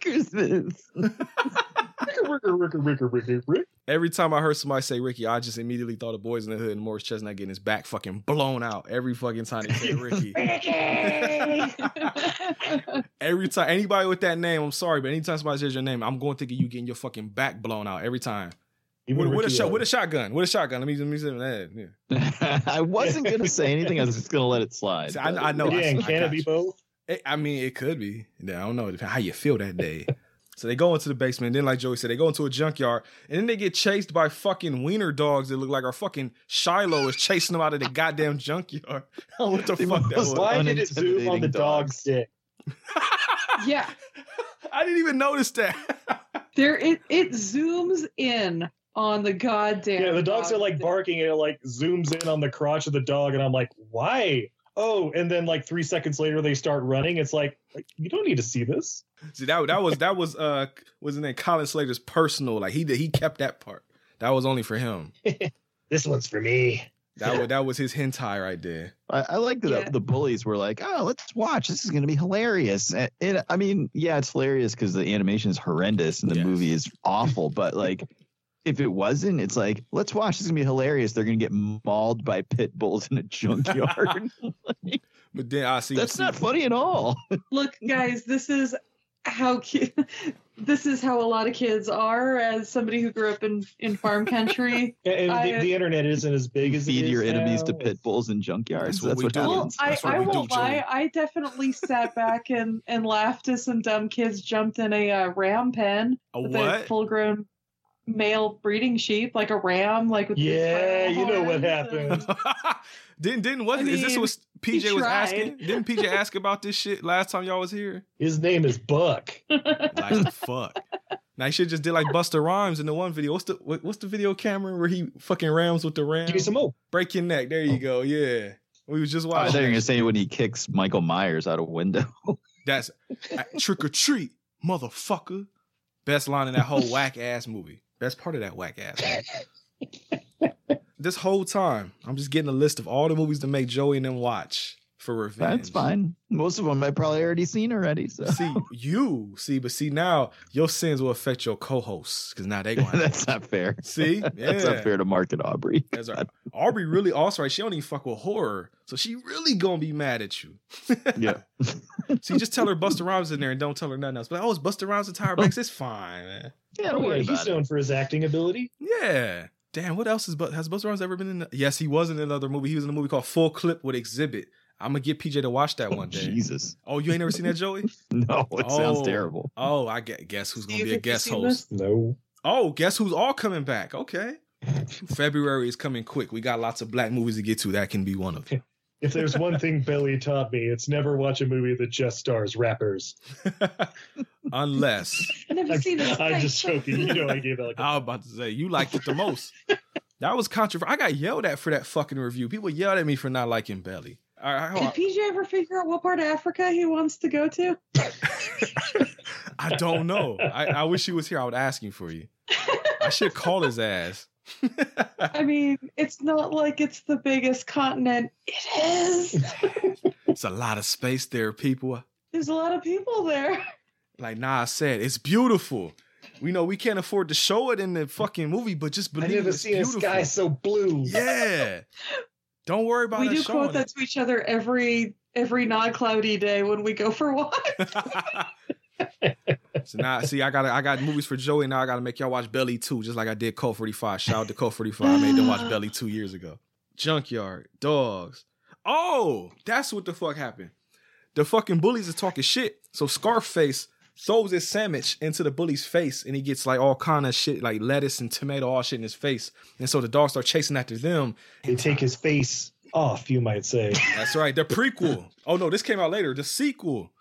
S4: Christmas.
S1: Ricker, Ricker, Ricker, Ricker, Rick.
S2: Every time I heard somebody say Ricky, I just immediately thought of Boys in the Hood and Morris Chestnut getting his back fucking blown out every fucking time they say Ricky. Every time anybody with that name, I'm sorry, but anytime somebody says your name, I'm going to think of you getting your fucking back blown out every time. With, with a shot, with a shotgun, with a shotgun. Let me let me say that. Yeah.
S4: I wasn't gonna say anything. I was just gonna let it slide.
S2: See, I, I know.
S1: yeah,
S2: I,
S1: and
S2: I
S1: can it
S2: got
S1: be
S2: you.
S1: both?
S2: It- I mean, it could be. I don't know depend how you feel that day. so they go into the basement. Then, like Joey said, they go into a junkyard, and then they get chased by fucking wiener dogs that look like our fucking Shiloh is chasing them out of the goddamn junkyard. I don't know what the
S4: They
S2: fuck that
S4: must
S2: was.
S1: Why did it zoom on the
S4: Unintimidating
S1: dog's
S4: dogs.
S1: dick?
S3: yeah,
S2: I didn't even notice that.
S3: there it it zooms in on the goddamn.
S1: Yeah, the dogs are
S3: dog.
S1: like barking, and it like zooms in on the crotch of the dog, and I'm like, why? Oh, and then like three seconds later, they start running. It's like you don't need to see this.
S2: See that that was that was uh was in Colin Slater's personal like he did he kept that part that was only for him.
S1: This one's for me.
S2: That was that was his hentai right there.
S4: I, I like that
S3: Yeah.
S4: the bullies were like, "Oh, let's watch. This is going to be hilarious." And, and I mean, yeah, it's hilarious because the animation is horrendous and the
S2: Yes.
S4: movie is awful. But like, if it wasn't, it's like, "Let's watch. This is going to be hilarious." They're going to get mauled by pit bulls in a junkyard.
S2: But then I see
S4: That's
S2: see-
S4: not funny at all.
S3: Look, guys, this is how ki- this is how a lot of kids are. As somebody who grew up in in farm country,
S1: And, and the,
S3: I-
S1: the internet isn't as big as it
S4: Feed
S1: is
S4: your enemies
S1: now.
S4: to pit bulls and junkyards.
S2: That's what
S4: That's
S2: we
S4: what
S2: do.
S3: well,
S4: happens.
S3: I,
S2: That's what
S3: I
S2: we do,
S3: won't
S2: Joey.
S3: lie. I definitely sat back and and laughed as some dumb kids jumped in a uh, ram pen
S2: a
S3: with a
S2: what?
S3: full grown male breeding sheep, like a ram, like with these
S1: Yeah,
S3: spiral
S1: you know what
S3: horns and-
S1: happened.
S2: didn't didn't what
S3: I
S2: is this
S3: mean,
S2: what PJ was
S3: tried.
S2: asking? Didn't PJ ask about this shit last time y'all was here?
S1: His name is Buck.
S2: Like fuck. Now he should just did like Buster Rhymes in the one video. What's the what, what's the video camera where he fucking rams with the ram?
S1: Give me some more.
S2: Break your neck. There you go. Yeah. We was just
S4: I thought you were
S2: watching.
S4: going to say when he kicks Michael Myers out a window.
S2: That's uh, trick or treat, motherfucker. Best line in that whole whack ass movie. Best part of that whack ass movie. this whole time, I'm just getting a list of all the movies to make Joey and them watch for revenge.
S4: That's fine. Most of them I probably already seen already. So
S2: See, you see, but see now your sins will affect your co-hosts because now they going. to
S4: that's not fair.
S2: See,
S4: That's
S2: Yeah.
S4: not fair to Market Aubrey.
S2: That's right. Aubrey really also right. She don't even fuck with horror, so she really gonna be mad at you.
S4: Yeah.
S2: So you just tell her Buster Rhymes in there and don't tell her nothing else. But oh, it's Buster Rhymes and Tyra Banks. It's fine, man.
S4: Yeah,
S1: Oh,
S4: don't
S1: yeah,
S4: worry
S1: he's
S4: about it.
S1: known for his acting ability.
S2: Yeah. Damn, what else is Bu- has Buster Rhymes ever been in? yes, he was in another movie. He was in a movie called Full Clip with Exhibit. I'm gonna get PJ to watch that one day.
S4: Jesus.
S2: Oh, you ain't never seen that, Joey?
S4: No, it
S2: Oh.
S4: sounds terrible.
S2: Oh, I get, guess who's gonna
S3: Steve,
S2: be a
S3: have you
S2: guest
S3: seen
S2: host?
S3: this?
S1: No.
S2: Oh, guess who's all coming back? Okay. February is coming quick. We got lots of black movies to get to. That can be one of them.
S1: If there's one thing Billy taught me, it's never watch a movie that just stars rappers.
S2: Unless
S3: I've never
S1: I'm,
S3: seen this.
S1: I'm
S3: thing.
S1: just joking. You know, I gave that like a
S2: I was about to say you liked it the most. That was controversial. I got yelled at for that fucking review. People yelled at me for not liking Belly. I,
S3: Did
S2: I,
S3: PJ ever figure out what part of Africa he wants to go to?
S2: I don't know. I, I wish he was here. I would ask him for you. I should call his ass.
S3: I mean, it's not like it's the biggest continent. It is.
S2: It's a lot of space there, people.
S3: There's a lot of people there.
S2: Like Nas said, it's beautiful. We know we can't afford to show it in the fucking movie, but just
S1: I
S2: believe
S1: never
S2: it's
S1: seen a
S2: beautiful.
S1: sky so blue.
S2: Yeah. Don't worry about
S3: We
S2: us
S3: do quote
S2: showing
S3: that
S2: it.
S3: to each other every every non-cloudy day when we go for walks.
S2: so now, see, I got I got movies for Joey. Now I got to make y'all watch Belly Two, just like I did Code Forty Five. Shout out to Code Forty Five. I made them watch Belly Two years ago. Junkyard Dogs. Oh, that's what the fuck happened. The fucking bullies is talking shit. So Scarface throws his sandwich into the bully's face, and he gets like all kind of shit, like lettuce and tomato, all shit in his face. And so the dogs start chasing after them.
S1: They take his face off, you might say.
S2: That's right, the prequel. Oh no, this came out later. The sequel.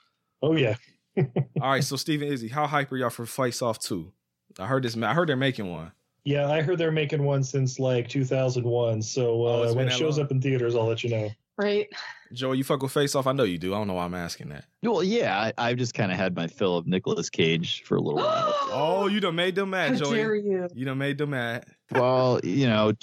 S1: Oh yeah.
S2: All right, so Steven Izzy, how hype are y'all for Face Off 2? I heard this I heard they're making one.
S1: Yeah, I heard they're making one since like 2001. So
S2: Oh,
S1: uh,
S2: it's been
S1: when it
S2: that
S1: shows
S2: long.
S1: up in theaters, I'll let you know.
S3: Right.
S2: Joey, you fuck with Face Off? I know you do. I don't know why I'm asking that.
S4: Well, yeah, I, I've just kind of had my fill of Nicolas Cage for a little while.
S2: Oh, you done made them
S3: How
S2: mad,
S3: dare
S2: Joey.
S3: you?
S2: You done made them mad.
S4: well, you know,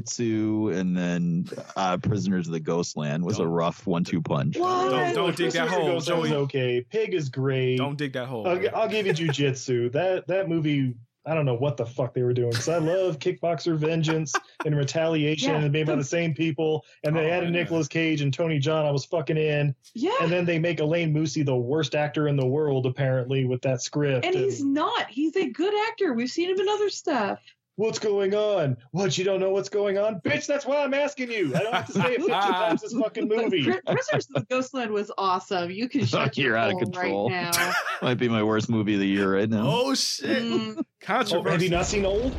S4: jujitsu and then uh, Prisoners of the Ghostland was a rough one-two punch.
S3: What?
S2: Don't don't dig that
S1: Prisoners of
S2: hole,
S1: Ghostland is
S2: Joey.
S1: okay. Pig is great.
S2: Don't dig that hole.
S1: I'll, I'll give you jujitsu. that that movie, I don't know what the fuck they were doing because I love Kickboxer Vengeance and Retaliation,
S3: Yeah.
S1: and made by the same people. And they
S2: Oh,
S1: added
S2: yeah.
S1: Nicolas Cage and Tony John. I was fucking in.
S3: Yeah.
S1: And then they make Elaine Moosey the worst actor in the world apparently with that script.
S3: And he's not. He's a good actor. We've seen him in other stuff.
S1: what's going on? What you don't know what's going on, bitch? That's why I'm asking you. I don't have to say it fifty times this fucking
S3: But
S1: movie.
S3: Pri- Prisoners of the Ghostland was awesome. You can shut
S4: You're
S3: your
S4: out of
S3: hole
S4: control.
S3: right now.
S4: Might be my worst movie of the year right now.
S2: oh shit.
S3: Mm,
S1: Oh, have you
S2: Controversy.
S1: not seen Old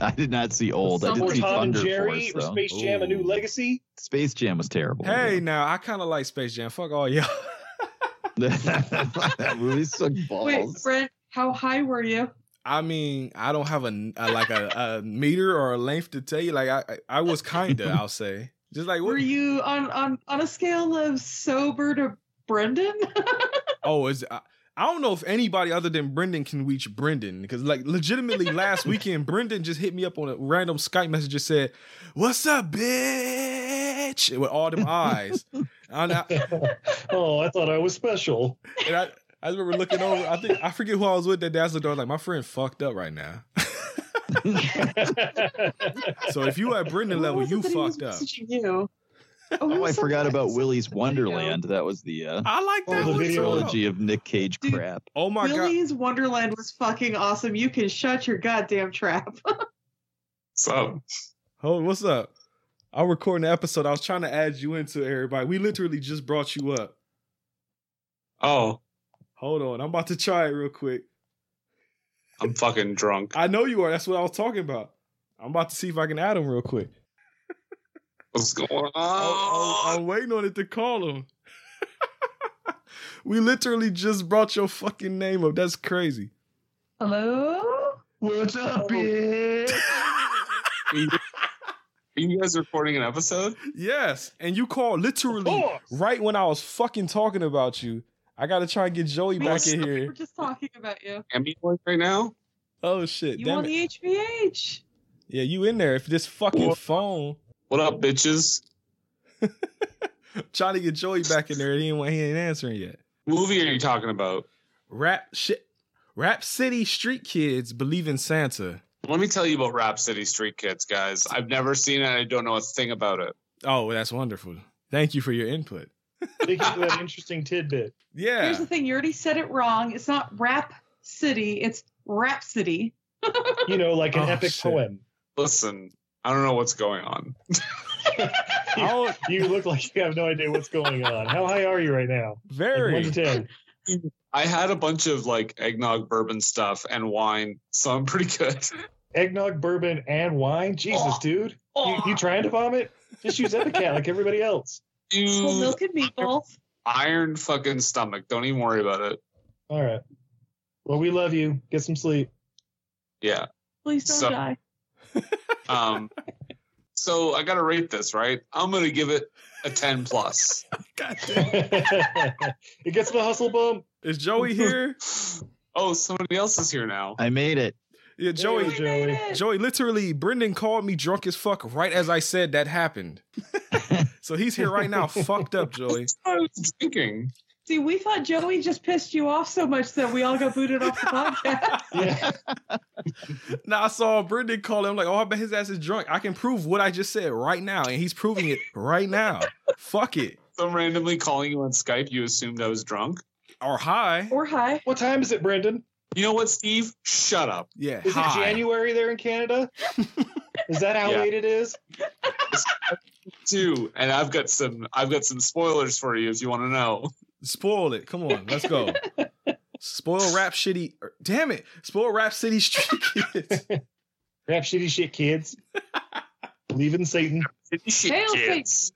S4: I did not see Old. I
S1: or
S4: did
S3: Somewhere
S4: see
S1: Tom and
S4: Thunder
S1: Jerry
S4: Force,
S1: or
S4: though.
S1: Space Jam: A New
S2: Ooh.
S1: Legacy?
S4: Space Jam was terrible.
S2: hey now, I kinda like Space Jam. Fuck all y'all.
S4: that movie sucked
S3: wait,
S4: balls.
S3: Brent, how high were you?
S2: I mean, I don't have a, a like a, a meter or a length to tell you. Like I I I was kinda, I'll say. Just like
S3: Were
S2: what
S3: you on on on a scale of sober to Brendan?
S2: Oh, is I, I don't know if anybody other than Brendan can reach Brendan because, like, legitimately last weekend, Brendan just hit me up on a random Skype message. Just said, "What's up, bitch?" with all them eyes. And I,
S1: oh, I thought I was special.
S2: and I, I remember looking over. I think I forget who I was with. That dad's looked over like my friend fucked up right now. So if you at Brendan
S3: What
S2: level,
S3: was it
S2: you
S3: that he was
S2: fucked up.
S3: messaging you? Oh, it
S4: Oh, I
S3: was
S4: forgot
S3: something-
S4: about Willie's Wonderland. That was the uh,
S2: I like
S1: Oh,
S2: that
S1: the
S2: one
S1: video.
S2: too.
S4: trilogy of Nick Cage
S3: Dude.
S4: crap.
S2: Oh my god!
S3: Willie's Wonderland was fucking awesome. You can shut your goddamn trap.
S7: So
S2: Hold, what's up? I'm recording the episode. I was trying to add you into everybody. We literally just brought you up.
S7: oh,
S2: Hold on, I'm about to try it real quick.
S7: I'm fucking drunk.
S2: I know you are. That's what I was talking about. I'm about to see if I can add him real quick.
S7: What's going on?
S2: I- I- Oh, I'm waiting on it to call him. we literally just brought your fucking name up. That's crazy.
S3: Hello?
S1: What's up, bitch?
S7: Are you guys recording an episode?
S2: Yes, and you called literally right when I was fucking talking about you. I gotta try and get Joey back in
S3: We're
S2: here.
S3: just talking about you.
S7: Emmy Award right now?
S2: Oh shit!
S3: You
S2: damn
S3: on
S2: it.
S3: the HVH.
S2: Yeah, you in there? If this fucking phone
S7: What up, bitches?
S2: trying to get Joey back in there, he ain't he ain't answering yet.
S7: Movie are you talking about?
S2: Rap shit. Rap City Street Kids believe in Santa.
S7: Let me tell you about Rap City Street Kids, guys. I've never seen it. I don't know a thing about it.
S2: Oh, that's wonderful. Thank you for your input.
S1: Thank you for that interesting tidbit.
S2: Yeah.
S3: Here's the thing. You already said it wrong. It's not Rap City. It's Rhapsody.
S1: You know, like an
S2: Oh,
S1: epic
S2: shit.
S1: poem.
S7: Listen, I don't know what's going on.
S2: I don't-
S1: You look like you have no idea what's going on. How high are you right now? Like, one to
S2: very.
S1: ten.
S7: I had a bunch of like eggnog bourbon stuff and wine, so I'm pretty good.
S1: Eggnog, bourbon, and wine. Jesus, dude. You, you trying to vomit? Just use Epicat like everybody else.
S2: Mm.
S3: Well,
S7: You
S3: milk and meatballs.
S7: iron fucking stomach. Don't even worry about it.
S1: All right. Well, we love you. Get some sleep.
S7: Yeah.
S3: Please don't
S7: So-
S3: die.
S7: Um, so I gotta rate this, right? I'm gonna give it a ten plus.
S2: God damn.
S1: it gets the hustle bump.
S2: Is Joey here?
S7: Oh, somebody else is here now.
S4: I made it.
S2: Yeah,
S1: Hey,
S2: Joey.
S3: We made
S1: Joey.
S3: it.
S2: Joey, literally, Brendan called me drunk as fuck right as I said that happened. so he's here right now, fucked up, Joey.
S7: I was drinking.
S3: See, we thought Joey just pissed you off so much that we all got booted off the podcast.
S1: Yeah.
S2: Now I saw Brendan call him like, oh, I bet his ass is drunk. I can prove what I just said right now, and he's proving it right now. fuck it.
S7: So I'm randomly calling you on Skype. You assumed I was drunk.
S2: Or hi.
S3: Or hi.
S1: What time is it, Brendan?
S7: You know what, Steve? Shut up.
S2: Yeah.
S1: Is
S2: hi.
S1: it January there in Canada? is that how
S7: Yeah.
S1: late it is?
S7: Too. And I've got some. I've got some spoilers for you if you want to know.
S2: Spoil it. Come on, let's go. Spoil rap shitty. er, Damn it. Spoil rap city street kids.
S1: Rap shitty shit, kids. Believe in Satan.
S7: Shit,
S3: Hail
S7: kids.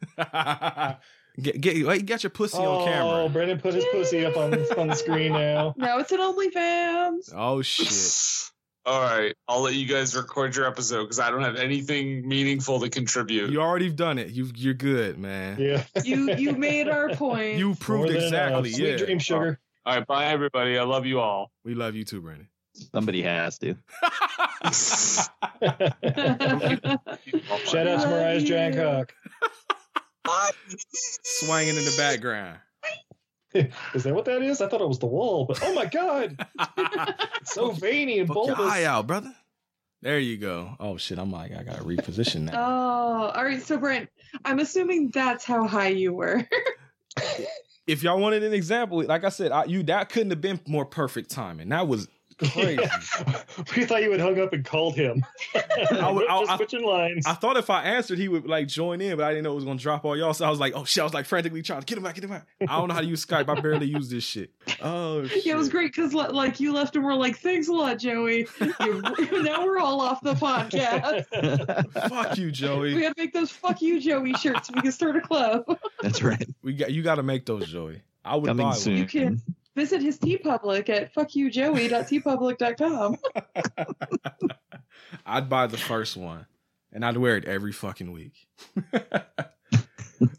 S2: get get wait, get your pussy on
S1: Oh,
S2: camera.
S1: Brendan put his pussy up on, on the screen now.
S3: Now it's an OnlyFans.
S2: Oh shit.
S7: All right, I'll let you guys record your episode because I don't have anything meaningful to contribute.
S2: You already done it. You you're good, man.
S1: Yeah.
S3: You you made our point.
S2: You
S1: More
S2: proved
S1: than
S2: exactly.
S1: enough. Sweet
S2: Yeah.
S1: dream sugar.
S7: All right, bye everybody. I love you all.
S2: We love you too, Brandon.
S4: Somebody has to.
S1: Shout out to Mariah Dragcock.
S2: Swanging in the background.
S1: Is that what that is? I thought it was the wall, but oh my god, it's so veiny and
S2: Fuck your eye
S1: bulbous.
S2: out, brother. There you go. Oh shit, I'm like, I gotta reposition
S1: Uh,
S2: that.
S3: oh, all right. So Brent, I'm assuming that's how high you were.
S2: if y'all wanted an example, like I said, I, you that couldn't have been more perfect timing. That was crazy.
S1: we thought you had hung up and called him. I
S2: would- uh, I- I-
S1: just switching lines.
S2: I thought if I answered, he would like join in, but I didn't know it was gonna drop all y'all. So I was like, oh shit, I was like frantically trying to get him out, get him out. I don't know how to use Skype. I barely use this shit. Oh shit.
S3: Yeah, it was great because like you left and we're like, thanks a lot, Joey. You, now we're all off the podcast.
S2: Fuck you,
S3: We
S2: Joey.
S3: gotta make those "fuck you, Joey" shirts. We can start a club.
S4: That's right.
S2: We got you gotta make those, Joey. I would
S4: Coming
S2: buy
S4: soon.
S2: one.
S3: You can- Visit his T Public at fuckyoujoey.tpublic.com.
S2: I'd buy the first one. And I'd wear it every fucking week.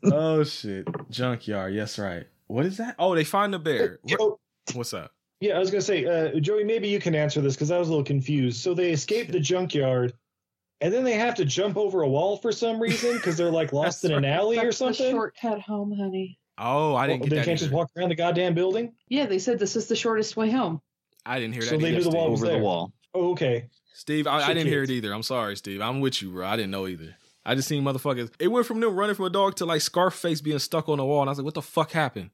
S2: oh shit. Junkyard, yes right. What is that? Oh, they find the bear. What-
S1: Yo,
S2: What's up?
S1: Yeah, I was gonna say, uh, Joey, maybe you can answer this because I was a little confused. So they escape the junkyard, and then they have to jump over a wall for some reason because they're like lost in an alley or
S3: That's the
S1: something.
S3: shortcut home, honey.
S2: Oh, I didn't
S1: Well,
S2: get
S1: they
S2: that.
S1: can't just
S2: either.
S1: walk around the goddamn building.
S3: Yeah, they said this is the shortest way home.
S2: I didn't hear that.
S1: So they
S2: either.
S1: do the wall was
S4: over the
S1: there.
S4: wall.
S1: Oh, okay.
S2: Steve, I, I
S1: Shit
S2: didn't hear it
S1: kids.
S2: either. I'm sorry, Steve. I'm with you, bro. I didn't know either. I just seen motherfuckers. It went from them running from a dog to like Scarface being stuck on the wall, and I was like, "What the fuck happened?"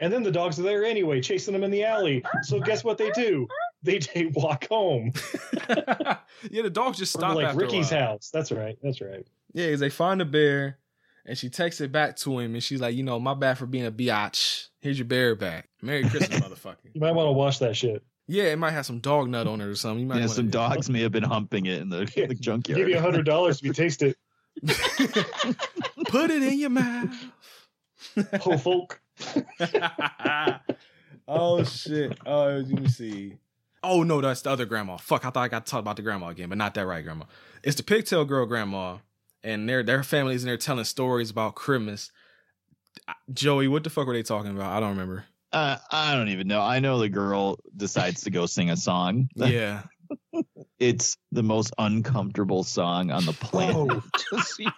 S1: And then the dogs are there anyway, chasing them in the alley. So guess what they do? They they walk home
S2: yeah, the dogs just
S1: from
S2: stop
S1: like
S2: after
S1: Ricky's
S2: a while.
S1: house. That's right. That's right.
S2: Yeah, 'cause they find a bear, and she texts it back to him, and she's like, "You know, my bad for being a biatch. Here's your bear back. Merry Christmas, motherfucker."
S1: You might want to wash that shit.
S2: Yeah, it might have some dog nut on it or something. You might
S4: Yeah,
S2: want
S4: some dogs may have been humping it in the,
S1: Yeah.
S4: the junkyard.
S1: Give you a hundred dollars if you taste it.
S2: Put it in your mouth.
S1: Oh, folk.
S2: oh shit. Oh, let me see. Oh no, that's the other grandma. Fuck, I thought I got to talk about the grandma again, but not that right grandma. It's the pigtail girl grandma, and their their family's in there telling stories about Christmas. I- Joey, what the fuck were they talking about? I don't remember.
S4: Uh, I don't even know. I know the girl decides to go sing a song.
S2: Yeah.
S4: It's the most uncomfortable song on the planet.
S1: Oh.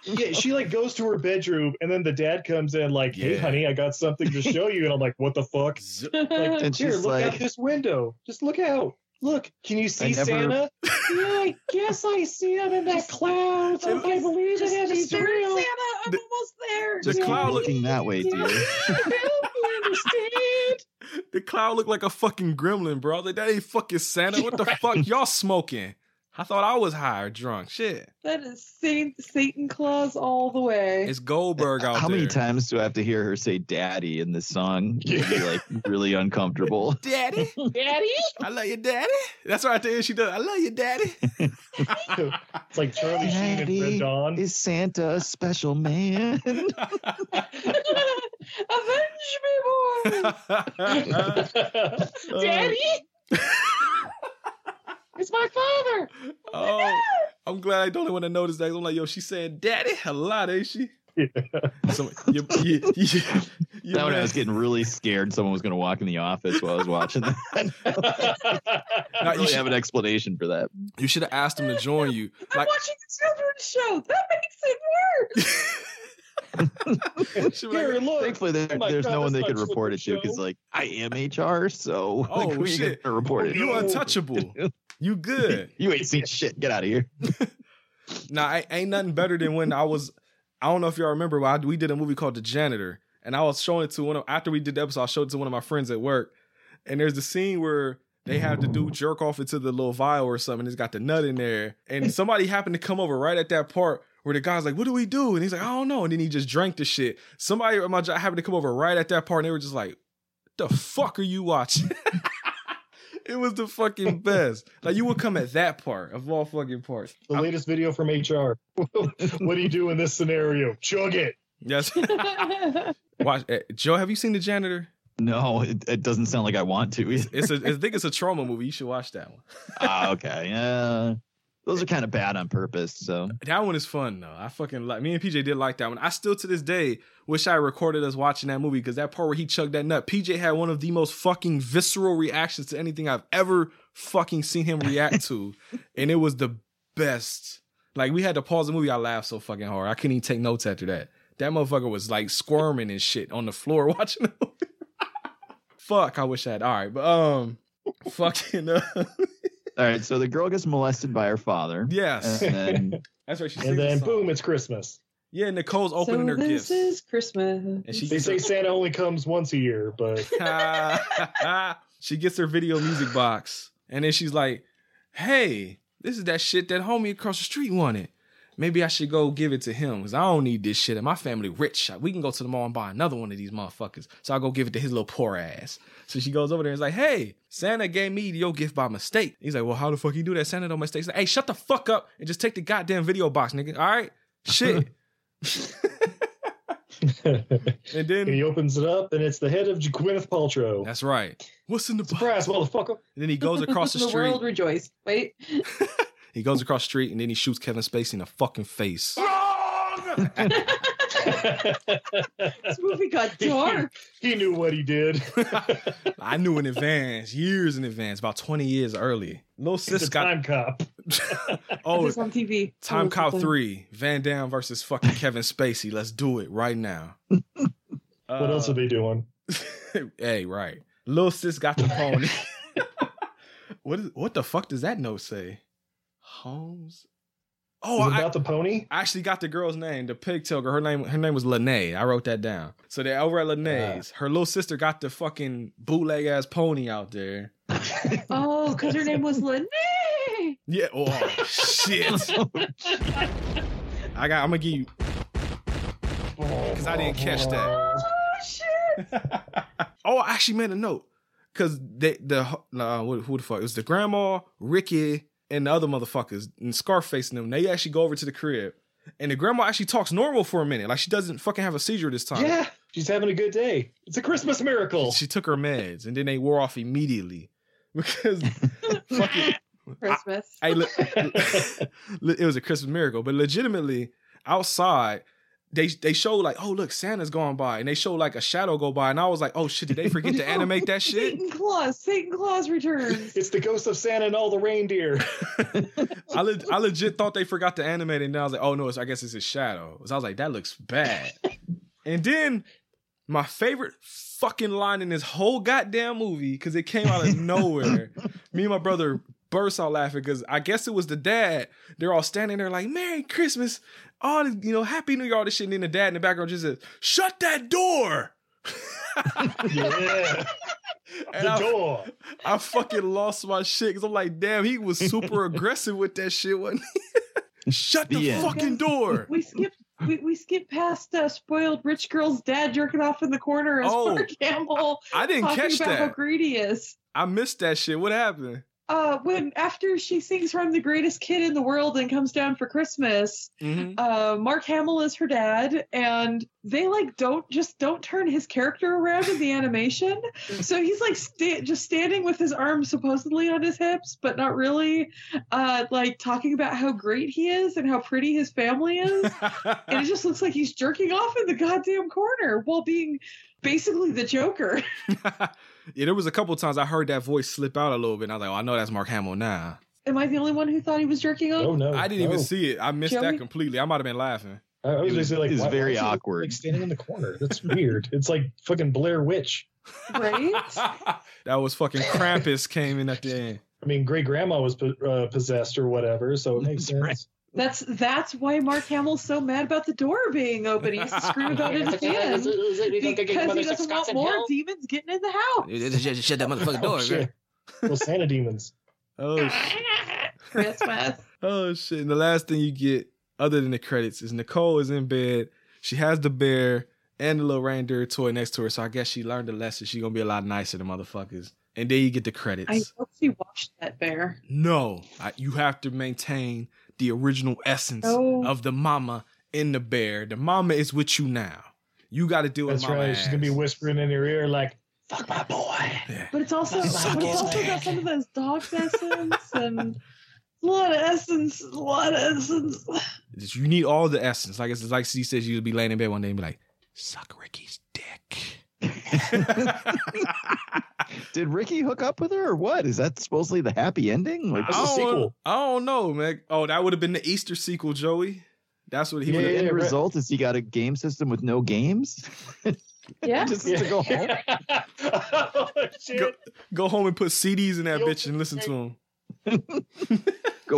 S1: Yeah, she like goes to her bedroom, and then the dad comes in like, "Hey,
S2: Yeah.
S1: honey, I got something to show you." And I'm like, "What the fuck?"
S2: Z-
S1: Like,
S4: And
S1: here,
S4: she's
S1: look out
S4: like-
S1: this window. Just look out. Look, can you see
S4: never-
S1: Santa? yeah, I guess I see him in that cloud.
S3: Oh,
S1: I believe
S3: Just,
S1: in him.
S3: just
S1: He's
S3: there,
S1: real.
S3: Santa. I'm
S2: The-
S3: almost there.
S2: the
S4: Just keep
S2: cloud-
S4: looking that way, dear.
S3: you understand?
S2: the cloud looked like a fucking gremlin, bro. I was like, that ain't fucking Santa. What the fuck? Y'all smoking. I thought I was high or drunk. Shit.
S3: That is Saint Satan Claus all the way.
S2: It's Goldberg out
S4: Uh, How
S2: there.
S4: many times do I have to hear her say "daddy" in this song? It'd be like really uncomfortable.
S2: Daddy,
S3: Daddy?
S2: I love you, daddy. That's right. At the end, she does. I love you, daddy.
S1: It's like Charlie Sheen and
S4: Daddy
S1: Red Dawn.
S4: Is Santa a special man?
S3: Avenge me, boy!
S4: Uh,
S3: Daddy? it's my father!
S2: oh, I'm glad I don't want to notice that. I'm like, yo, she's saying daddy a lot, ain't she?
S1: Yeah.
S2: So, you, you, you, you
S4: that one I
S2: man-
S4: was getting really scared someone was going to walk in the office while I was watching that. I
S2: Nah, you
S4: don't really
S2: should-
S4: have an explanation for that.
S2: you should have asked him to join you.
S3: I'm
S2: Like,
S3: watching the children's show! That makes it worse!
S2: she was like,
S1: here, look.
S4: Thankfully, there,
S1: Oh my
S4: there's
S1: God,
S4: no one they
S1: that's
S4: could
S1: not
S4: report it to
S1: Slippery
S4: because, like, I am HR, so like,
S2: Oh,
S4: who are you
S2: shit.
S4: going to report it?
S2: you untouchable. You good.
S4: You ain't seen shit. Get out of here.
S2: Now, I, ain't nothing better than when I was. I don't know if y'all remember, but I, we did a movie called The Janitor, and I was showing it to one of after we did the episode. I showed it to one of my friends at work, and there's the scene where they have to do jerk off into the little vial or something. It's got the nut in there, and somebody happened to come over right at that part where the guy's like, "What do we do?" And he's like, "I don't know," and then he just drank the shit. Somebody at my job happened to come over right at that part, and they were just like, "The fuck are you watching?" it was the fucking best. Like you would come at that part of all fucking parts.
S1: The latest video from HR. what do you do in this scenario? Chug it.
S2: Yes. Watch, eh, Joe. Have you seen the janitor?
S4: No, it, it doesn't sound like I want to. either.
S2: It's a, I think it's a trauma movie. You should watch that one.
S4: ah, okay. Yeah. Those are kind of bad on purpose. So
S2: That one is fun though. I fucking like. Me and PJ did like that one. I still to this day wish I recorded us watching that movie because that part where he chugged that nut. PJ had one of the most fucking visceral reactions to anything I've ever fucking seen him react to, and it was the best. Like we had to pause the movie. I laughed so fucking hard. I couldn't even take notes after that. That motherfucker was like squirming and shit on the floor watching the movie. Fuck, I wish I had. All right, but um, fucking uh,
S4: all right. So the girl gets molested by her father.
S2: yes,
S4: And then
S2: that's right. She sings
S1: Uh, And
S2: the
S1: then
S2: song.
S1: boom, it's Christmas.
S2: Yeah, Nicole's opening
S3: so
S2: her
S3: this
S2: gifts.
S3: is Christmas.
S2: and she
S1: They
S2: gets
S1: say Santa only comes once a year, but
S2: her, she gets her video music box. And then she's like, hey, this is that shit that homie across the street wanted. Maybe I should go give it to him because I don't need this shit. And my family rich. We can go to the mall and buy another one of these motherfuckers. So I'll go give it to his little poor ass. So she goes over there and is like, hey, Santa gave me your gift by mistake. He's like, well, how the fuck you do that? Santa don't mistakes. Like, hey, shut the fuck up and just take the goddamn video box, nigga. All right? Shit.
S1: and
S2: and then
S1: he opens it up, and it's the head of Gwyneth Paltrow.
S2: That's right. What's in the box?
S1: Surprise, motherfucker!
S2: And then he goes across the,
S3: the
S2: street.
S3: world rejoiced. Wait.
S2: He goes across the street and then he shoots Kevin Spacey in the fucking face.
S3: This movie got
S2: Oh,
S3: dark.
S1: he knew what he did.
S2: I knew in advance, years in advance, about 20 years early. Lil
S1: It's
S2: Sis
S1: a
S2: got
S1: time cop.
S3: Oh,
S2: oh
S3: this on TV.
S2: Time
S3: Oh,
S2: Cop
S3: something.
S2: Three, Van Damme versus fucking Kevin Spacey. Let's do it right now.
S1: What
S2: Uh,
S1: else are they doing?
S2: hey, right. Lil Sis got the pony. what is what the fuck does that note say? Holmes. Oh,
S1: Is it
S2: I,
S1: about the pony?
S2: I actually got the girl's name, the pigtail girl. Her name, her name was Lene. I wrote that down. So they're over at Lene's. her little sister got the fucking bootleg ass pony out there.
S3: Oh, because her name was Lynn.
S2: Yeah. Oh shit. I got. I'm gonna give you because I didn't catch that.
S3: Oh shit!
S2: oh, I actually made a note because the the uh, who, who the fuck it was the grandma Ricky and the other motherfuckers and Scarface and them. They actually go over to the crib and the grandma actually talks normal for a minute, like she doesn't fucking have a seizure this time.
S1: Yeah, she's having a good day. It's a Christmas miracle.
S2: She took her meds and then they wore off immediately because fucking
S3: Christmas.
S2: hey, look, it was a Christmas miracle. But legitimately, outside they they showed like, oh look, Santa's going by, and they showed like a shadow go by, and I was like, oh shit, did they forget to animate that shit?
S3: Satan Claus. Satan Claus returns.
S1: It's the ghost of Santa and all the reindeer.
S2: I le- I legit thought they forgot to animate it, and then I was like, oh no, it's, I guess it's a shadow. So I was like, that looks bad. and then my favorite fucking line in this whole goddamn movie because it came out of nowhere. Me and my brother burst out laughing because I guess it was the dad. They're all standing there like, "Merry Christmas." All this, you know, happy new year, all this shit. And then the dad in the background just says, Shut that door.
S1: yeah,
S2: And
S1: the
S2: I,
S1: door.
S2: I fucking lost my shit because I'm like, damn, he was super aggressive with that shit, wasn't he? Shut the,
S4: The end.
S2: fucking door.
S3: We skipped. We, we skipped past uh, spoiled rich girl's dad jerking off in the corner as
S2: Oh,
S3: Mark Hamill
S2: I didn't
S3: talking
S2: catch
S3: about how
S2: that.
S3: greedy he is.
S2: I missed that shit. What happened?
S3: uh, when after she sings "From the Greatest Kid in the World" and comes down for Christmas,
S2: Mm-hmm.
S3: uh, Mark Hamill is her dad, and they like don't just don't turn his character around in the animation. So he's like sta- just standing with his arms supposedly on his hips, but not really, uh, like talking about how great he is and how pretty his family is, and it just looks like he's jerking off in the goddamn corner while being basically the Joker.
S2: yeah, there was a couple times I heard that voice slip out a little bit, and I was like, oh, I know that's Mark Hamill now.
S3: Am I the only one who thought he was jerking off?
S1: Oh no,
S2: I didn't
S1: no.
S2: even see it. I missed
S3: Joey?
S2: that completely. I might have been laughing.
S1: I I was
S4: It was-
S1: basically like,
S4: it was
S1: why- why
S4: very
S1: is he,
S4: awkward.
S1: Like standing in the corner. That's weird. it's like fucking Blair Witch.
S3: Right?
S2: that was fucking Krampus came in at the end.
S1: I mean, great grandma was po- uh, possessed or whatever, so it makes
S4: That's right.
S1: sense.
S3: That's that's why Mark Hamill's so mad about the door being open. He's screwed about it again because he doesn't want more demons getting in the house.
S6: Shut that motherfucking
S1: Oh, shit. Little Santa demons.
S2: Oh, sh-
S3: Christmas.
S2: oh shit. And the last thing you get, other than the credits, is Nicole is in bed. She has the bear and the little reindeer toy next to her. So I guess she learned a lesson. She's going to be a lot nicer to motherfuckers. And then you get the credits.
S3: I hope she watched that bear.
S2: No, I, you have to maintain the original essence
S3: No.
S2: of the mama in the bear. The mama is with you now. You got to deal
S1: That's
S2: with mama.
S1: right. She's gonna be
S2: ass.
S1: whispering in her ear like, "Fuck my boy."
S2: Yeah.
S3: But it's also
S1: Suck
S3: but it's
S1: his
S3: also got
S1: dick.
S3: some of those dog essence and a lot of essence, a lot of essence.
S2: Just- You need all the essence. Like it's like she says, you'll be laying in bed one day and be like, "Suck Ricky's dick."
S4: Did Ricky hook up with her or what? Is that supposedly the happy ending? Like,
S2: I
S1: That's a
S2: don't,
S1: sequel.
S2: I don't know, man. Oh, that would have been the Easter sequel, Joey. That's what he
S4: the
S2: would.
S1: Yeah,
S4: end
S1: right.
S4: result is he got a game system with no games.
S3: Yeah.
S4: Just
S1: Yeah.
S4: to go home.
S1: oh, shit.
S2: Go, go home and put CDs in that
S1: Yo,
S2: bitch and listen to them.
S4: Go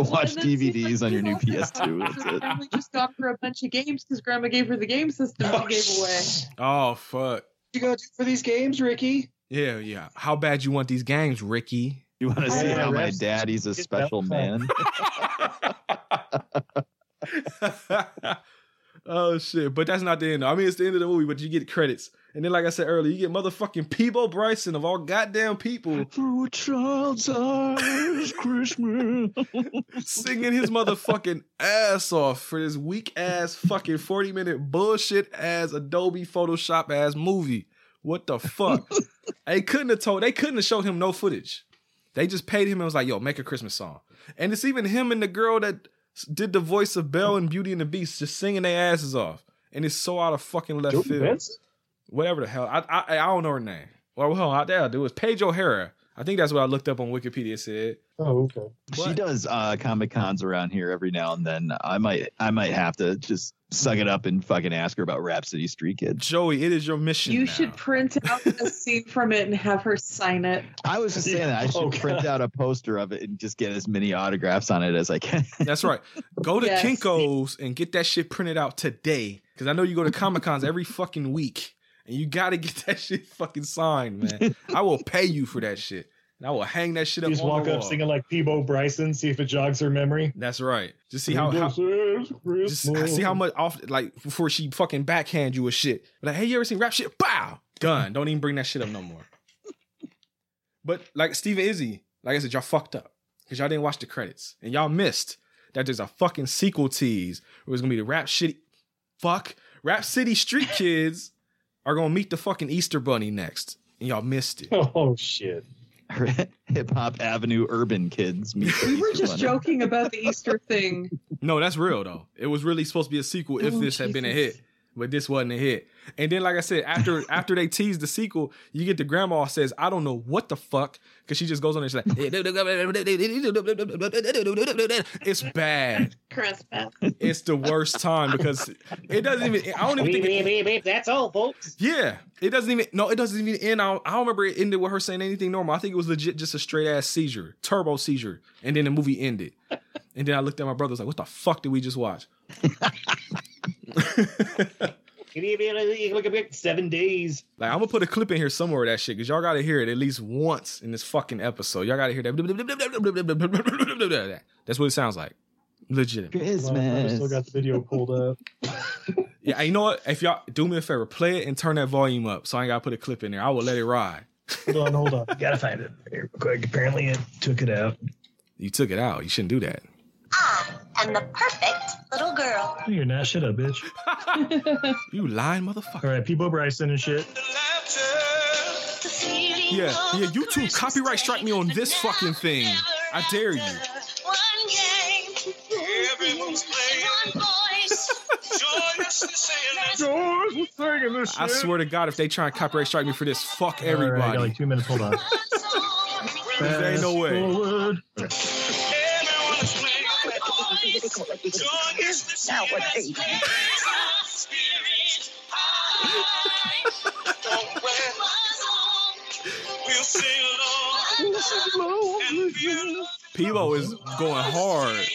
S4: watch
S3: And then see,
S4: DVDs
S3: like,
S4: on your new
S3: he's also-
S4: PS2. That's it.
S3: Probably just got her a bunch of games because Grandma gave her the game system
S1: Oh,
S3: she gave away.
S1: shit.
S2: Oh fuck.
S1: What you gonna do for these games, Ricky?
S2: Yeah, yeah. How bad you want these games, Ricky?
S4: You want to see
S1: Yeah,
S4: how my
S1: rest-
S4: daddy's a
S1: get
S4: special
S1: that
S4: man?
S2: oh shit! But that's not the end. though. I mean, it's the end of the movie, but you get credits, and then like I said earlier, you get motherfucking Peebo Bryson of all goddamn people
S4: Through a child's eyes, Christmas.
S2: singing his motherfucking ass off for this weak ass fucking forty minute bullshit ass Adobe Photoshop ass movie. What the fuck? they couldn't have told. They couldn't have showed him no footage. They just paid him and was like, "Yo, make a Christmas song." And it's even him and the girl that did the voice of Belle and Beauty and the Beast just singing their asses off. and it's so out of fucking left
S1: Joe
S2: field.
S1: Benson?
S2: Whatever the hell, I I, I don't know her name. Well, hold on, there I do. It's Paige O'Hara. I think that's what I looked up on Wikipedia. It said
S1: Oh, okay.
S4: She
S2: What?
S4: does uh, comic cons around here every now and then. I might, I might have to just suck it up and fucking ask her about Rhapsody Street Kid.
S2: Joey. It is your mission.
S3: You
S2: now.
S3: should print out a scene from it and have her sign it.
S4: I was just saying that I should
S1: Oh,
S4: print
S1: God.
S4: out a poster of it and just get as many autographs on it as I can.
S2: That's right. Go to
S3: Yes.
S2: Kinko's and get that shit printed out today. Because I know you go to Comic Cons every fucking week. And you got to get that shit fucking signed, man. I will pay you for that shit. And I will hang that shit
S1: You
S2: up
S1: just
S2: on
S1: walk
S2: the
S1: up
S2: wall.
S1: singing like Peebo Bryson, see if it jogs her memory.
S2: That's right. Just see how, how just see how much off like before she fucking backhand you with shit. Like, hey, you ever seen rap shit? Bow. Done. Don't even bring that shit up no more. but like Steven Izzy, like I said, y'all fucked up. Because y'all didn't watch the credits. And y'all missed that there's a fucking sequel tease where it's gonna be the rap shit fuck. Rap City Street Kids are gonna meet the fucking Easter Bunny next. And y'all missed it.
S1: Oh shit!
S4: Hip Hop Avenue Urban Kids. meet the
S3: We were
S4: Easter
S3: just
S4: Bunny.
S3: joking about the Easter thing.
S2: No, that's real though. It was really supposed to be a sequel if
S3: Oh,
S2: this had been a
S3: Jesus.
S2: hit, but this wasn't a hit. And then, like I said, after after they tease the sequel, you get the grandma says, "I don't know what the fuck," because she just goes on and she's like, "It's bad.
S3: Christmas.
S2: It's the worst time because it doesn't even. I don't even think. It,
S1: That's all, folks.
S2: yeah, it doesn't even. No, it doesn't even end. I don't, I don't remember it ended with her saying anything normal. I think it was legit just a straight ass seizure, turbo seizure, and then the movie ended. And then I looked at my brother. I was like, "What the fuck did we just watch?"
S1: Seven days.
S2: Like I'm gonna put a clip in here somewhere of that shit because y'all gotta hear it at least once in this fucking episode. Y'all gotta hear that. That's what it sounds like. Legitimate.
S1: Well, I
S4: Christmas.
S1: still got the video pulled up.
S2: Yeah, and you know what? If y'all do me a favor, play it and turn that volume up so I ain't gotta put a clip in there. I will let it ride.
S1: Hold on, hold on. Gotta find it real quick. Apparently, it took it out.
S2: You took it out. You shouldn't do that.
S8: I am the perfect little girl.
S1: No, You're not. Shut up, bitch.
S2: You lying
S1: All
S2: motherfucker.
S1: right, Peebo Bryson and shit.
S2: Yeah, yeah, YouTube copyright strike me on this fucking thing. I dare you.
S8: One game.
S5: Everyone's playing.
S8: One voice.
S2: I swear to God, if they try and copyright strike me for this, fuck
S1: All right, I got like
S2: everybody.
S1: two minutes. Hold on.
S2: There ain't no way.
S1: Fast forward.
S8: Now what baby?
S2: Pilo is going hard.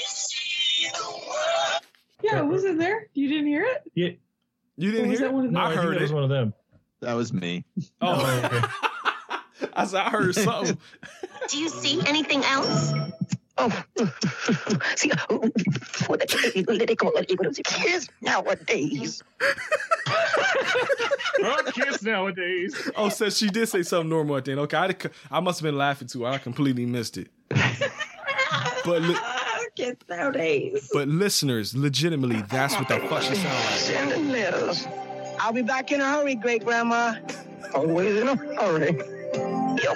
S3: Yeah, it was in there. You didn't hear it?
S2: You
S3: Or
S2: didn't
S3: was
S2: hear
S3: that one of
S2: it?
S3: them?
S1: No, I,
S2: I
S1: think
S2: heard
S1: that was
S2: it.
S1: one of them.
S4: that was me.
S2: Oh, I said I heard something.
S8: Do you see anything else?
S9: Oh, see, what they, they call it even as kids nowadays.
S1: kids nowadays.
S2: Oh, so she did say something normal at the end. Okay, I, I must have been laughing too. I completely missed it. But li-
S9: kids nowadays.
S2: but listeners, legitimately, that's what the fuck she sound like.
S9: Sending letters. I'll be back in a hurry, great grandma. Always in a hurry. Yo,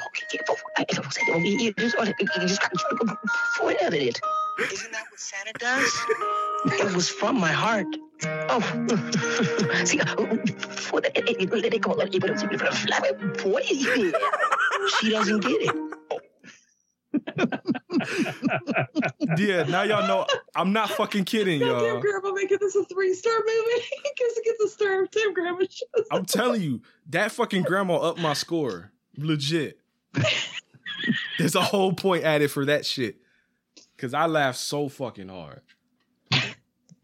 S9: I don't say, you- you- you sort of- you just got to point at it. Isn't that what Santa does? It was from my heart. Oh, see, what they, they call it, even a flower boy. She doesn't get it.
S2: Yeah, now y'all know I'm not fucking kidding,
S3: Goddamn
S2: y'all.
S3: grandma making this a three star movie because it gets a star of Tim Grandma shows.
S2: I'm telling you, that fucking grandma upped my score. Legit. There's a whole point added for that shit. Cause I laughed so fucking hard.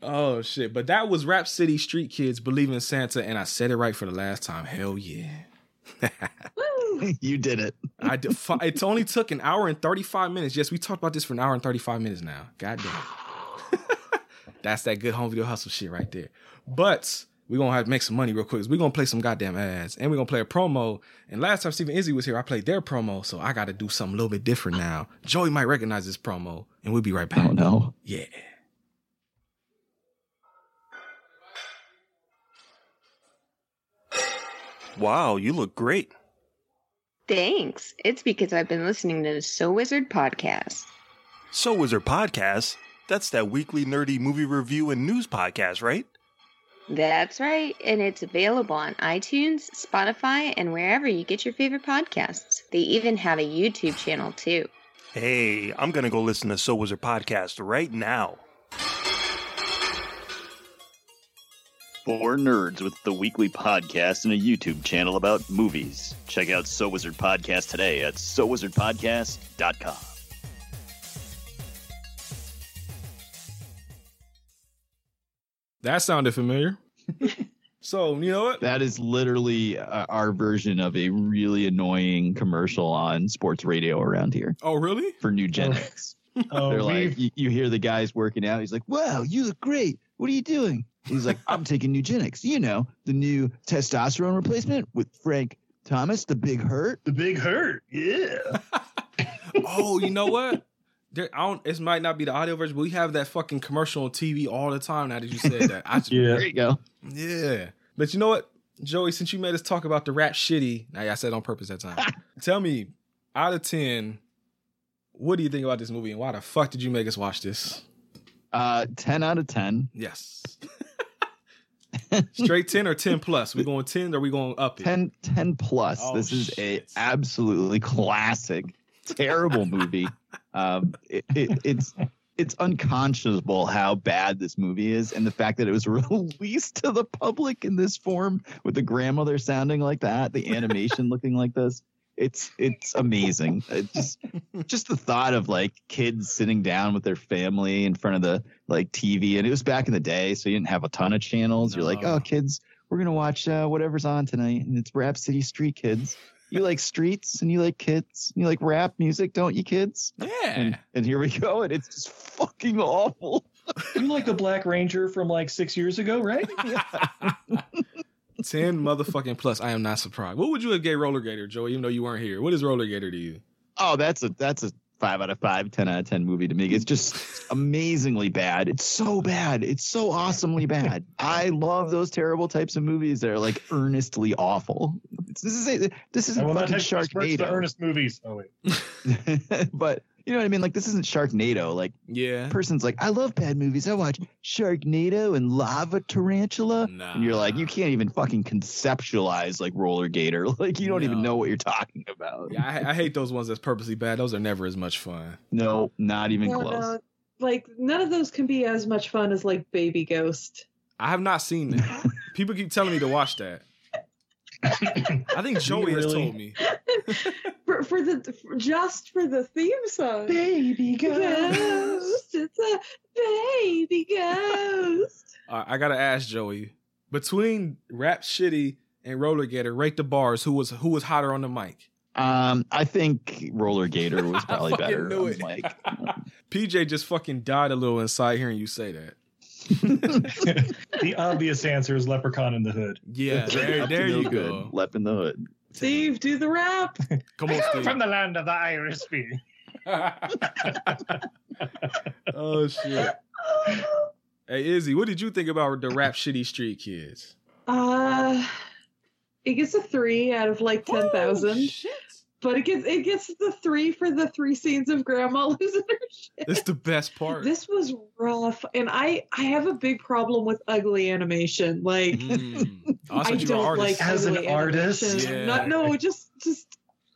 S2: Oh shit. But that was Rap City Street Kids Believe in Santa, and I said it right for the last time. Hell yeah.
S3: Woo.
S4: you did it.
S2: I defi- it only took an hour and 35 minutes. Yes, we talked about this for an hour and 35 minutes now. God damn. That's that good home video hustle shit right there. But we're gonna have to make some money real quick. 'cause We're gonna play some goddamn ads and we're gonna play a promo. And last time Stephen Izzy was here, I played their promo, so I gotta do something a little bit different now. Joey might recognize this promo, and we'll be right back.
S4: Oh no.
S2: Yeah.
S10: Wow, you look great.
S11: Thanks. It's because I've been listening to the So Wizard podcast.
S10: So Wizard Podcast, that's that weekly nerdy movie review and news podcast, right?
S11: That's right, and it's available on iTunes, Spotify, and wherever you get your favorite podcasts. They even have a YouTube channel too.
S10: Hey, I'm going to go listen to So Wizard Podcast right now.
S4: Four nerds with the weekly podcast and a YouTube channel about movies. Check out So Wizard Podcast today at SoWizardPodcast.com.
S2: That sounded familiar. so you know what?
S4: That is literally uh, our version of a really annoying commercial on sports radio around here
S2: Oh, really?
S4: for New Gen
S1: Oh.
S4: X.
S1: Oh,
S4: They're like,
S1: we've-
S4: you, you hear the guys working out. He's like, "Wow, you look great. What are you doing?" He's like, "I'm taking Nugenics. You know, the new testosterone replacement with Frank Thomas, the Big Hurt."
S1: the big hurt. Yeah.
S2: oh, you know what? There, I don't, it might not be the audio version, but we have that fucking commercial on TV all the time now that you said that. I just,
S1: Yeah.
S4: There you go.
S2: yeah. But you know what, Joey, since you made us talk about the rap shitty, now, yeah, I said it on purpose that time. Tell me, out of 10, what do you think about this movie and why the fuck did you make us watch this?
S4: Uh, ten out of ten.
S2: Yes. Straight 10 or 10 plus? We going 10 or we going up it?
S4: 10, 10 plus.
S2: Oh,
S4: this is a
S2: shit.
S4: absolutely classic, terrible movie. um, it, it, it's it's unconscionable how bad this movie is, and the fact that it was released to the public in this form with the grandmother sounding like that, the animation looking like this. It's it's amazing. It just just the thought of like kids sitting down with their family in front of the like TV, and it was back in the day, so you didn't have a ton of channels. You're like,
S2: No.
S4: oh, kids, we're gonna watch uh, whatever's on tonight, and it's Rap City Street Kids. You like streets, and you like kids, and you like rap music, don't you, kids?
S2: Yeah.
S4: And, and here we go, and it's just fucking awful.
S1: You like the Black Ranger from like six years ago, right?
S2: 10 motherfucking plus. I am not surprised. What would you have gave Roller Gator, Joey, even though you weren't here? What is Roller Gator to you?
S4: Oh, that's a that's a five out of five, 10 out of ten movie to me. It's just amazingly bad. It's so bad. It's so awesomely bad. I love those terrible types of movies that are like earnestly awful. It's- This is a, this
S1: I
S4: isn't
S1: will not
S4: fucking
S1: take Sharknado. the
S4: Sharknado,
S1: Ernest movies. Oh wait,
S4: but you know what I mean. Like this isn't Sharknado. Like
S2: Yeah.
S4: person's like, I love bad movies. I watch Sharknado and Lava Tarantula.
S2: Nah.
S4: And you're like, you can't even fucking conceptualize like Roller Gator. Like you don't even
S2: No.
S4: know what you're talking about.
S2: Yeah, I, I hate those ones that's purposely bad. Those are never as much fun.
S4: No, not even
S3: No,
S4: close.
S3: no, like none of those can be as much fun as like Baby Ghost.
S2: I have not seen that. People keep telling me to watch that. I think Joey has
S1: really?
S2: told me.
S3: For, for the for, just for the theme song.
S1: baby
S3: ghost, it's a baby ghost.
S2: All right, I gotta ask Joey between Rap Shitty and Roller Gator, rate the bars. Who was who was hotter on the mic?
S4: Um, I think Roller Gator was
S2: I
S4: probably
S2: fucking
S4: better.
S2: knew
S4: I'm
S2: it.
S4: Like,
S2: PJ just fucking died a little inside hearing you say that.
S1: the obvious answer is Leprechaun in the Hood.
S2: Yeah, there,
S4: up to
S2: there
S4: no
S2: you
S4: good.
S2: go.
S4: Lep in the hood.
S3: Steve, do the rap.
S2: Come on, Steve.
S1: the land of the Irish bee.
S2: oh shit. Hey Izzy, what did you think about the Rap Shitty Street Kids?
S3: Uh, it gets a three out of like ten
S2: Oh,
S3: thousand,
S2: shit.
S3: but it gets it gets the three for the three scenes of Grandma losing her shit.
S2: It's the best part.
S3: This was rough, and I I have a big problem with ugly animation. Like
S2: Mm. Also,
S3: I
S2: you're an
S3: don't
S2: artist.
S3: like
S1: As an
S3: ugly
S1: artist?
S3: animation.
S2: Yeah.
S3: Not no, just just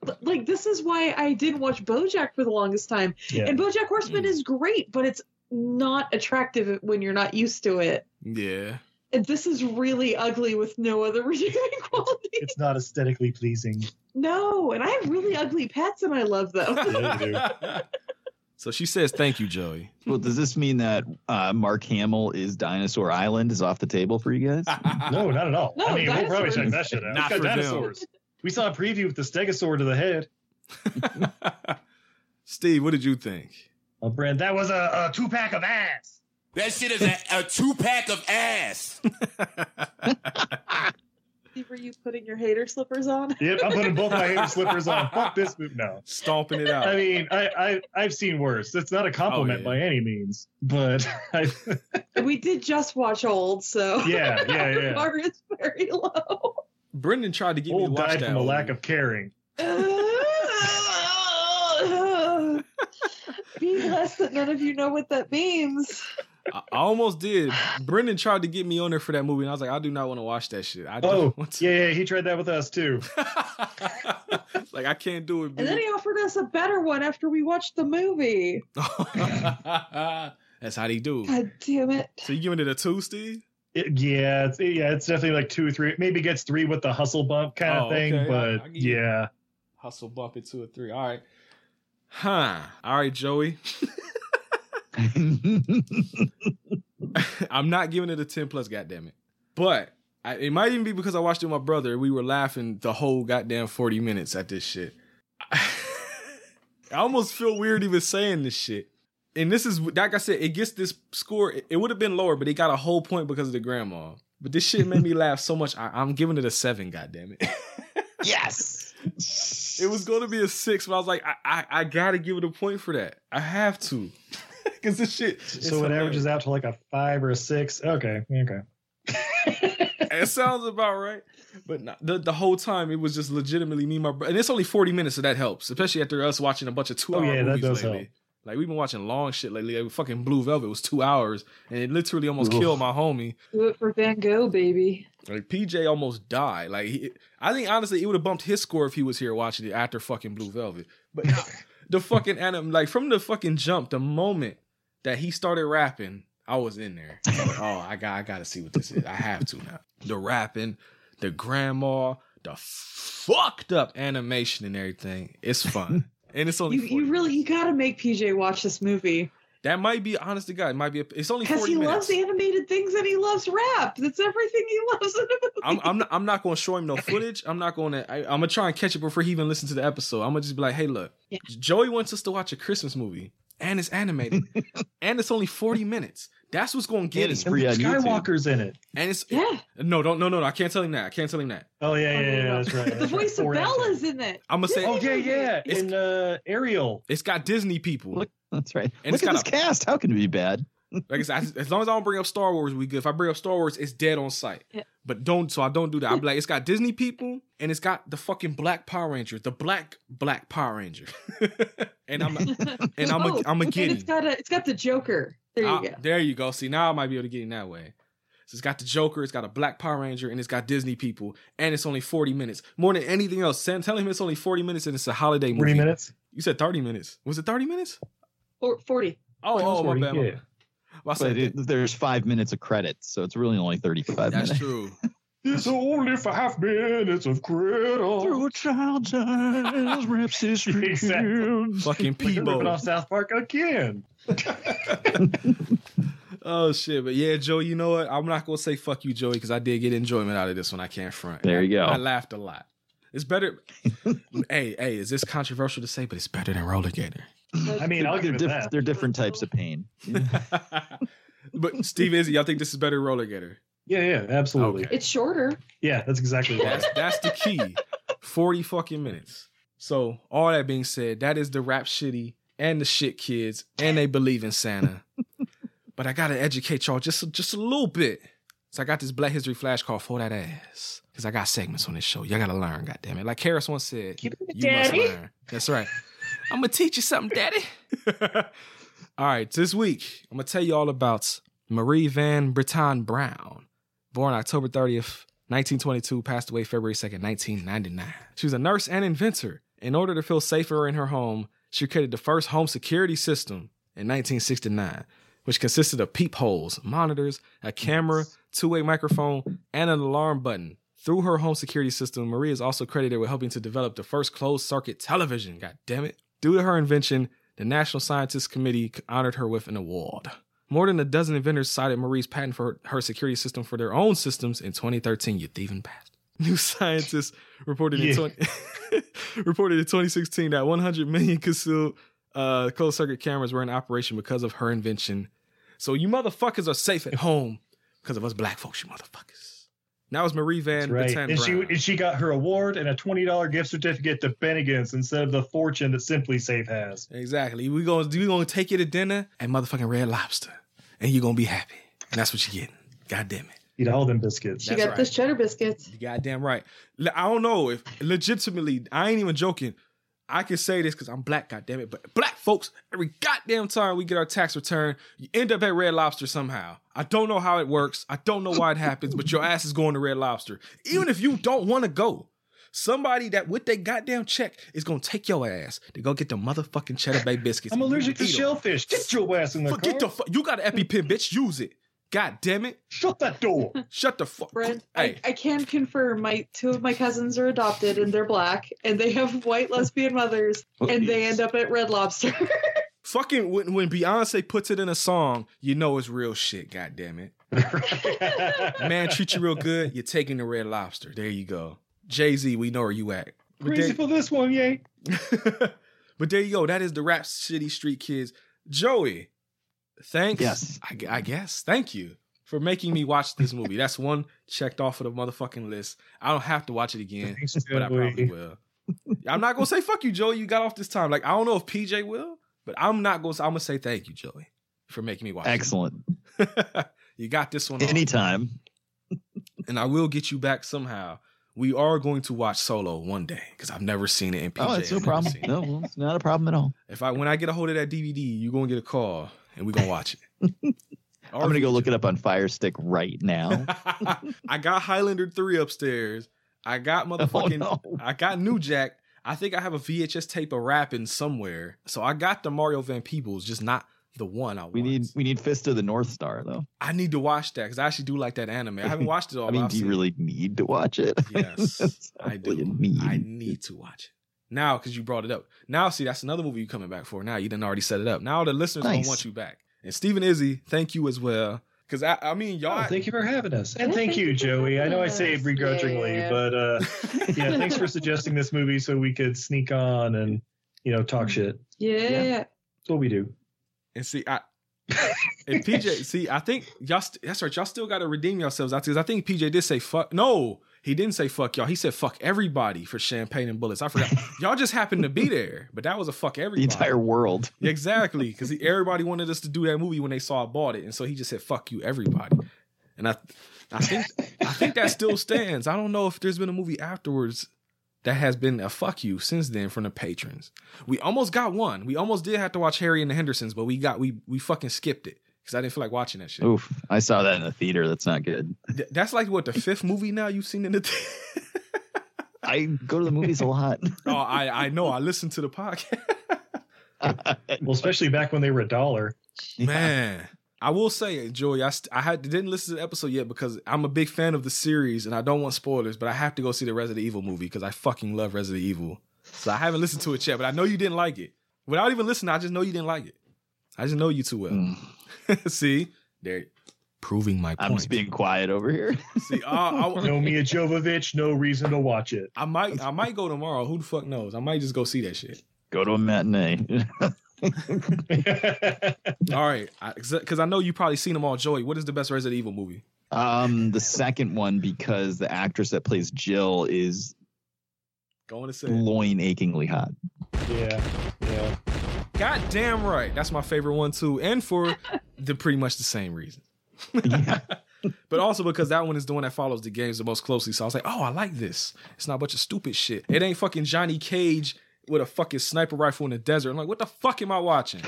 S3: but, like this is why I didn't watch BoJack for the longest time.
S1: Yeah.
S3: And BoJack Horseman
S2: Mm.
S3: is great, but it's not attractive when you're not used to it.
S2: Yeah.
S3: And this is really ugly with no other redeeming quality.
S1: it's not aesthetically pleasing.
S3: No, and I have really ugly pets, and I love them.
S1: Yeah,
S2: so she says, "Thank you, Joey."
S4: Well, does this mean that uh, Mark Hamill is Dinosaur Island is off the table for you guys?
S1: No, not at all.
S3: No,
S1: I mean, we'll probably
S3: dinosaurs.
S1: check that shit out. It's
S2: Not
S1: got
S2: for them.
S1: dinosaurs. We saw a preview with the Stegosaur to the head.
S2: Steve, what did you think?
S1: Oh, Brand, that was a, a two pack of ass.
S6: That shit is a, a two pack of ass.
S3: Were you putting your hater slippers on?
S1: Yep, I'm putting both my hater slippers on. Fuck this move now.
S2: Stomping it
S1: I
S2: out.
S1: mean, I, I I've seen worse. That's not a compliment
S2: Oh, yeah.
S1: by any means, but I,
S3: We did just watch Old, so
S1: yeah, yeah,
S3: the
S1: yeah.
S3: bar is very low.
S2: Brendan tried to get me
S1: Old
S2: to watch
S1: died
S2: that.
S1: from a
S2: one.
S1: lack of caring.
S3: Be blessed that none of you know what that means.
S2: I I almost did. Brendan tried to get me on there for that movie, and I was like, I do not want to watch that shit. I
S1: Oh,
S2: don't want to.
S1: yeah, yeah, he tried that with us too.
S2: Like, I can't do it.
S3: And then
S2: Dude.
S3: he offered us a better one after we watched the movie.
S2: That's how they do. it.
S3: God damn it.
S2: So you giving it a two, Steve?
S1: It- yeah, it's, yeah, it's definitely like two, three. Maybe gets three with the hustle bump kind
S2: Oh,
S1: of thing,
S2: okay. I-
S1: but
S2: I get you.
S1: yeah.
S2: Hustle bump it two or three. All right. Huh. All right, Joey. I'm not giving it a 10 plus, goddamn it. But I, it might even be because I watched it with my brother. We were laughing the whole goddamn 40 minutes at this shit. I almost feel weird even saying this shit. And this is, like I said, it gets this score. It, it would have been lower, but it got a whole point because of the grandma. But this shit made me laugh so much. I, I'm giving it a seven, goddamn it.
S4: yes.
S2: It was going to be a six, but I was like, I, I, I gotta give it a point for that. I have to, because this shit. it's
S1: So it averages out to like a five or a six. Okay, okay.
S2: it sounds about right. But no, the the whole time it was just legitimately me, and my bro- and it's only forty minutes, so that helps, especially after us watching a bunch of two hour
S1: Oh, yeah, that
S2: movies
S1: does
S2: lately.
S1: help.
S2: Like we've been watching long shit lately. Like fucking Blue Velvet was two hours, and it literally almost
S1: Oof.
S2: killed my homie.
S3: Do it for Van Gogh, baby.
S2: Like PJ almost died. Like he, I think honestly, it would have bumped his score if he was here watching it after fucking Blue Velvet. But no, the fucking anim, like from the fucking jump, the moment that he started rapping, I was in there. I was like, oh, I got, I got to see what this is. I have to now. The rapping, the grandma, the fucked up animation and everything. It's fun, and it's only
S3: You, you really you gotta make PJ watch this movie
S2: that might be honest to God. It might be. A, it's only
S3: because
S2: forty
S3: he
S2: minutes.
S3: loves animated things and he loves rap. That's everything he loves in a movie.
S2: I'm I'm not, I'm not going to show him no footage. I'm not going to. I'm gonna try and catch it before he even listens to the episode. I'm gonna just be like, hey, look, Joey wants us to watch a Christmas movie, and it's animated, and it's only 40 minutes. That's what's going to get
S4: And it's
S2: him.
S4: free on YouTube.
S1: Skywalker's in it.
S2: And it's
S3: Yeah.
S2: no, don't no no no. I can't tell him that. I can't tell him that.
S1: Oh yeah, yeah, yeah. That's right.
S3: the voice of Bella's in it.
S2: I'm gonna say,
S1: Oh yeah, yeah.
S2: It's-
S1: In uh, Ariel.
S2: it's got Disney people.
S4: Look, that's right.
S2: And
S4: Look
S2: it's
S4: at
S2: got
S4: this
S2: a-
S4: cast. How can it be bad?
S2: Like I said, as long as I don't bring up Star Wars, we good. If I bring up Star Wars, it's dead on sight. But don't so I don't do that. I'm like, it's got Disney people and it's got the fucking Black Power Ranger, the Black Black Power Ranger, and I'm and I'm a,
S3: Oh,
S2: I'm a
S3: and
S2: giddy.
S3: It's got a it's got the Joker. There you
S2: Ah,
S3: go.
S2: There you go. See, now I might be able to get in that way. So it's got the Joker, it's got a Black Power Ranger, and it's got Disney people, and it's only 40 minutes. More than anything else, Sam, tell him it's only 40 minutes and it's a holiday movie.
S1: Forty minutes.
S2: You said 30 minutes. Was it 30 minutes?
S3: Or forty.
S2: Oh, oh my
S1: 40,
S2: bad. my
S1: yeah.
S2: bad. Well, I
S4: But
S2: said
S4: it, there's five minutes of credits, so it's really only 35
S2: that's
S4: minutes.
S2: true.
S1: It's only five minutes of griddle.
S4: a child's eyes, rips his
S1: Exactly.
S2: Fucking
S1: We're ripping
S2: Peebo.
S1: off South Park again.
S2: Oh shit, but yeah, Joey, you know what? I'm not gonna say fuck you, Joey, because I did get enjoyment out of this one. I can't front.
S4: There you go.
S2: I laughed a lot. It's better. hey, hey, is this controversial to say? But it's better than Roller Gator.
S1: I mean, I'll
S4: They're,
S1: give it
S4: diff-
S1: that.
S4: they're different types of pain.
S2: but Steve Izzy, y'all think this is better than Roller Gator?
S1: Yeah, yeah, absolutely.
S2: Okay.
S3: It's shorter.
S1: Yeah, that's exactly
S2: That's
S1: right.
S2: that's the key. Forty fucking minutes. So all that being said, that is the rap shitty and the shit kids, and they believe in Santa. but I gotta educate y'all just a- just a little bit. So I got this Black History flash call for that ass because I got segments on this show. Y'all gotta learn, goddammit. Like Harris once said, you must learn. That's right. I'm gonna teach you something, Daddy. all right, this week I'm gonna tell you all about Marie Van Breton Brown, born October 30th, 1922, passed away February 2nd, 1999. She was a nurse and inventor. In order to feel safer in her home, she created the first home security system in 1969, which consisted of peepholes, monitors, a camera, two-way microphone, and an alarm button. Through her home security system, Marie is also credited with helping to develop the first closed-circuit television. God damn it! Due to her invention, the National Scientists Committee honored her with an award. More than a dozen inventors cited Marie's patent for her security system for their own systems in 2013. You thieving bastard. New scientists reported in
S1: Yeah.
S2: 20, reported in 2016 that 100 million concealed uh, closed circuit cameras were in operation because of her invention. So you motherfuckers are safe at home because of us black folks. You motherfuckers. Now it's Marie
S1: That's
S2: Van
S1: right.
S2: Batan
S1: And she
S2: Brown.
S1: and she got her award and a twenty dollar gift certificate to Bennigan's instead of the fortune that Simply Safe has.
S2: Exactly. We gonna we gonna take you to dinner and motherfucking red lobster, and you are gonna be happy. And that's what you getting. God damn it.
S1: Eat all them biscuits.
S3: She
S2: That's
S3: got
S2: right.
S3: those cheddar biscuits.
S2: You goddamn right. Le- I don't know if legitimately. I ain't even joking. I can say this because I'm black, goddamn it. But black folks, every goddamn time we get our tax return, you end up at Red Lobster somehow. I don't know how it works. I don't know why it happens, but your ass is going to Red Lobster, even if you don't want to go. Somebody that with their goddamn check is gonna take your ass to go get the motherfucking cheddar bay biscuits.
S1: I'm allergic to
S2: Eat 'em.
S1: shellfish. Get your ass in the
S2: Fuck, Get the
S1: car.
S2: fuck. You got an EpiPen, bitch. Use it. God damn it.
S1: Shut that door.
S2: Shut the fuck.
S3: Brent,
S2: Hey,
S3: I, I can confirm my two of my cousins are adopted and they're black and they have white lesbian mothers
S2: Oh,
S3: and they end up at Red Lobster.
S2: fucking when, when Beyonce puts it in a song, you know it's real shit. God damn it. Man, treat you real good. You're taking the Red Lobster. There you go. Jay Z, we know where you at. But
S1: Crazy
S2: there,
S1: for this one, yay.
S2: but there you go. That is the rap city street kids. Joey, thanks.
S4: Yes.
S2: I, gu- I guess. Thank you for making me watch this movie. That's one checked off of the motherfucking list. I don't have to watch it again,
S1: Thanks,
S2: but I probably
S1: Joey.
S2: will. I'm not gonna say fuck you, Joey. You got off this time. Like I don't know if PJ will, but I'm not gonna. I'm gonna say thank you, Joey, for making me watch. it.
S4: Excellent.
S2: you got this one. off
S4: Anytime.
S2: and I will get you back somehow. We are going to watch Solo one day because I've never seen it in PJ.
S4: Oh, it's no
S2: I've never
S4: problem.
S2: seen it.
S4: No, it's not a problem at all.
S2: If I when I get a hold of that DVD, you're gonna get a call and we're gonna watch it.
S4: I'm gonna go look it up on Fire Stick right now.
S2: I got Highlander three upstairs. I got motherfucking.
S4: Oh, no.
S2: I got New Jack. I think I have a VHS tape of rapping somewhere. So I got the Mario Van Peebles, just not the one I
S4: We
S2: want.
S4: need we need Fist of the North Star though.
S2: I need to watch that because I actually do like that anime. I haven't watched it all.
S4: I
S2: but
S4: mean,
S2: I've
S4: do you
S2: seen Oh, it.
S4: really need to watch it?
S2: Yes,
S4: That's
S2: I
S4: not what you
S2: do.
S4: need.
S2: I need to watch it now because you brought it up. Now, see, that's another movie you coming back for. Now you didn't already set it up. Now the listeners don't
S4: Nice.
S2: want you back. And Stephen Izzy, thank you as well. Because I, I mean, y'all.
S1: Oh, thank you for having us. And
S3: Yeah,
S1: thank
S3: thank
S1: you,
S3: you for
S1: Joey. I know I
S3: having
S1: say it
S3: us.
S1: begrudgingly,
S3: Yeah.
S1: but uh, yeah, thanks for suggesting this movie so we could sneak on and, you know, talk shit.
S3: yeah.
S1: That's what we do.
S2: and see, I. and PJ, see, I think y'all. St- that's right. Y'all still got to redeem yourselves out because I think PJ did say fuck. No, he didn't say fuck y'all. He said fuck everybody for champagne and bullets. I forgot. y'all just happened to be there, but that was a fuck
S4: The
S2: everybody.
S4: entire world.
S2: Exactly, because everybody wanted us to do that movie when they saw I bought it, and so he just said "fuck you, everybody." And I, I think, I think that still stands. I don't know if there's been a movie afterwards that has been a "fuck you" since then from the patrons. We almost got one. We almost did have to watch Harry and the Hendersons, but we got we we fucking skipped it because I didn't feel like watching that shit.
S4: Oof! I saw that in the theater. That's not good.
S2: Th- that's like what the fifth movie now you've seen in the. Th-
S4: I go to the movies a lot.
S2: oh, I I know. I listened to the podcast.
S1: Well, especially back when they were a dollar.
S2: Man, I will say, Joey, I, st- I had didn't listen to the episode yet because I'm a big fan of the series and I don't want spoilers, but I have to go see the Resident Evil movie because I fucking love Resident Evil. So I haven't listened to it yet, but I know you didn't like it. Without even listening, I just know you didn't like it. I just know you too well.
S4: Mm.
S2: see, they're proving my point.
S4: I'm just being quiet over here.
S2: see, I, I,
S1: No Mia Jovovich, no reason to watch it.
S2: I might, I might go tomorrow. Who the fuck knows? I might just go see that shit.
S4: Go to a matinee.
S2: All right, because I, know you probably seen them all. Joey, what is the best Resident Evil movie?
S4: um, the second one because the actress that plays Jill is
S2: Going to say. it.
S4: loin achingly hot.
S1: yeah, yeah.
S2: God damn right. That's my favorite one too. And for the pretty much the same reason.
S4: Yeah.
S2: But also because that one is the one that follows the games the most closely. So I was like, oh, I like this. It's not a bunch of stupid shit. It ain't fucking Johnny Cage with a fucking sniper rifle in the desert. I'm like, what the fuck am I watching?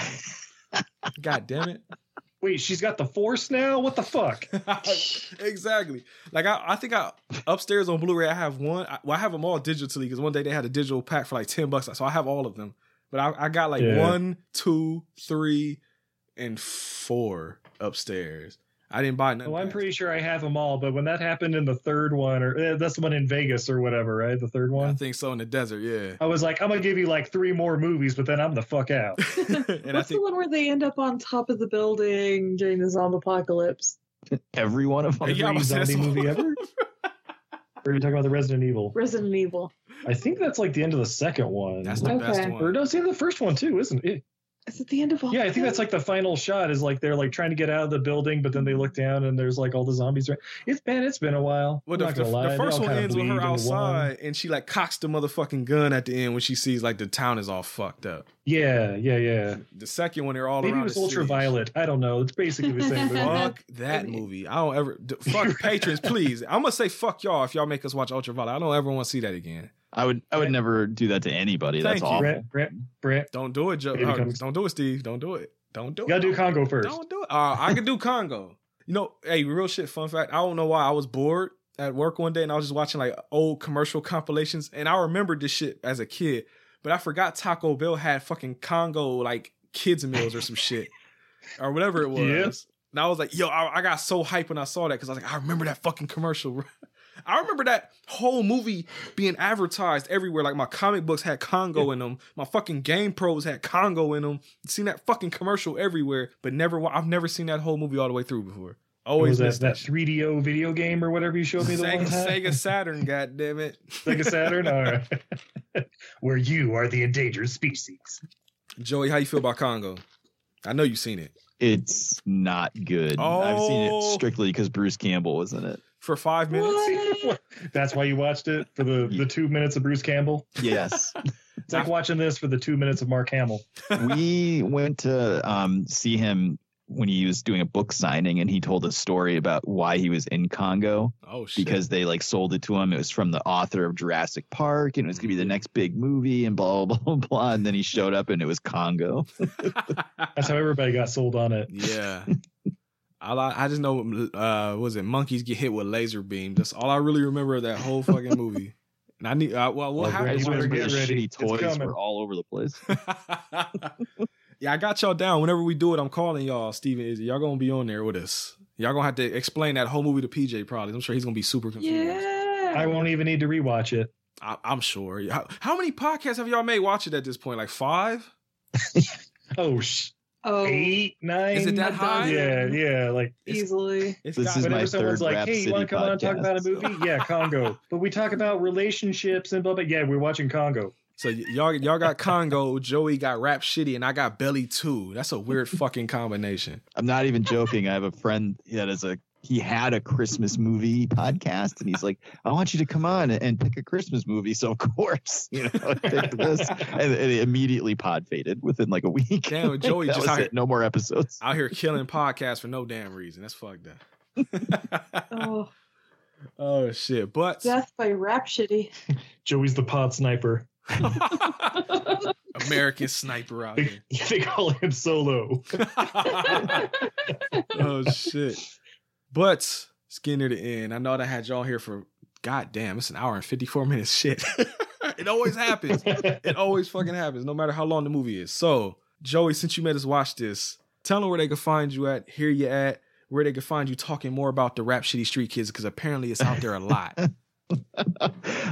S2: God damn it.
S1: Wait, she's got the force now? What the fuck?
S2: exactly. Like I, I think I upstairs on Blu-ray I have one. I, well, I have them all digitally because one day they had a digital pack for like ten bucks, so I have all of them. But I, I got like
S1: Yeah.
S2: one, two, three, and four upstairs. I didn't buy nothing.
S1: Well, I'm
S2: past-
S1: pretty sure I have them all, but when that happened in the third one, or eh, that's the one in Vegas or whatever, right? The third
S2: I
S1: one.
S2: think so in the desert, yeah.
S1: I was like, I'm gonna give you like three more movies, but then I'm the fuck out.
S2: and I
S3: What's the
S2: think
S3: one where they end up on top of the building during the zombie apocalypse?
S4: Every one of them.
S1: Every
S2: Yeah, I was-
S1: zombie
S2: that's-
S1: movie ever. Or are you talking about the Resident Evil?
S3: Resident Evil.
S1: I think that's like the end of the second one.
S2: that's the
S3: Okay.
S2: best
S1: or
S2: one.
S1: no, it's the end of the first one too, isn't it?
S3: Is it the end of all?
S1: Oh, Yeah, I
S3: of
S1: think
S3: them?
S1: that's like the final shot is like they're like trying to get out of the building, but then they look down and there's like all the zombies. Right, it's man, it's been a while.
S2: Well,
S1: I'm
S2: the,
S1: not
S2: the,
S1: gonna lie,
S2: the
S1: they
S2: first
S1: all
S2: one
S1: kinda
S2: ends with
S1: bleed
S2: her
S1: into one.
S2: outside, and she like cocks the motherfucking gun at the end when she sees like the town is all fucked up.
S1: Yeah, yeah, yeah.
S2: The second one, they're all
S1: Maybe
S2: around
S1: it was
S2: the city.
S1: ultraviolet. I don't know. It's basically the same. movie.
S2: Fuck that movie. I don't ever d- fuck patrons, please. I'm gonna say fuck y'all if y'all make us watch Ultraviolet. I don't ever want to see that again.
S4: I would I would never do that to anybody.
S2: Thank
S4: That's awful.
S2: you.
S1: Brett, Brett, Brett.
S2: Don't do it, Joe.
S1: Here it
S2: uh,
S1: comes.
S2: don't do it, Steve. Don't do it. Don't do
S1: You
S2: it.
S1: gotta do
S2: Don't-
S1: Congo first.
S2: Don't do it. Uh, I could do Congo. You know, hey, real shit. Fun fact. I don't know why I was bored at work one day and I was just watching like old commercial compilations, and I remembered this shit as a kid, but I forgot Taco Bell had fucking Congo like kids meals or some shit or whatever it was.
S1: Yeah.
S2: And I was like, yo, I, I got so hyped when I saw that because I was like, I remember that fucking commercial. I remember that whole movie being advertised everywhere. Like my comic books had Congo in them. My fucking game pros had Congo in them. Seen that fucking commercial everywhere, but never. wa- I've never seen that whole movie all the way through before. Always
S1: What was
S2: missed
S1: that, that
S2: that. shit.
S1: 3DO video game or whatever you showed me the
S2: Sega,
S1: one time.
S2: Sega Saturn, god damn it.
S1: Sega Saturn. All right. Where you are the endangered species.
S2: Joey, how you feel about Congo? I know you've seen it
S4: It's not good. I've seen
S2: Oh.
S4: it strictly because Bruce Campbell was in it.
S2: for five minutes.
S1: That's why you watched it for the the two minutes of Bruce Campbell.
S4: Yes.
S1: It's like watching this for the two minutes of Mark Hamill.
S4: we went to um, see him when he was doing a book signing and he told a story about why he was in Congo
S2: Oh shit!
S4: because they like sold it to him. It was from the author of Jurassic Park and it was gonna be the next big movie and blah blah blah blah. And then he showed up and it was Congo.
S1: That's how everybody got sold on it.
S2: Yeah. All I, I just know, uh, was it monkeys get hit with laser beams? That's all I really remember of that whole fucking movie. And I need, uh, well, what
S4: Like, I
S2: happened?
S4: just
S1: Better
S4: remember
S1: get
S4: the
S1: ready.
S4: shitty
S1: It's
S4: toys
S1: coming.
S4: were all over the place.
S2: yeah, I got y'all down. Whenever we do it, I'm calling y'all, Steven Izzy. Y'all gonna be on there with us. Y'all gonna have to explain that whole movie to PJ probably. I'm sure he's gonna be super confused.
S1: I
S3: Yeah.
S1: won't even need to rewatch it.
S2: I, I'm sure. How, how many podcasts have y'all made watch it at this point? Like five?
S1: Oh, sh-
S3: Oh,
S1: eight, nine.
S2: Is it that high?
S1: Yeah, yeah. Like
S3: easily.
S2: It's
S4: This is my
S1: whenever
S4: third
S1: someone's like,
S4: Rap
S1: "Hey, you
S4: City
S1: want to come on and talk about a
S4: podcast.
S1: movie?" Yeah, Congo. but we talk about relationships and blah blah. Yeah, we're watching Congo.
S2: So y- y'all y'all got Congo, Joey got Rap Shitty, and I got Belly too. That's a weird fucking combination.
S4: I'm not even joking. I have a friend that is a he had a Christmas movie podcast, and he's like, "I want you to come on and pick a Christmas movie." So of course, you know, I picked this, and, and it immediately pod faded within like a week.
S2: Damn, Joey
S4: That
S2: just
S4: was
S2: hired-
S4: it. No more episodes.
S2: Out here killing podcasts for no damn reason. That's fucked up.
S3: Oh,
S2: oh shit! But
S3: death by rap shitty.
S1: Joey's the pod sniper.
S2: American sniper out
S1: They,
S2: here.
S1: they call him Solo.
S2: oh shit! But it's getting near the end. I know that I had y'all here for goddamn. It's an hour and fifty four minutes. Shit. it always happens. It always fucking happens, no matter how long the movie is. So, Joey, since you made us watch this, tell them where they can find you at, hear you at, where they can find you talking more about the Rap Shitty Street Kids, because apparently it's out there a lot.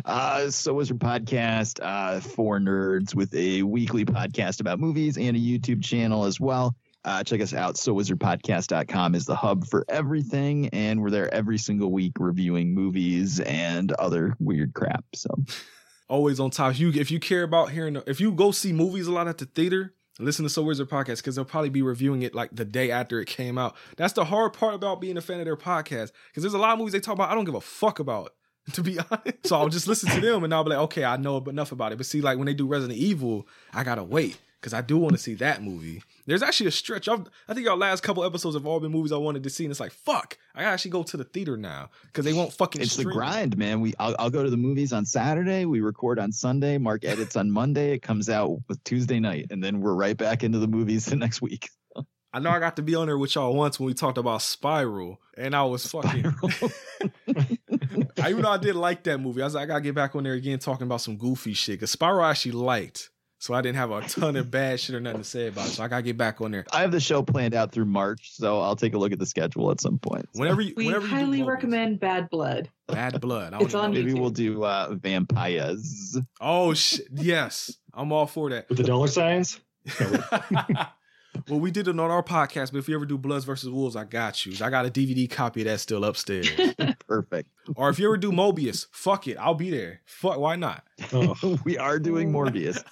S4: uh, so was your podcast uh, for nerds with a weekly podcast about movies and a YouTube channel as well. Uh, check us out. So wizardpodcast.com is the hub for everything, and we're there every single week reviewing movies and other weird crap. So
S2: always on top. If you if you care about hearing, if you go see movies a lot at the theater, listen to So Wizard podcast because they'll probably be reviewing it like the day after it came out. That's the hard part about being a fan of their podcast because there's a lot of movies they talk about I don't give a fuck about. To be honest, so I'll just listen to them and I'll be like, okay, I know enough about it. But see, like when they do Resident Evil, I gotta wait because I do want to see that movie. There's actually a stretch. I've, I think our last couple episodes have all been movies I wanted to see, and it's like, fuck, I gotta actually go to the theater now because they won't fucking.
S4: it's the
S2: stream it.
S4: grind, man. We I'll, I'll go to the movies on Saturday. We record on Sunday. Mark edits on Monday. It comes out with Tuesday night, and then we're right back into the movies the next week.
S2: I know I got to be on there with y'all once when we talked about Spiral, and I was fucking. I even though I did like that movie, I was like, I gotta get back on there again talking about some goofy shit. Because Spiral I actually liked, so I didn't have a ton of bad shit or nothing to say about it. So I gotta get back on there
S4: I have the show planned out through March, so I'll take a look at the schedule at some point.
S2: whenever you.
S3: We
S2: whenever you do
S3: highly
S2: movies.
S3: recommend Bad Blood.
S2: Bad Blood. I
S3: It's
S2: don't
S3: on
S2: know.
S4: Maybe
S3: YouTube.
S4: we'll do uh, vampires.
S2: Oh shit! Yes, I'm all for that.
S1: With the dollar signs?
S2: well, we did it on our podcast, but if you ever do Bloods versus Wolves, I got you. I got a DVD copy of that still upstairs.
S4: Perfect.
S2: or if you ever do Mobius, fuck it, I'll be there. Fuck, why not?
S1: Oh.
S4: we are doing Morbius.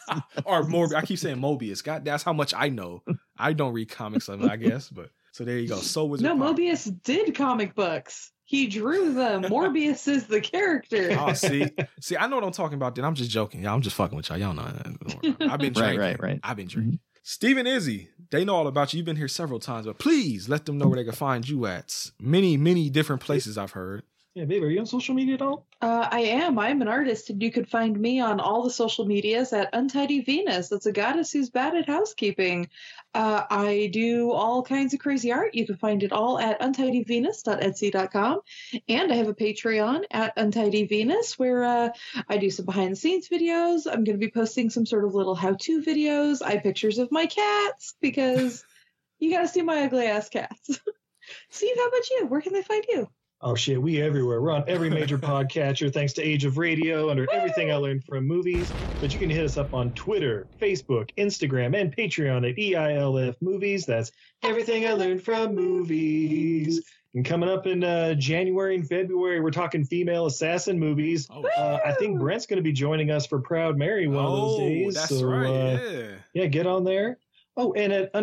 S2: or Morbius. I keep saying Mobius. God, that's how much I know. I don't read comics, I mean, I guess, but so there you go. So was
S3: No, Mobius did comic books. He drew them. Morbius is the character.
S2: Oh, see, see, I know what I'm talking about. Then I'm just joking. Yeah, I'm just fucking with y'all. Y'all know. that. I've been
S4: Right,
S2: drinking.
S4: right, right. Mm-hmm.
S2: I've been drinking. Steve and Izzy, they know all about you. You've been here several times, but please let them know where they can find you at. Many, many different places I've heard.
S1: Yeah, babe, are you on social media at all?
S3: Uh, I am. I'm an artist, and you can find me on all the social medias at Untidy Venus. That's a goddess who's bad at housekeeping. Uh, I do all kinds of crazy art. You can find it all at untidyvenus.etsy.com, and I have a Patreon at Untidy Venus where uh, I do some behind the scenes videos. I'm going to be posting some sort of little how to videos. I have pictures of my cats because you got to see my ugly ass cats. Steve, how about you? Where can they find you?
S1: Oh shit, we everywhere. We're on every major podcatcher thanks to Age of Radio and everything I learned from movies. But you can hit us up on Twitter, Facebook, Instagram, and Patreon at E EILF Movies. That's everything I learned from movies. And coming up in uh, January and February, we're talking female assassin movies. Uh, I think Brent's going to be joining us for Proud Mary one of those
S2: Oh,
S1: days.
S2: that's
S1: so,
S2: right.
S1: uh,
S2: yeah.
S1: yeah, get on there. Oh, and at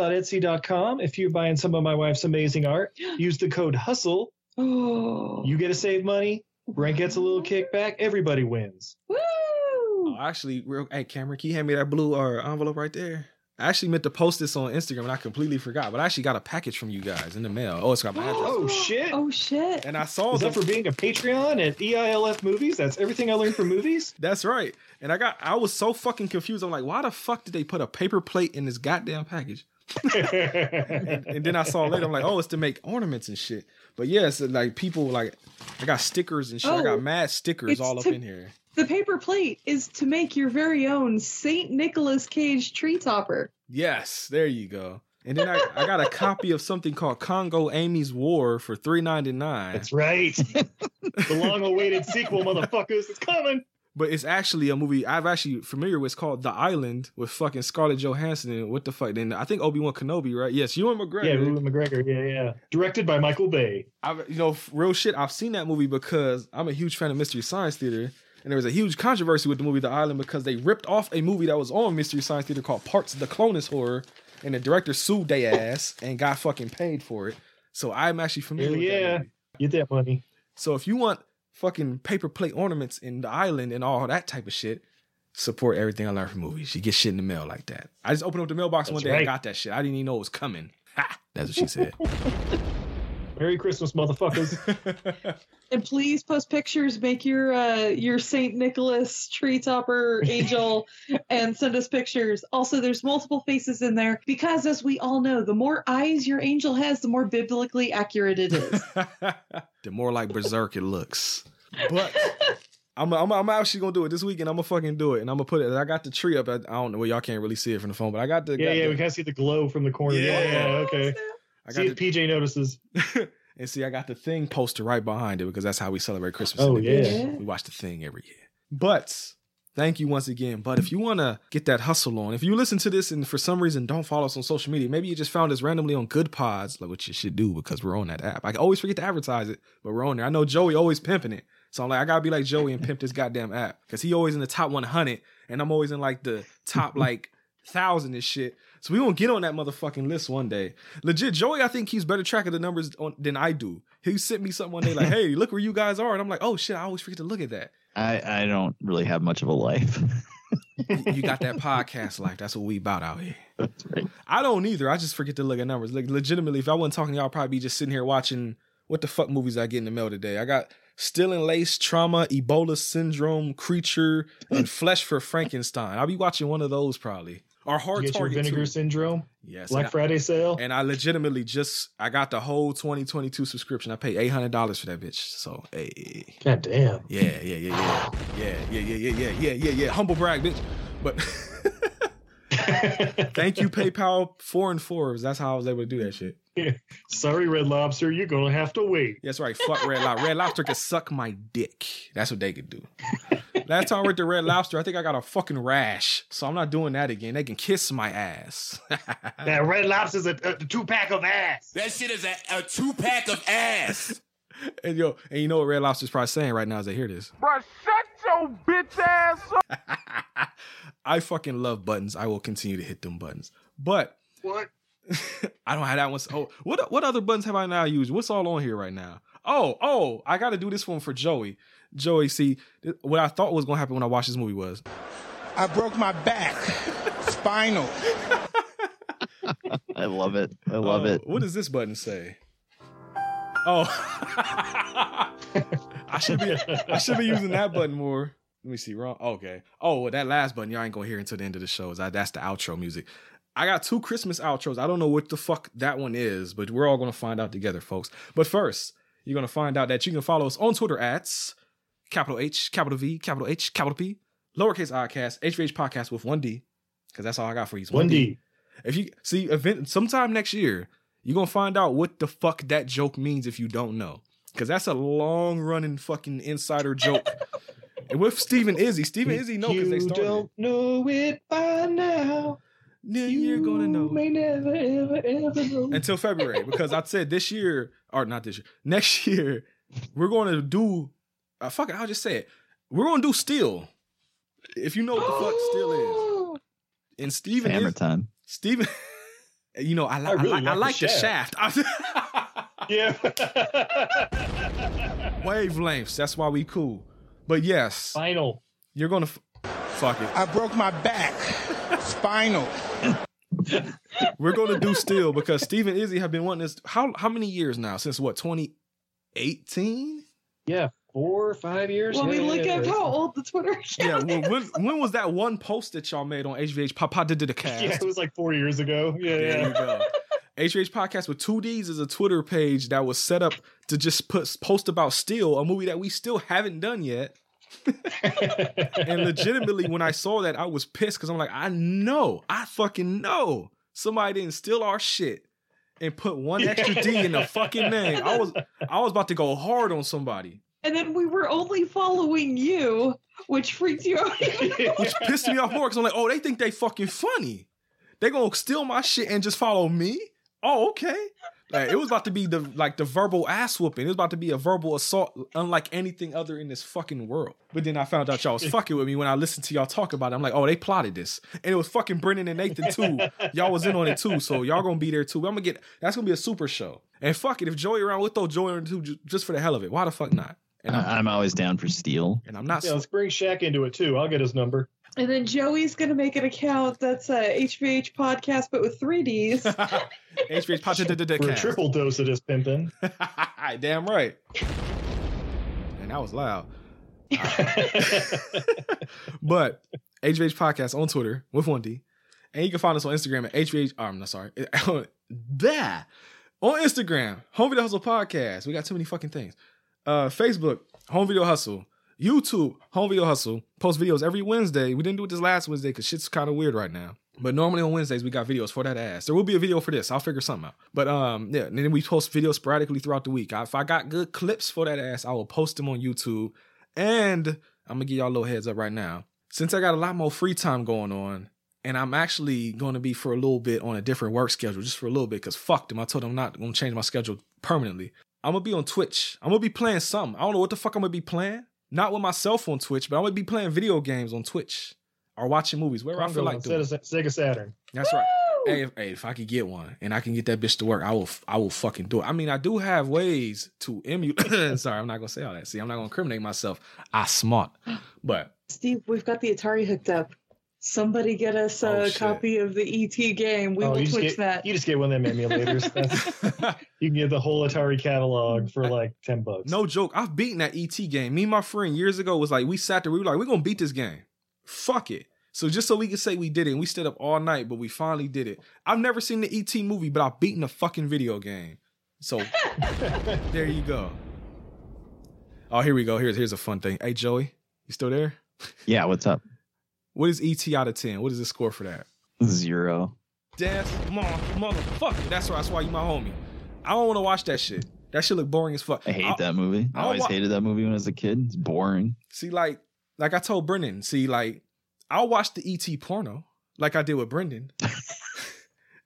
S1: untidyvenus.etsy.com, if you're buying some of my wife's amazing art, use the code HUSTLE.
S3: Oh.
S1: You get to save money. Brent gets a little kickback. Everybody wins.
S3: Woo!
S2: Oh, actually, real hey Cameron, can you hand me that blue uh, envelope right there? I actually meant to post this on Instagram and I completely forgot, but I actually got a package from you guys in the mail. Oh, it's got my address.
S1: Oh, shit.
S3: Oh shit!
S2: And I saw
S1: Is
S2: the
S1: that for being a Patreon at E EILF Movies? That's everything I learned from movies?
S2: That's right. And I got I was so fucking confused. I'm like, why the fuck did they put a paper plate in this goddamn package? and, and then I saw later, I'm like, oh, it's to make ornaments and shit. But yes, like people like I got stickers and shit. I
S3: Oh,
S2: got mad stickers
S3: it's
S2: all up
S3: to-
S2: in here.
S3: The paper plate is to make your very own Saint Nicholas Cage tree topper.
S2: Yes, there you go. And then I, I got a copy of something called Congo Amy's War for three ninety nine.
S1: That's right. the long awaited sequel, motherfuckers. It's coming.
S2: But it's actually a movie I've actually familiar with. It's called The Island with fucking Scarlett Johansson and what the fuck? Then I think Obi Wan Kenobi, right? Yes, you and McGregor.
S1: Yeah, Ewan McGregor. Yeah, yeah. Directed by Michael Bay.
S2: I've, you know, f- real shit. I've seen that movie because I'm a huge fan of Mystery Science Theater, and there was a huge controversy with the movie The Island because they ripped off a movie that was on Mystery Science Theater called Parts of the Clonus Horror, and the director sued they ass and got fucking paid for it. So I'm actually familiar.
S1: Hell
S2: with that
S1: yeah.
S2: movie.
S1: Get that money.
S2: So if you want fucking paper plate ornaments in the island and all that type of shit, support everything I learned from movies. You get shit in the mail like that. I just opened up the mailbox
S1: That's
S2: one day
S1: right.
S2: and got that shit. I didn't even know it was coming. Ha! That's what she said.
S1: Merry Christmas, motherfuckers.
S3: And please post pictures. Make your uh, your Saint Nicholas tree topper angel, and send us pictures. Also, there's multiple faces in there because, as we all know, the more eyes your angel has, the more biblically accurate it is.
S2: the more like berserk it looks. But I'm, I'm, I'm actually gonna do it this weekend. I'm gonna fucking do it, and I'm gonna put it. I got the tree up. I, I don't know. Well, y'all can't really see it from the phone, but I got the.
S1: yeah,
S2: got
S1: yeah.
S2: the-
S1: We kind of see the glow from the corner.
S2: Yeah.
S1: Yeah, yeah, okay.
S2: I
S1: See
S2: got
S1: if
S2: the,
S1: PJ notices.
S2: and see, I got the thing poster right behind it because that's how we celebrate Christmas.
S1: Oh,
S2: in the
S1: yeah.
S2: beach. we watch the thing every year. But thank you once again. But if you want to get that hustle on, if you listen to this and for some reason don't follow us on social media, maybe you just found us randomly on Good Pods, like what you should do because we're on that app. I always forget to advertise it, but we're on there. I know Joey always pimping it. So I'm like, I gotta be like Joey and pimp this goddamn app because he always in the top 100 and I'm always in like the top like thousand and shit. So we gonna get on that motherfucking list one day. Legit, Joey, I think he's better track of the numbers on, than I do. He sent me something one day like, "Hey, look where you guys are," and I'm like, "Oh shit, I always forget to look at that."
S4: I, I don't really have much of a life.
S2: you you got that podcast life. That's what we about out here.
S4: That's right.
S2: I don't either. I just forget to look at numbers. Like legitimately, if I wasn't talking, to y'all I'd probably be just sitting here watching what the fuck movies I get in the mail today. I got Still in Lace, Trauma, Ebola Syndrome, Creature, and Flesh for Frankenstein. I'll be watching one of those probably. Or Hard
S1: You get your
S2: Target.
S1: vinegar
S2: too.
S1: syndrome.
S2: Yes. I
S1: Black
S2: got-
S1: Friday sale.
S2: and I legitimately just I got the whole 2022 subscription. I paid eight hundred dollars for that bitch. So hey.
S1: God damn.
S2: Yeah, yeah, yeah, yeah, yeah, yeah, yeah, yeah, yeah, yeah, yeah. Humble brag, bitch. But thank you, PayPal four and fours. That's how I was able to do that shit.
S1: Sorry, Red Lobster. You're gonna have to wait.
S2: That's right. Fuck Red Lobster. Red Lobster could suck my dick. That's what they could do. Last time I went to Red Lobster, I think I got a fucking rash. So I'm not doing that again. They can kiss my ass. Uh,
S1: That Red Lobster's a, a two pack of ass.
S6: That shit is a, a two pack of ass.
S2: and yo, and you know what Red Lobster's probably saying right now as they hear this.
S12: Bruh, shut your bitch ass up.
S2: I fucking love buttons. I will continue to hit them buttons. But
S1: What?
S2: I don't have that one. Oh, what what other buttons have I now used? What's all on here right now? Oh, oh, I got to do this one for Joey. Joey, see, th- what I thought was going to happen when I watched this movie was
S13: I broke my back, spinal.
S4: I love it. I love
S2: Oh,
S4: it.
S2: What does this button say? Oh, I should be I should be using that button more. Let me see. Wrong. Okay. Oh, well, that last button y'all ain't gonna hear until the end of the show. Is that that's the outro music. I got two Christmas outros. I don't know what the fuck that one is, but we're all gonna find out together, folks. But first, you're gonna find out that you can follow us on Twitter at capital H, capital V, capital H, capital P, lowercase iCast, HVH podcast with one D, because that's all I got for you. It's
S1: One D.
S2: If you see event sometime next year, you're gonna find out what the fuck that joke means if you don't know. Cause that's a long running fucking insider joke. and with Steven Izzy, Steven Izzy know because they
S1: You
S2: started.
S1: don't
S2: it.
S1: know it by now.
S2: Then you are gonna know.
S1: May never ever ever know.
S2: Until February. because I said this year, or not this year, next year, we're gonna do uh, fuck it, I'll just say it. We're gonna do still. If you know what the fuck still is. And Steven
S4: Hammer
S2: Iz-
S4: time.
S2: Steven you know, I, li-
S4: I really
S2: I, li- I like the shaft.
S4: Shaft.
S1: yeah.
S2: Wavelengths. That's why we cool. But yes.
S1: Final.
S2: You're gonna f- fuck it.
S13: I broke my back, spinal.
S2: We're gonna do still because Steve and Izzy have been wanting this how how many years now? Since what, 2018?
S1: Yeah, four or five years.
S3: When we
S1: Yeah,
S3: look
S1: yeah,
S3: up
S1: yeah.
S3: how old the Twitter
S2: Yeah, well, when when was that one post that y'all made on HVH Papa did the cast?
S1: Yeah, it was like four years ago. Yeah,
S2: There you
S1: yeah.
S2: go. HVH Podcast with two D's is a Twitter page that was set up to just put post about Steel, a movie that we still haven't done yet. and legitimately, when I saw that, I was pissed because I'm like, I know, I fucking know somebody didn't steal our shit and put one extra D in the fucking name. I was I was about to go hard on somebody,
S3: and then we were only following you, which freaked you out.
S2: which pissed me off more because I'm like, oh, they think they fucking funny. They gonna steal my shit and just follow me? Oh, okay. Like, it was about to be the like the verbal ass whooping. It was about to be a verbal assault, unlike anything other in this fucking world. But then I found out y'all was fucking with me when I listened to y'all talk about it. I'm like, oh, they plotted this, and it was fucking Brendan and Nathan too. y'all was in on it too, so y'all gonna be there too. I'm gonna get that's gonna be a super show. And fuck it, if Joey around, we'll throw Joey around too, ju- just for the hell of it. Why the fuck not? And I'm,
S4: I- I'm always down for steel.
S2: and I'm not.
S1: Yeah, let's bring Shaq into it too. I'll get his number.
S3: And then Joey's gonna make an account that's a HVH podcast, but with three Ds.
S2: HBH Pacha did the
S1: We're a
S2: cast.
S1: triple dose of this pimpin'.
S2: Damn right. And that was loud. but HVH Podcast on Twitter with 1D. And you can find us on Instagram at HVH. oh, I'm not sorry. that. On Instagram, Home Video Hustle Podcast. We got too many fucking things. Uh, Facebook, Home Video Hustle. YouTube, Home Video Hustle. Post videos every Wednesday. We didn't do it this last Wednesday because shit's kind of weird right now. But normally on Wednesdays we got videos for that ass. There will be a video for this. I'll figure something out. But um, yeah, and then we post videos sporadically throughout the week. I- If I got good clips for that ass, I will post them on YouTube. And I'm gonna give y'all a little heads up right now. Since I got a lot more free time going on, and I'm actually gonna be for a little bit on a different work schedule, just for a little bit, because fuck them. I told them I'm not gonna change my schedule permanently. I'm gonna be on Twitch. I'm gonna be playing something. I don't know what the fuck I'm gonna be playing. Not with myself on Twitch, but I'm gonna be playing video games on Twitch or watching movies, wherever I feel like doing.
S1: Sega, Sega Saturn.
S2: That's right. Hey if, hey, if I could get one and I can get that bitch to work, I will. f- I will fucking do it. I mean, I do have ways to emulate. Sorry, I'm not gonna say all that. See, I'm not gonna incriminate myself. I smart, but
S3: Steve, we've got the Atari hooked up. Somebody get us
S2: Oh,
S3: a
S2: shit.
S3: copy of the ET game. We
S1: Oh,
S3: will
S1: you just
S3: Twitch
S1: get,
S3: that.
S1: You just get one of them emulators. That's- you can get the whole Atari catalog for like ten bucks.
S2: no joke. I've beaten that ET game. Me and my friend years ago was like, we sat there. We were like, we gonna beat this game. Fuck it. So just so we could say we did it, and we stayed up all night, but we finally did it. I've never seen the ET movie, but I've beaten a fucking video game. So there you go. Oh, here we go. Here's here's a fun thing. Hey Joey, you still there?
S4: Yeah, what's up?
S2: What is ET out of 10? What is the score for that?
S4: Zero.
S2: That's my motherfucker. That's right. That's why you my homie. I don't want to watch that shit. That shit look boring as fuck.
S4: I hate that movie. I
S2: I'll
S4: always
S2: wa-
S4: hated that movie when I was a kid. It's boring.
S2: See, like, like I told Brendan, see, like, I'll watch the ET porno, like I did with Brendan.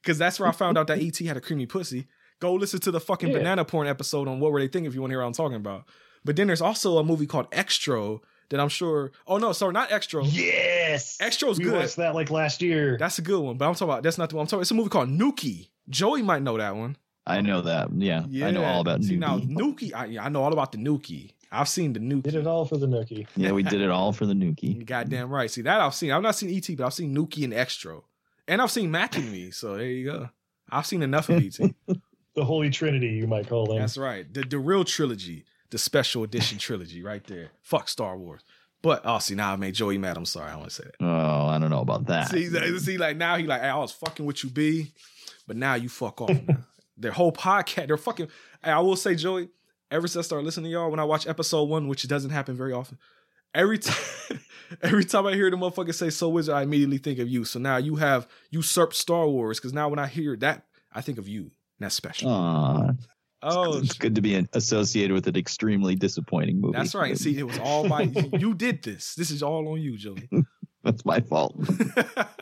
S2: Cause that's where I found out that ET had a creamy pussy. Go listen to the fucking
S1: Yeah.
S2: banana porn episode on what were they thinking if you want to hear what I'm talking about. But then there's also a movie called Extro that I'm sure oh no, sorry, not Extro.
S1: Yes.
S2: Extro's
S1: we
S2: good.
S1: watched that like last year.
S2: That's a good one, but I'm talking about that's not the one I'm talking. It's a movie called Nuki. Joey might know that one.
S4: I know that. Yeah, I know all about
S2: See,
S4: Nuki.
S2: now Nuki. I, yeah, I know all about the Nuki. I've seen the Nuki. Did
S1: it all for the Nuki.
S4: yeah, we did it all for the Nuki.
S2: Goddamn right. See that I've seen. I've not seen ET, but I've seen Nuki and Extro, and I've seen Mac and Me. So there you go. I've seen enough of ET.
S1: the Holy Trinity, you might call them.
S2: That's right. The the real trilogy, the special edition trilogy, right there. Fuck Star Wars. But oh, see now I made Joey mad. I'm sorry. I want to say that.
S4: Oh, I don't know about that.
S2: See, that- see, like now he like "Hey, I was fucking with you, B, but now you fuck off. now. Their whole podcast, they're fucking. Hey, I will say, Joey, ever since I started listening to y'all, when I watch episode one, which doesn't happen very often, every time, every time I hear the motherfucker say "So Wizard," I immediately think of you. So now you have usurped Star Wars because now when I hear that, I think of you. And that's special.
S4: Aw.
S2: Oh,
S4: it's good to be an- associated with an extremely disappointing movie.
S2: That's right. See, it was all my. you did this. This is all on you, Joey.
S4: That's my fault.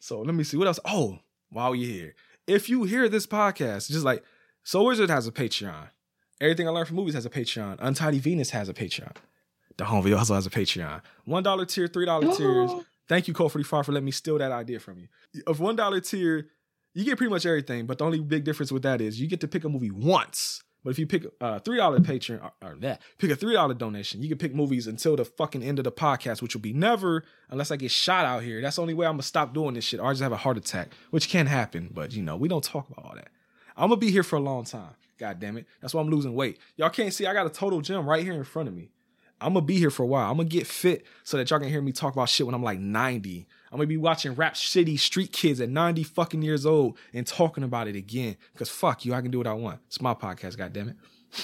S2: So let me see what else. Oh, while you're here, if you hear this podcast, just like Soul Wizard has a Patreon. Everything I learned from movies has a Patreon. Untidy Venus has a Patreon. The Home Video Hustle has a Patreon. One dollar tier, three dollar tiers. Thank you, Cole Forty Five, for letting me steal that idea from you. Of one dollar tier, you get pretty much everything. But the only big difference with that is you get to pick a movie once. But if you pick a three dollar patron or, or that, pick a three dollar donation, you can pick movies until the fucking end of the podcast, which will be never unless I get shot out here. That's the only way I'm gonna stop doing this shit, or I just have a heart attack, which can happen. But you know, we don't talk about all that. I'm gonna be here for a long time. God damn it. That's why I'm losing weight. Y'all can't see I got a total gym right here in front of me. I'm gonna be here for a while. I'm gonna get fit so that y'all can hear me talk about shit when I'm like 90. I'm gonna be watching rap shitty street kids at 90 fucking years old and talking about it again. Cause fuck you, I can do what I want. It's my podcast, god damn it.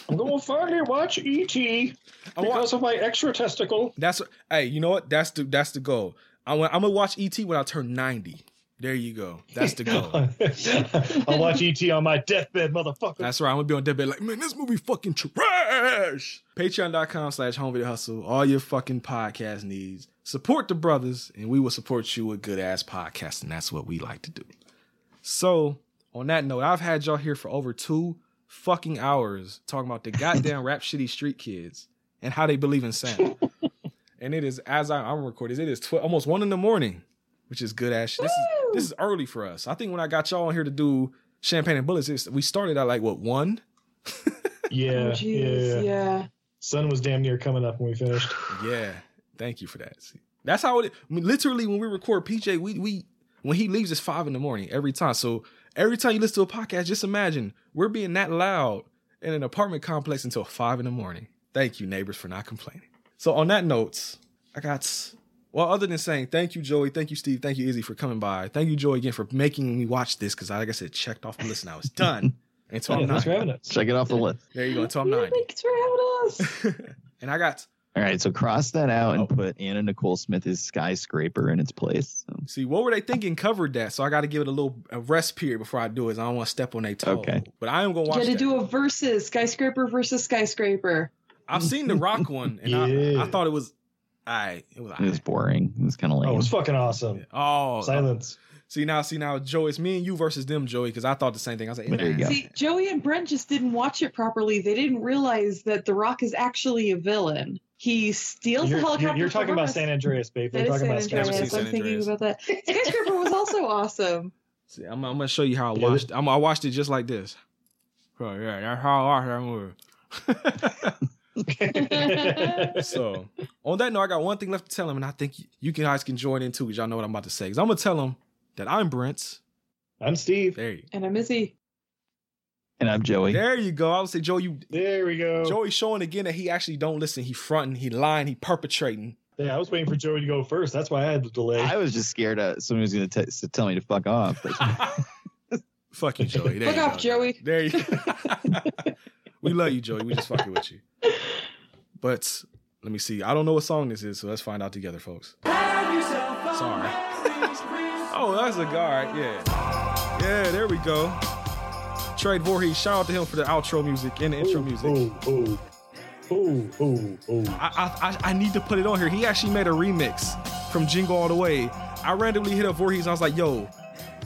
S1: I'm going to finally watch E.T. because of my extra testicle.
S2: That's hey, you know what? That's the that's the goal. I'm gonna, I'm gonna watch ET when I turn 90. There you go. That's the goal.
S1: I'll watch E.T. on my deathbed, motherfucker.
S2: That's right. I'm gonna be on deadbed like, man, this movie fucking trash. Patreon.com slash home video hustle. All your fucking podcast needs. Support the brothers, and we will support you with good ass podcasts, and that's what we like to do. So, on that note, I've had y'all here for over two fucking hours talking about the goddamn rap shitty street kids and how they believe in Santa. and it is as I, I'm recording, it is tw- almost one in the morning, which is good ass. shit. This is this is early for us. I think when I got y'all on here to do champagne and bullets, it's, we started at like what one?
S1: Yeah,
S3: Oh, jeez,
S1: yeah.
S3: yeah.
S1: Sun was damn near coming up when we finished.
S2: Yeah. Thank you for that. See, that's how it. I mean, literally, when we record PJ, we we when he leaves, it's five in the morning every time. So every time you listen to a podcast, just imagine we're being that loud in an apartment complex until five in the morning. Thank you, neighbors, for not complaining. So on that note, I got well, other than saying thank you, Joey, thank you, Steve, thank you, Izzy, for coming by. Thank you, Joey, again for making me watch this because, like I said, checked off the list and I was done until I'm
S4: Yeah,
S2: nine.
S4: thanks for having us. Check it off the list.
S2: There you go, until I'm nine.
S3: Thanks for having us.
S2: And I got
S4: All right, so cross that out
S2: Oh.
S4: and put Anna Nicole Smith's skyscraper in its place.
S2: See, what were they thinking covered that? So I got to give it a little a rest period before I do it. 'cause I don't want to step on their toe.
S4: Okay.
S2: But I am going to
S3: You
S2: watch
S3: got to
S2: that.
S3: do a versus skyscraper versus skyscraper.
S2: I've seen the Rock one, and I, I thought it was, I it was,
S4: It was boring. It was kind of lame.
S1: Oh, it was fucking awesome.
S2: oh
S1: Silence.
S2: See now, see now, Joey, it's me and you versus them, Joey, because I thought the same thing. I was like,
S4: There you go.
S3: See, Joey and Brent just didn't watch it properly. They didn't realize that The Rock is actually a villain. He steals
S1: You're, you're-
S3: the helicopter.
S1: you're talking
S3: from
S1: about
S3: us.
S1: San Andreas, babe. We're
S3: That is
S1: talking
S3: San
S1: about San
S3: Andreas. I'm
S1: Andreas.
S3: thinking about that. Skyscraper was also awesome.
S2: See, I'm, I'm gonna show you how I watched. I'm, I watched it just like this. Oh yeah, that's how I watched that movie. so on that note, I got one thing left to tell him, and I think you, you guys can join in too, because y'all know what I'm about to say. Because I'm gonna tell him that I'm Brent.
S1: I'm Steve.
S2: There you,
S3: And I'm Izzy.
S4: And I'm Joey.
S2: there you go. I would say, Joe, you.
S1: There we go.
S2: Joey showing again that he actually don't listen. He fronting. He lying. He perpetrating.
S1: Yeah, I was waiting for Joey to go first. That's why I had the delay.
S4: I was just scared uh, somebody was going to t- tell me to fuck off.
S2: Fuck you, Joey. There
S3: Fuck
S2: you
S3: off,
S2: go.
S3: Joey.
S2: There you. we love you, Joey. We just fucking with you. But let me see. I don't know what song this is, so let's find out together, folks. Sorry. oh, that's a guard. Yeah. Yeah. There we go. Trey Voorhees. Shout out to him for the outro music and the intro music.
S1: Ooh, ooh, ooh, ooh, ooh.
S2: I, I, I I need to put it on here. He actually made a remix from Jingle All the Way. I randomly hit up Voorhees. I was like, yo,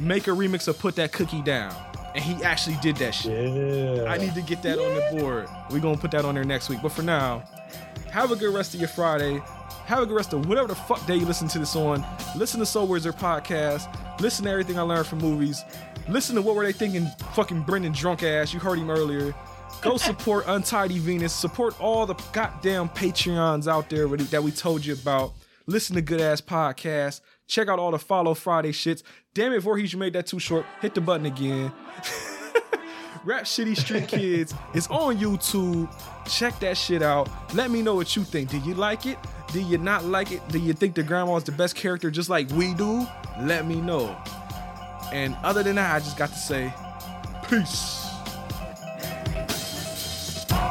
S2: make a remix of Put That Cookie Down. And he actually did that shit. I need to get that on the board. We're going to put that on there next week. But for now, have a good rest of your Friday. Have a good rest of whatever the fuck day you listen to this on. Listen to Soul Wizard Podcast. Listen to everything I learned from movies. Listen to what were they thinking? Fucking Brendan drunk ass. You heard him earlier. Go support Untidy Venus. Support all the goddamn Patreons out there with- that we told you about. Listen to good ass podcasts. Check out all the Follow Friday shits. Damn it, Voorhees, you made that too short. Hit the button again. Rap Shitty Street Kids is on YouTube. Check that shit out. Let me know what you think. Do you like it? Do you not like it? Do you think the grandma is the best character just like we do? Let me know. And other than that, I just got to say, peace.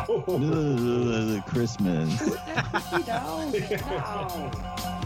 S4: Christmas.
S3: no, no.